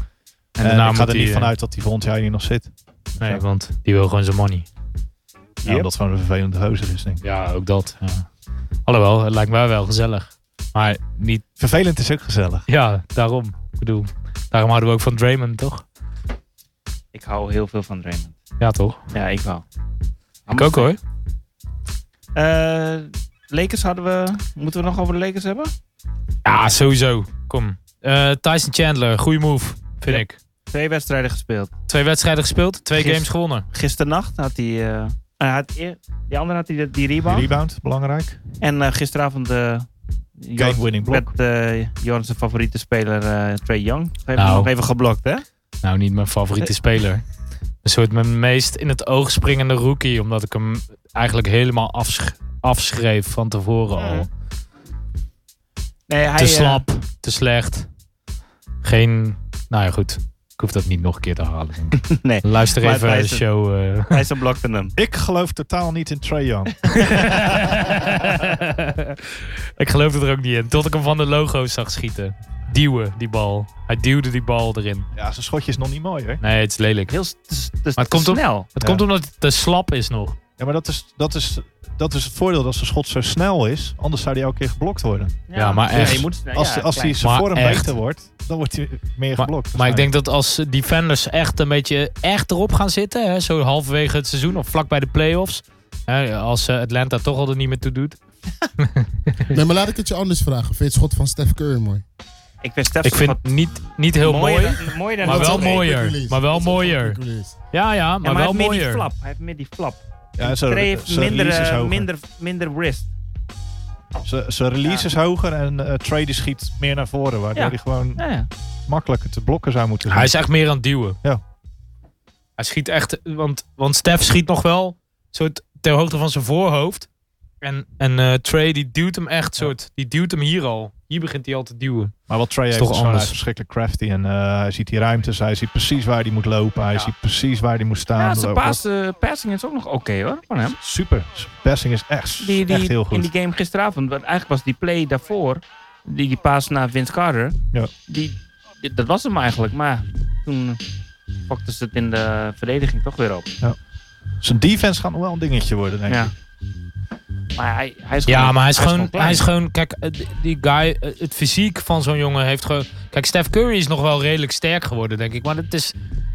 En daarna ik ga moet er hij, niet eh, vanuit dat hij volgend jaar hier nog zit. Nee, want die wil gewoon zijn money. Ja, Nou, Omdat het gewoon een vervelende gozer is, denk ik. Ja, ook dat. Ja. Alhoewel, het lijkt mij wel gezellig. Maar niet... Vervelend is ook gezellig. Ja, daarom. Ik bedoel, daarom houden we ook van Draymond, toch? Ik hou heel veel van Draymond. Ja, toch? Ja, ik wel. Ik ook hoor. Eh, Lakers hadden we. Moeten we nog over de Lakers hebben? Ja, sowieso. Kom. Eh, Tyson Chandler, goede move, vind Ja. ik. Twee wedstrijden gespeeld. Twee wedstrijden gespeeld, twee Gisteren. games gewonnen. Gisternacht had hij eh, Hij had eer- die andere had die, die Die rebound. Rebound, belangrijk. En eh, gisteravond eh, Joris- Game-winning met blok. eh Joran zijn favoriete speler eh Trey Young. Heeft hem Nou. nog even geblokt, hè? Nou, niet mijn favoriete Eh. speler. Een soort mijn meest in het oog springende rookie. Omdat ik hem eigenlijk helemaal afsch- afschreef van tevoren al. Mm. Nee, hij, te eh, slap, te slecht. Geen... Nou ja, goed. Ik hoef dat niet nog een keer te halen. denk ik. nee, Luister Maar even het naar de wijst- show. eh. hij ze blokte hem. Ik geloof totaal niet in Trae Young. ik geloofde er ook niet in. Tot ik hem van de logo zag schieten. Duwen, die bal. Hij duwde die bal erin. ja, zijn schotje is nog niet mooi, hè? Nee, het is lelijk. Heel s- te- te- het te komt op- snel. Het Ja. komt omdat het te slap is nog. Ja, maar dat is, dat is, dat is het voordeel dat zijn schot zo snel is. Anders zou die elke keer geblokt worden. Dus Ja, maar echt. moet snel- als ja, als klein. die zijn Maar vorm echt. beter wordt, dan wordt hij meer Maar- geblokt. Maar ik denk dat als defenders echt een beetje echt erop gaan zitten, hè, zo halverwege het seizoen of vlak bij de playoffs, hè, als eh, Atlanta toch al er niet meer toe doet. Nee, maar laat ik het je anders vragen. Vind je het schot van Steph Curry mooi? Ik vind Stef Ik vind het niet, niet heel mooi. dan, mooier dan maar dat wel ook. Dat is ook mooier, een quick release. maar wel Dat is ook een mooier. quick release. Ja, ja, maar, Ja, maar wel hij heeft meer die mooier. flap. Hij heeft meer die flap. ja, zijn, Trey heeft zijn minder, release is eh, hoger. minder, minder wrist. Zijn- zijn release Ja. is hoger en eh Trae die schiet meer naar voren. Waardoor Ja. hij gewoon Ja, ja. makkelijker te blokken zou moeten zijn. Hij is echt meer aan het duwen. Ja. Hij schiet echt, want, want Stef schiet nog wel soort ter hoogte van zijn voorhoofd. En, en eh, Trey die duwt hem echt soort, die duwt hem hier al. Hier begint hij al te duwen. Maar wat Trey Is heeft toch is gewoon, hij anders. is verschrikkelijk crafty. En eh, hij ziet die ruimtes, hij ziet precies waar hij moet lopen. Hij Ja. ziet precies waar hij moet staan. ja zijn Wat- paas, eh, passing is ook nog oké hoor, van hem. Super. Zijn passing is echt, Die, die, echt heel goed. In die game gisteravond, want eigenlijk was die play daarvoor, die, die paas naar Vince Carter, Ja. die, die- dat was hem eigenlijk. Maar toen pakten ze het in de verdediging toch weer op. Zijn defense gaat nog wel een dingetje worden, denk Ja. ik. Maar hij, hij is Ja, gewoon, maar hij is, gewoon, klein. hij is gewoon, kijk, eh, d- die guy, eh, het fysiek van zo'n jongen heeft gewoon. Kijk, Steph Curry is nog wel redelijk sterk geworden, denk ik. Maar het is.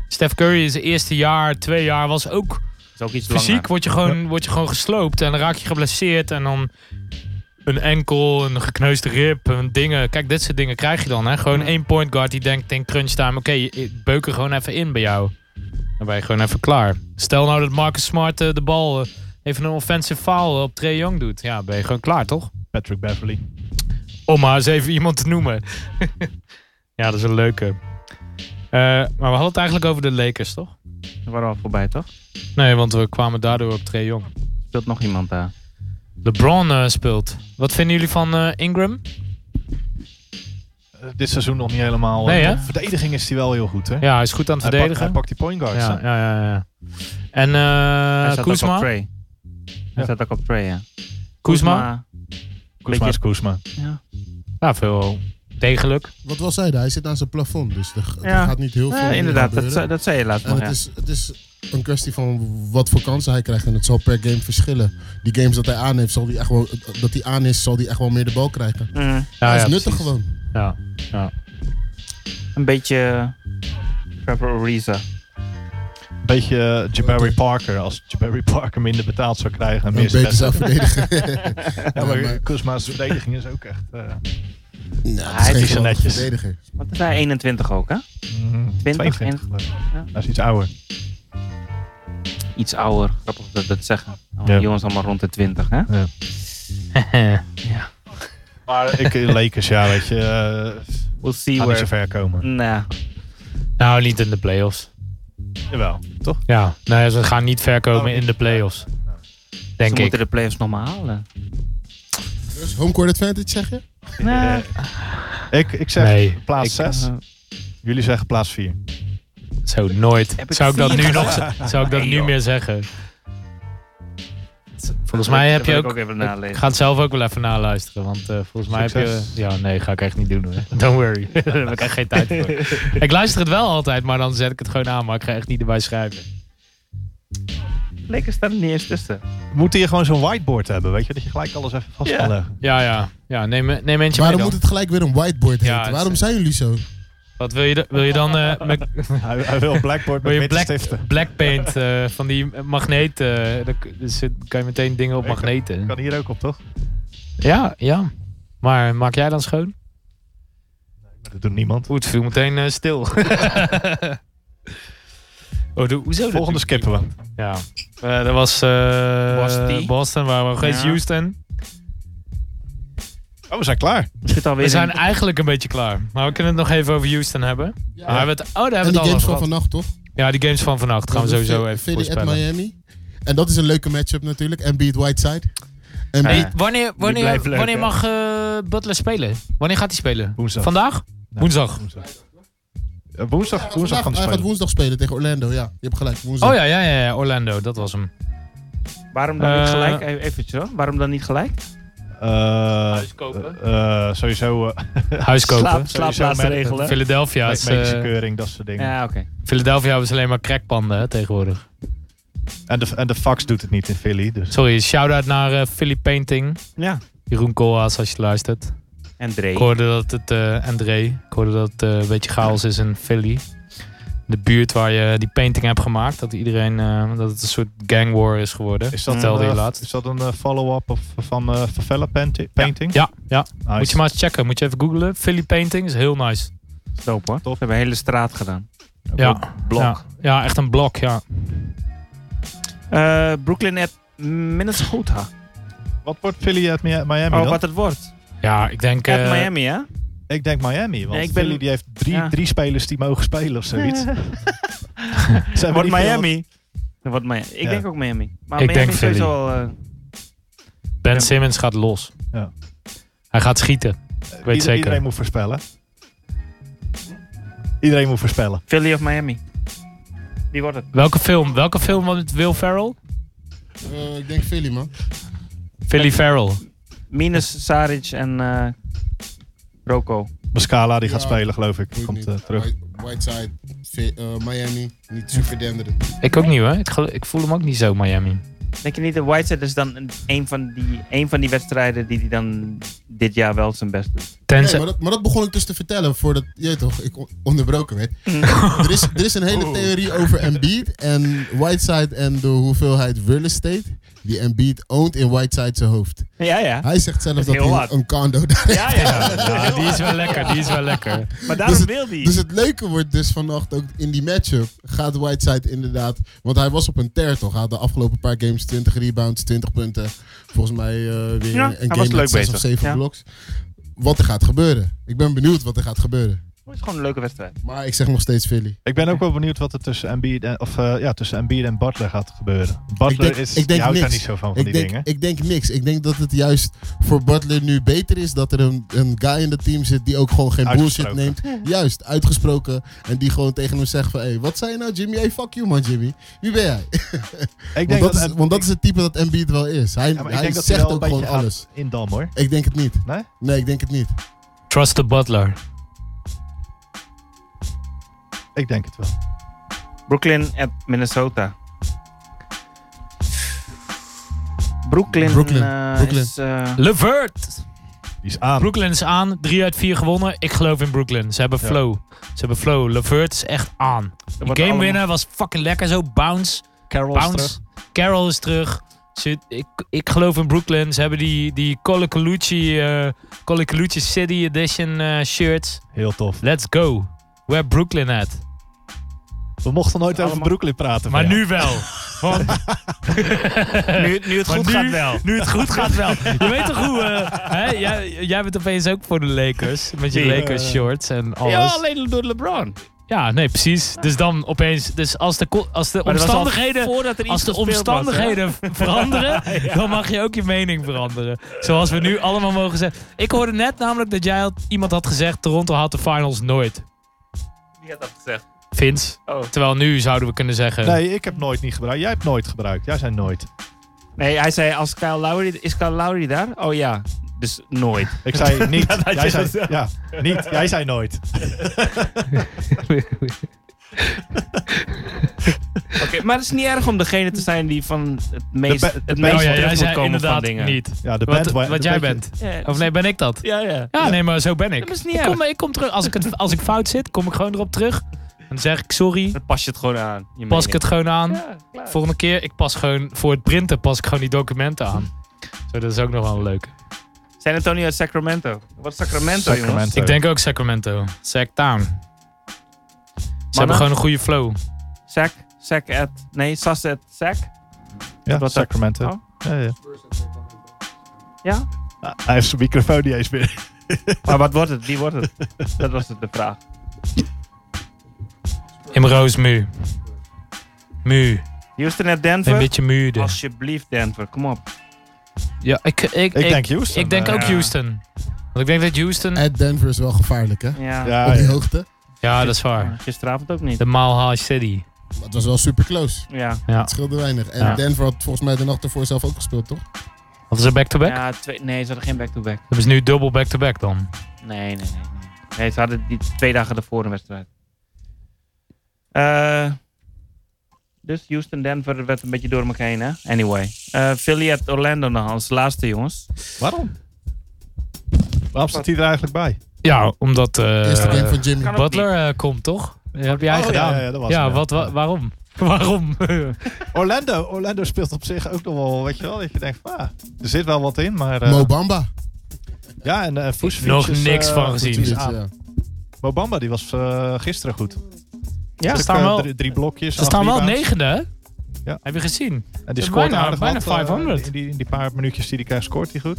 Steph Curry in zijn eerste jaar, twee jaar was ook. is ook iets Fysiek langer. word je, gewoon, word je gewoon gesloopt en dan raak je geblesseerd en dan een enkel, een gekneusde rib, een dingen. Kijk, dit soort dingen krijg je dan. Hè? Gewoon Ja. één point guard die denkt in crunch time, oké, je- ik beuk er gewoon even in bij jou. Dan ben je gewoon even klaar. Stel nou dat Marcus Smart eh, de bal eh, even een offensive foul op Trae Young doet. Ja, ben je gewoon klaar, toch? Patrick Beverly. Om maar eens even iemand te noemen. ja, dat is een leuke. Eh, maar we hadden het eigenlijk over de Lakers, toch? We waren al voorbij, toch? Nee, want we kwamen daardoor op Trae Young. Speelt nog iemand eh, Eh, daar? LeBron eh, speelt. Wat vinden jullie van eh, Ingram? Eh, dit seizoen nog niet helemaal. Nee, eh, hè? Verdediging is hij wel heel goed, hè? Ja, hij is goed aan het Hij pakt- verdedigen. Hij pakt die point guards. ja, hè? ja, ja, ja. En hij eh staat ook op Kuzma? Trey. Hij Ja. staat ook op Trey, ja. Kuzma? Koesma is Koesma. Ja. Ja, veel degelijk. Wat wel zeiden, hij zit aan zijn plafond. Dus er, er Ja. gaat niet heel eh, veel Ja, meer inderdaad, dat, gebeuren. zei- dat zei je laatst En nog, het ja. is, het is een kwestie van wat voor kansen hij krijgt. En het zal per game verschillen. Die games dat hij aan heeft, zal die echt wel, dat hij aan is, zal hij echt wel meer de bal krijgen. Mm, Ja, hij is ja, nuttig precies. gewoon. Ja. een beetje eh, Trevor Ariza. Een beetje eh, Jabari Parker. Als Jabari Parker minder betaald zou krijgen. Een Meer beter best... zou verdedigen. ja, maar Ja, maar- Koesma's verdediging is ook echt... eh, nou, Hij geen is er geweldige netjes. verdediger. Wat is hij? 21 ook, hè? mm, 20, 22 geloof ik. Ja. Dat is iets ouder. Iets ouder. Grappig dat we dat zeggen. Allemaal Ja. Jongens allemaal rond de 20, hè? Maar ik in Lakers, ja, weet je... eh We'll see gaan niet zo where... ver komen. Nou, nou, niet in de playoffs. Jawel, toch? Ja, nee, ze gaan niet ver komen Oh, niet. in de playoffs. Nou. ze Denk moeten ik. de playoffs nog maar halen. Dus home court advantage zeg je? Nee. Ik, ik zeg Nee. plaats 6. Eh, Jullie zeggen plaats 4. Zo, nooit. Heb ik Zou ik dat vier nu nog gezegd? z- zou ik dat Nee, nu joh. meer zeggen? Volgens mij heb dat wil je ik ook ook even Ik nalezen. ga het zelf ook wel even naluisteren, want eh, volgens mij Succes. heb je... Ja, nee, ga ik echt niet doen hoor. Don't worry. Daar heb ik echt geen tijd voor. ik luister het wel altijd, maar dan zet ik het gewoon aan, maar ik ga echt niet erbij schrijven. Lekker staan er niet eens tussen. We moeten hier gewoon zo'n whiteboard hebben, weet je? Dat je gelijk alles even vast Ja. kan leggen. Ja, ja. ja neem, neem eentje Waarom mee moet dan. het gelijk weer een whiteboard Ja, heten? het is- Waarom zijn jullie zo? Wat wil je, da- wil je dan... eh, met- Hij, hij wil een blackboard wil met je witte black, stiften. blackpaint eh, van die magneet... eh, dan k- dus dan kan je meteen dingen op Ik kan- magneten. Kan hier ook op, toch? Ja, ja. Maar maak jij dan schoon? Maar dat doet niemand. Oeh, het viel meteen eh, stil. Oh, de, hoezo? dat- Volgende skippen we. Ja. Eh, dat was eh, Boston. Boston, waar we nog eens Ja. Houston. Oh, we zijn klaar. Zit alweer We zijn in- eigenlijk een beetje klaar. Maar we kunnen het nog even over Houston hebben. Ja. Ah, we hebben het- oh, daar En hebben we het die al games over van gehad. vannacht, toch? Ja, die games van vannacht gaan we Ja, de sowieso V- even VD at voorspellen. Miami. En dat is een leuke matchup natuurlijk. En beat Whiteside. Ja. En beat- Hey, wanneer wanneer, blijven leuk, wanneer hè? mag eh, Butler spelen? Wanneer gaat hij spelen? Woensdag. Vandaag? Nee. Woensdag. Eh, woensdag, woensdag Vandaag- gaan we hij gaat spelen. woensdag spelen tegen Orlando, ja. Je hebt gelijk, woensdag. Oh ja, ja, ja, ja, Orlando, dat was hem. Waarom dan niet Eh, gelijk? E- Eventjes hoor. Waarom dan niet gelijk? Eh, Huis kopen. eh, eh, sowieso eh, Huis kopen. Slaap, slaapplaatsen met- regelen. Philadelphia, is, eh, medische keuring, dat soort dingen. Ja, oké. Philadelphia is alleen maar crackpanden hè, tegenwoordig. En, de, en de fax doet het niet in Philly. Dus. Sorry, shout-out naar eh, Philly Painting. Ja. Jeroen Koolhaas, als je luistert. En Dre. Ik hoorde dat het, eh André, ik hoorde dat het eh, een beetje chaos is in Philly. De buurt waar je die painting hebt gemaakt. Dat iedereen, eh, dat het een soort gang war is geworden. Is dat, Vertelde een, je eh, laatst. is dat een eh, follow-up of- van eh Favela painti- Painting? Ja, ja. Nice. Moet je maar eens checken. Moet je even googlen. Philly Painting is heel nice. Doop hoor. We hebben een hele straat gedaan. Ja. Blok. Ja, ja echt een blok, ja. Eh, Brooklyn at Minnesota. Wat wordt Philly uit Mi- Miami Oh, dan? wat het wordt. Ja, ik denk... At eh, Miami, hè? Ik denk Miami, want Nee, ik ben- Philly die heeft drie, Ja. drie spelers die mogen spelen of zoiets. Ze hebben Wordt niet veel- Miami. Dat Wordt Miami. Ik Ja. denk ook Miami. Maar Ik Miami denk is sowieso al... eh, Ben Simmons gaat los. Ja. Hij gaat schieten. Ieder- weet zeker. Iedereen moet voorspellen. Iedereen moet voorspellen. Philly of Miami. Wie wordt het? Welke film? Welke film was het? Will Ferrell? Eh, ik denk Philly, man. Philly Ferrell. Minus Saric en eh Roko. Mascala die gaat Ja. spelen, geloof ik. Moet Komt niet. eh, terug. White- Whiteside, V- eh, Miami. Niet super denderen. Ik ook niet hoor. Ik, gel- ik voel hem ook niet zo, Miami. Denk je niet dat Whiteside is dan een, een, van die, een van die wedstrijden die hij dan dit jaar wel zijn best doet? Nee, Tenzij... maar, dat, maar dat begon ik dus te vertellen voordat je toch, ik on- onderbroken werd. er, is, er is een hele theorie over Embiid en Whiteside en de hoeveelheid real estate die Embiid oont in Whiteside zijn hoofd. Ja, ja. Hij zegt zelf dat, Dat is heel hij wat. een, een condo daar heeft. Ja, ja. Ja, die is wel lekker. Die is wel lekker. Maar daarom Dus het- wil hij. Dus het leuke wordt dus vannacht ook in die matchup gaat Whiteside inderdaad, want hij was op een ter toch? Hij had de afgelopen paar games 20 rebounds, 20 punten. Volgens mij eh, weer Ja, hij een was game leuk met 6 bezig. of 7 Ja. blocks. Wat er gaat gebeuren. Ik ben benieuwd wat er gaat gebeuren. Het is gewoon een leuke wedstrijd. Maar ik zeg nog steeds Philly. Ik ben ook wel benieuwd wat er tussen Embiid en, of, eh, ja, tussen Embiid en Butler gaat gebeuren. Butler denk- is, ik denk je houdt daar niks. niet zo van, van die Ik denk, dingen. ik denk niks. Ik denk dat het juist voor Butler nu beter is dat er een, een guy in het team zit die ook gewoon geen bullshit neemt. Uitgesproken. Juist, uitgesproken. En die gewoon tegen hem zegt van, hey, wat zei je nou Jimmy? Hey, fuck you man Jimmy. Wie ben jij? Ik Want denk dat, dat is, want dat is het type dat Embiid wel is. Hij, Ja, maar ik hij denk dat hij zegt wel ook een gewoon beetje gaat alles. indam hoor. Ik denk het niet. Nee? Nee, ik denk het niet. Trust the Butler. Ik denk het wel. Brooklyn at Minnesota. Brooklyn, Brooklyn, eh, Brooklyn. is... eh, Levert! Die is aan. Brooklyn is aan. 3 uit 4 gewonnen. Ik geloof in Brooklyn. Ze hebben Ja. flow. Ze hebben flow. Levert is echt aan. wordt Die game allemaal- winner was fucking lekker zo. Bounce. Carroll is terug. Bounce. Carroll is terug. Ze- ik, ik geloof in Brooklyn. Ze hebben die, die Colicolucci, eh Colicolucci City Edition eh, shirts. Heel tof. Let's go. Where Brooklyn at? We mochten nooit over Allemaal- Brooklyn praten. Maar van jou. nu wel. Want Nu, nu het Maar goed nu- gaat wel. Nu het goed gaat wel. Je weet toch hoe... eh, hè? Jij, jij bent opeens ook voor de Lakers. Met je Ja. Lakers shorts en alles. Ja, alleen door LeBron. Ja, nee, precies. Dus dan opeens, dus als de, ko- als de Maar dat was al omstandigheden, voordat er als iets de gespeeld was, omstandigheden veranderen, dan mag je ook je mening veranderen. Zoals we nu allemaal mogen zeggen. Ik hoorde net namelijk dat jij had, iemand had gezegd, Toronto haalt de finals nooit. Wie had dat gezegd? Vince. Oh. Terwijl nu zouden we kunnen zeggen, Nee, ik heb nooit niet gebruikt. Jij hebt nooit gebruikt. Jij zei nooit. Nee, hij zei als Kyle Lowry... Is Kyle Lowry daar? Oh ja. Dus nooit. Ik zei niet. had jij je zei, gezegd. ja, niet. Jij zei nooit. Oké, maar het is niet erg om degene te zijn die van het meest, De be- het de meest be- oh ja, terug jij moet zei komen van inderdaad dingen. niet. Ja, de Wat, band- wat jij de bent. Ja, Of nee, ben ik dat? ja, ja. Ja, nee, maar zo ben ik. Dat is niet ik, erg. kom, ik kom terug. Als ik, het, als ik fout zit, kom ik gewoon erop terug. Dan zeg ik sorry, Dan pas je het gewoon aan. je pas ik het mening. gewoon aan. Ja, klaar. Volgende keer, ik pas gewoon voor het printen pas ik gewoon die documenten aan. Zo, dat is ook nog wel een leuke. San Antonio uit Sacramento. Wat Sacramento, Sacramento. jongens? Ik denk ook Sacramento. Sac Town. Ze hebben Mannen? gewoon een goede flow. Sac, Sack at... Nee, Sasset Sack. Ja, dat- Sacramento. Oh. Ja, ja. Ja? Ah, hij heeft zijn microfoon niet eens meer. Maar wat wordt het? Wie wordt het? Dat was het de vraag. Imroos Mu. Mu. Houston at Een Denver. beetje dus. muurde. Alsjeblieft Denver, kom op. Ja, ik, ik, ik, denk Houston, Ik denk eh, ook ja. Houston. Want ik denk dat Houston... At Denver is wel gevaarlijk, hè? Ja. Ja, Op die Ah, ja. hoogte. Ja, dat is Ja, waar. Gisteravond ook niet. De Mile High City. Maar het was wel super close. Ja. Ja. Het scheelde weinig. En Ja. Denver had volgens mij de nacht ervoor zelf ook gespeeld, toch? Wat is er back-to-back? ja twee, nee, ze hadden geen back-to-back. Dat is nu dubbel back-to-back dan. Nee, nee, nee, nee. Nee, ze hadden die twee dagen ervoor een wedstrijd. Eh, dus Houston, Denver werd een beetje door elkaar heen, hè? Anyway. Eh Philly at Orlando nog als laatste, jongens. Waarom? Waarom staat hij er eigenlijk bij? Ja, omdat eh, Eerste game van Jimmy. kan ook Butler eh, komt, toch? Heb jij Oh, gedaan? ja, ja, dat was Ja, hem, ja. wat, wa- waarom? waarom? Orlando. Orlando speelt op zich ook nog wel, weet je wel, dat je denkt van, ah, er zit wel wat in, maar... eh, Mo Bamba. ja, en eh Vucevic Nog is, niks eh, van gezien. is Zoiets, aan. ja. Mobamba, die was eh, gisteren goed. ja, ze Stuk, staan eh, wel, Drie, drie blokjes. ze acht staan wel rebounds. negende, hè? Ja. Heb je gezien? En die Bijna- scoort aardig bijna wat, eh, 500. in, die, in die paar minuutjes die hij krijgt, scoort hij goed.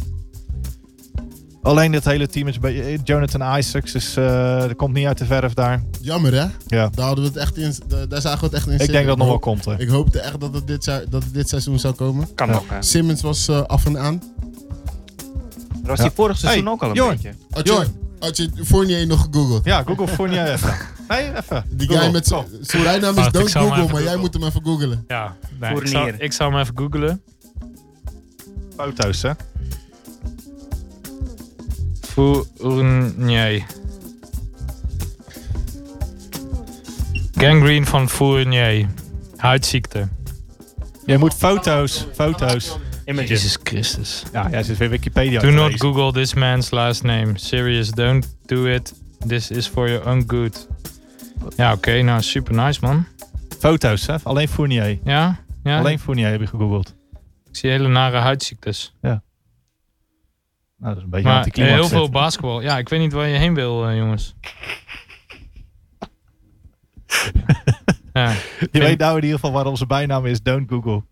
Alleen dat hele team is een beetje... Jonathan Isaacs is, eh, die komt niet uit de verf daar. Jammer, hè? Ja. Daar, hadden we het echt in, daar- daar zagen we het echt in Ik zitten. denk dat het nog wel hoop- komt. Hè. Ik hoopte echt dat het dit, zou- dat het dit seizoen zou komen. Kan Ja. ook, hè? Simmons was eh, af en aan. Was die vorig seizoen Hey, ook al een Jorn. beetje? Had je, had je Fournier nog gegoogeld? Ja, Google Fournier even. Nee, even. Die Google. guy met Kom. zijn... Zijn bijnaam is Wacht, ik Don't zal hem Google, even maar jij googlen. moet hem even googelen. Ja. Nee, ik, zal, Fournier. ik zal hem even googlen. foto's, hè. Fournier. Gangrene van Fournier. Huidziekte. Je moet foto's, foto's. Images. Jezus Christus. Ja, jij zit weer Wikipedia Do te not lezen. Google this man's last name. Serious, don't do it. This is for your own good. Ja, oké. nou, super nice, man. Foto's, hè. Alleen Fournier. Ja? Ja? Alleen Fournier heb je gegoogeld. Ik zie hele nare huidziektes. Nou, dat is een beetje Maar eh, anticlimax. heel veel dit. basketbal. Ja, ik weet niet waar je heen wil, eh, jongens. ja. Je weet nou in ieder geval waarom zijn bijnaam is Don't Google.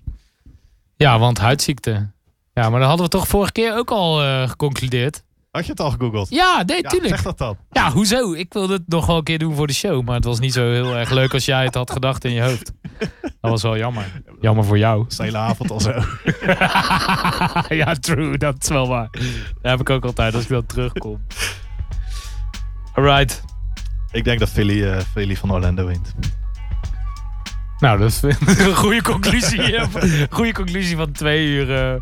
ja, want huidziekte. Ja, maar dat hadden we toch vorige keer ook al eh, geconcludeerd? Had je het al gegoogeld? Ja, nee, Ja, tuurlijk. Zeg dat dan. Ja, hoezo? Ik wilde het nog wel een keer doen voor de show. Maar het was niet zo heel erg leuk als jij het had gedacht in je hoofd. Dat was wel jammer. Jammer voor jou. Dat is de hele avond al zo. ja, true. Dat is wel waar. Dat heb ik ook altijd als ik dan terugkom. Alright. Ik denk dat Philly, eh, Philly van Orlando wint. Nou, dat is een goede conclusie. hè. goede conclusie van twee uur eh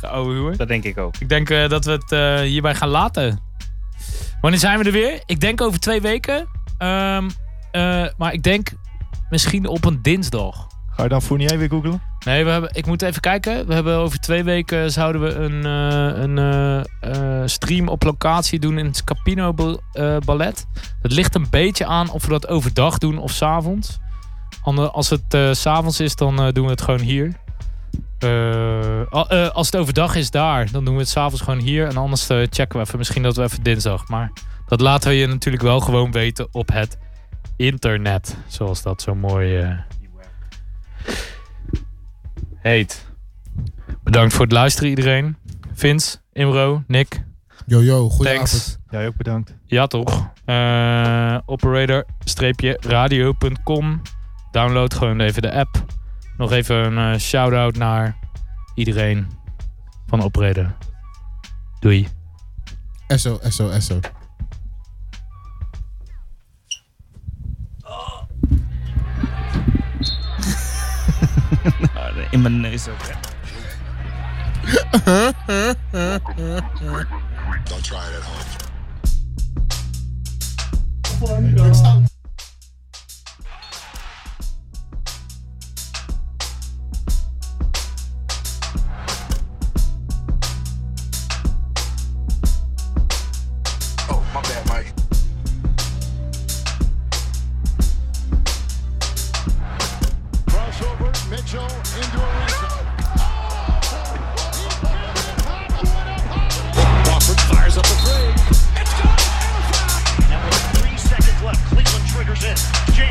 geouwehoer. Dat denk ik ook. Ik denk eh, dat we het eh, hierbij gaan laten. Wanneer zijn we er weer? Ik denk over twee weken. Ehm, eh, maar ik denk misschien op een dinsdag. Ga je dan Fournier weer googlen? Nee, we hebben, ik moet even kijken. We hebben over twee weken zouden we een, eh, een eh, eh, stream op locatie doen in het Capino Bal- eh, Ballet. Het ligt een beetje aan of we dat overdag doen of s'avonds. Ander- Als het eh, s s'avonds is, dan eh, doen we het gewoon hier. Eh, al- eh, als het overdag is daar, dan doen we het s'avonds gewoon hier. En anders eh, checken we even. Misschien dat we even dinsdag. Maar dat laten we je natuurlijk wel gewoon weten op het internet. Zoals dat zo mooi... eh, heet. Bedankt voor het luisteren iedereen. Vince, Imro, Nick, Yo, yo, goedenavond. thanks. Jij ook bedankt. Ja toch. Eh, Operator-radio.com. Download gewoon even de app. Nog even een eh, shout-out naar iedereen van Operator. Doei. SO, SO, SO. In mijn neus ook. Don't try it at home. Oh, my bad, Mike. Crossover, Mitchell into a red zone. Wofford fires up a three. It's good. And a foul. Three seconds left. Cleveland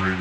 Ring.